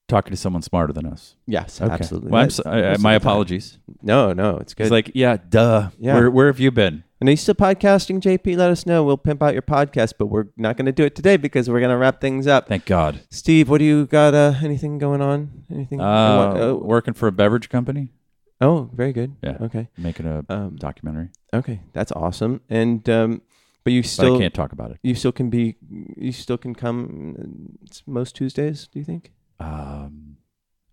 talking to someone smarter than us
Yes, absolutely.
well, I'm
That's-
so, I- I-
most of
my
the time.
apologies
No, no, it's good.
It's like, yeah, duh.
Yeah.
Where, where have you been?
and are you still podcasting, JP? Let us know. We'll pimp out your podcast, but we're not going to do it today because we're going to wrap things up.
Thank God.
Steve, what do you got? Uh, anything going on? Anything? you want-
Uh,
oh,
working for a beverage company,
oh, very good.
Yeah.
Okay.
making a
Um,
documentary,
Okay. That's awesome. And um, but you
but
still
I can't talk about it.
you still can be you still can come uh, it's most Tuesdays. Do you think?
Um,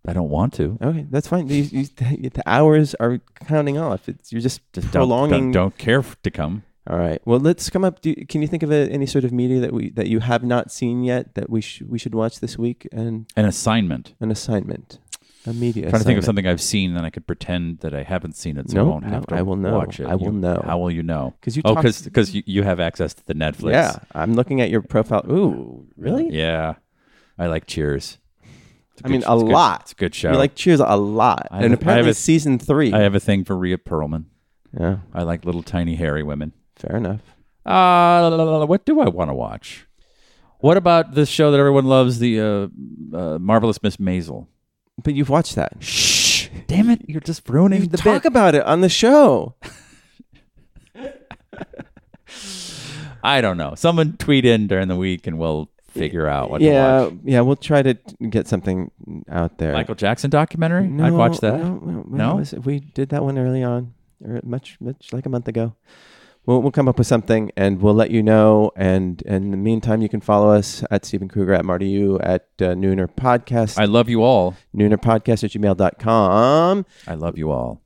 I don't want to.
Okay, that's fine. You, you, the hours are counting off. It's, you're just,
Just don't,
prolonging.
don't, don't care f- to come.
All right. Well, let's come up. Do, can you think of a, any sort of media that we that you have not seen yet that we sh- we should watch this week and
An assignment.
an assignment, a media.
trying to think of
assignment.
something I've seen, then I could pretend that I haven't seen it, so I
No,
won't
no,
have to.
I will know.
Watch it.
I will
You-
know.
How will you know?
'Cause you
oh,
talk-
because you, you have access to the Netflix.
Yeah, I'm looking at your profile. Ooh, really?
yeah. I like Cheers. It's a
I mean,
sh-
a
it's good-
lot.
it's a good show.
You like Cheers a lot,
I have
and
a- I
apparently
have a-
season three.
I have a thing for Rhea Perlman.
yeah,
I like little tiny hairy women.
fair enough.
Uh, la, la, la, la, what do I want to watch? What about this show that everyone loves, the uh, uh, marvelous Miss Maisel?
But you've watched that.
Shh! Damn it! You're just ruining
You
the
talk
bit.
about it on the show.
I don't know. Someone tweet in during the week, and we'll figure out what to
yeah,
watch.
yeah. We'll try to t- get something out there.
Michael Jackson documentary?
No,
I'd watch that.
No, no, no,
No?
it was- we did that one early on, or much, much like a month ago. We'll, we'll come up with something and we'll let you know. And, and in the meantime, you can follow us at Stephen Kruger, at Marty U, at uh, Nooner Podcast,
I love you all.
Nooner Podcast at gmail.com.
I love you all.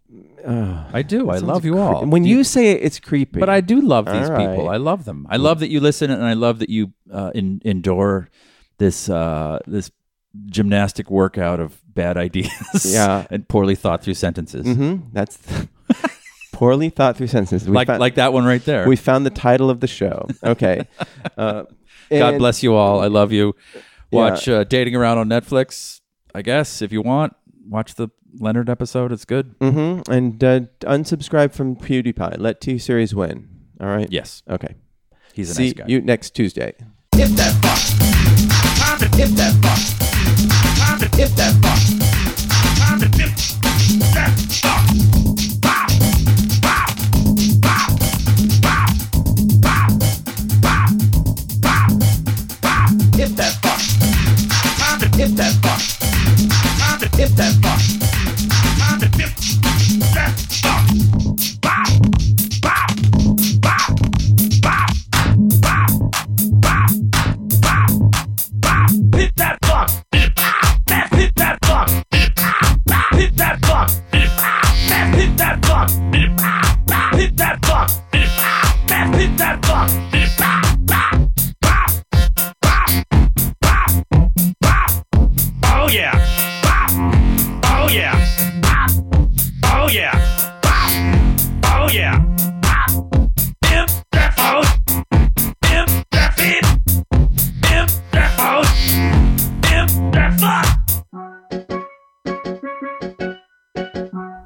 Oh,
I do. I love you all.
when
Do
you, say it, it's creepy.
But I do love these
All right.
people. I love them. I love that you listen, and I love that you uh, in, endure this uh, this gymnastic workout of bad ideas,
Yeah.
and poorly thought through sentences,
Mhm, that's poorly thought through sentences. We
like
found,
like that one right there.
we found the title of the show. Okay. uh,
God
and-
bless you all. I love you. Watch uh, Dating Around on Netflix, I guess, if you want. Watch the Leonard episode. It's good.
hmm And uh, unsubscribe from PewDiePie. Let T Series win. All right.
Yes,
Okay.
he's a
See
nice guy.
you next Tuesday.
If that fuck. Pop it. If that fuck. Pop it. If that fuck. Pop it. If that fuck. Bow. Bow. Bow. Bow. Bow. Bow. Bow. Bow. If that fuck. Pop it. If that fuck. Pop it. If that fuck. Pop it. If
yeah. Bop. Oh yeah. Bop. Oh yeah. Bop. Pimp that phone. Pimp that fit. Pimp that phone. Pimp that fuck.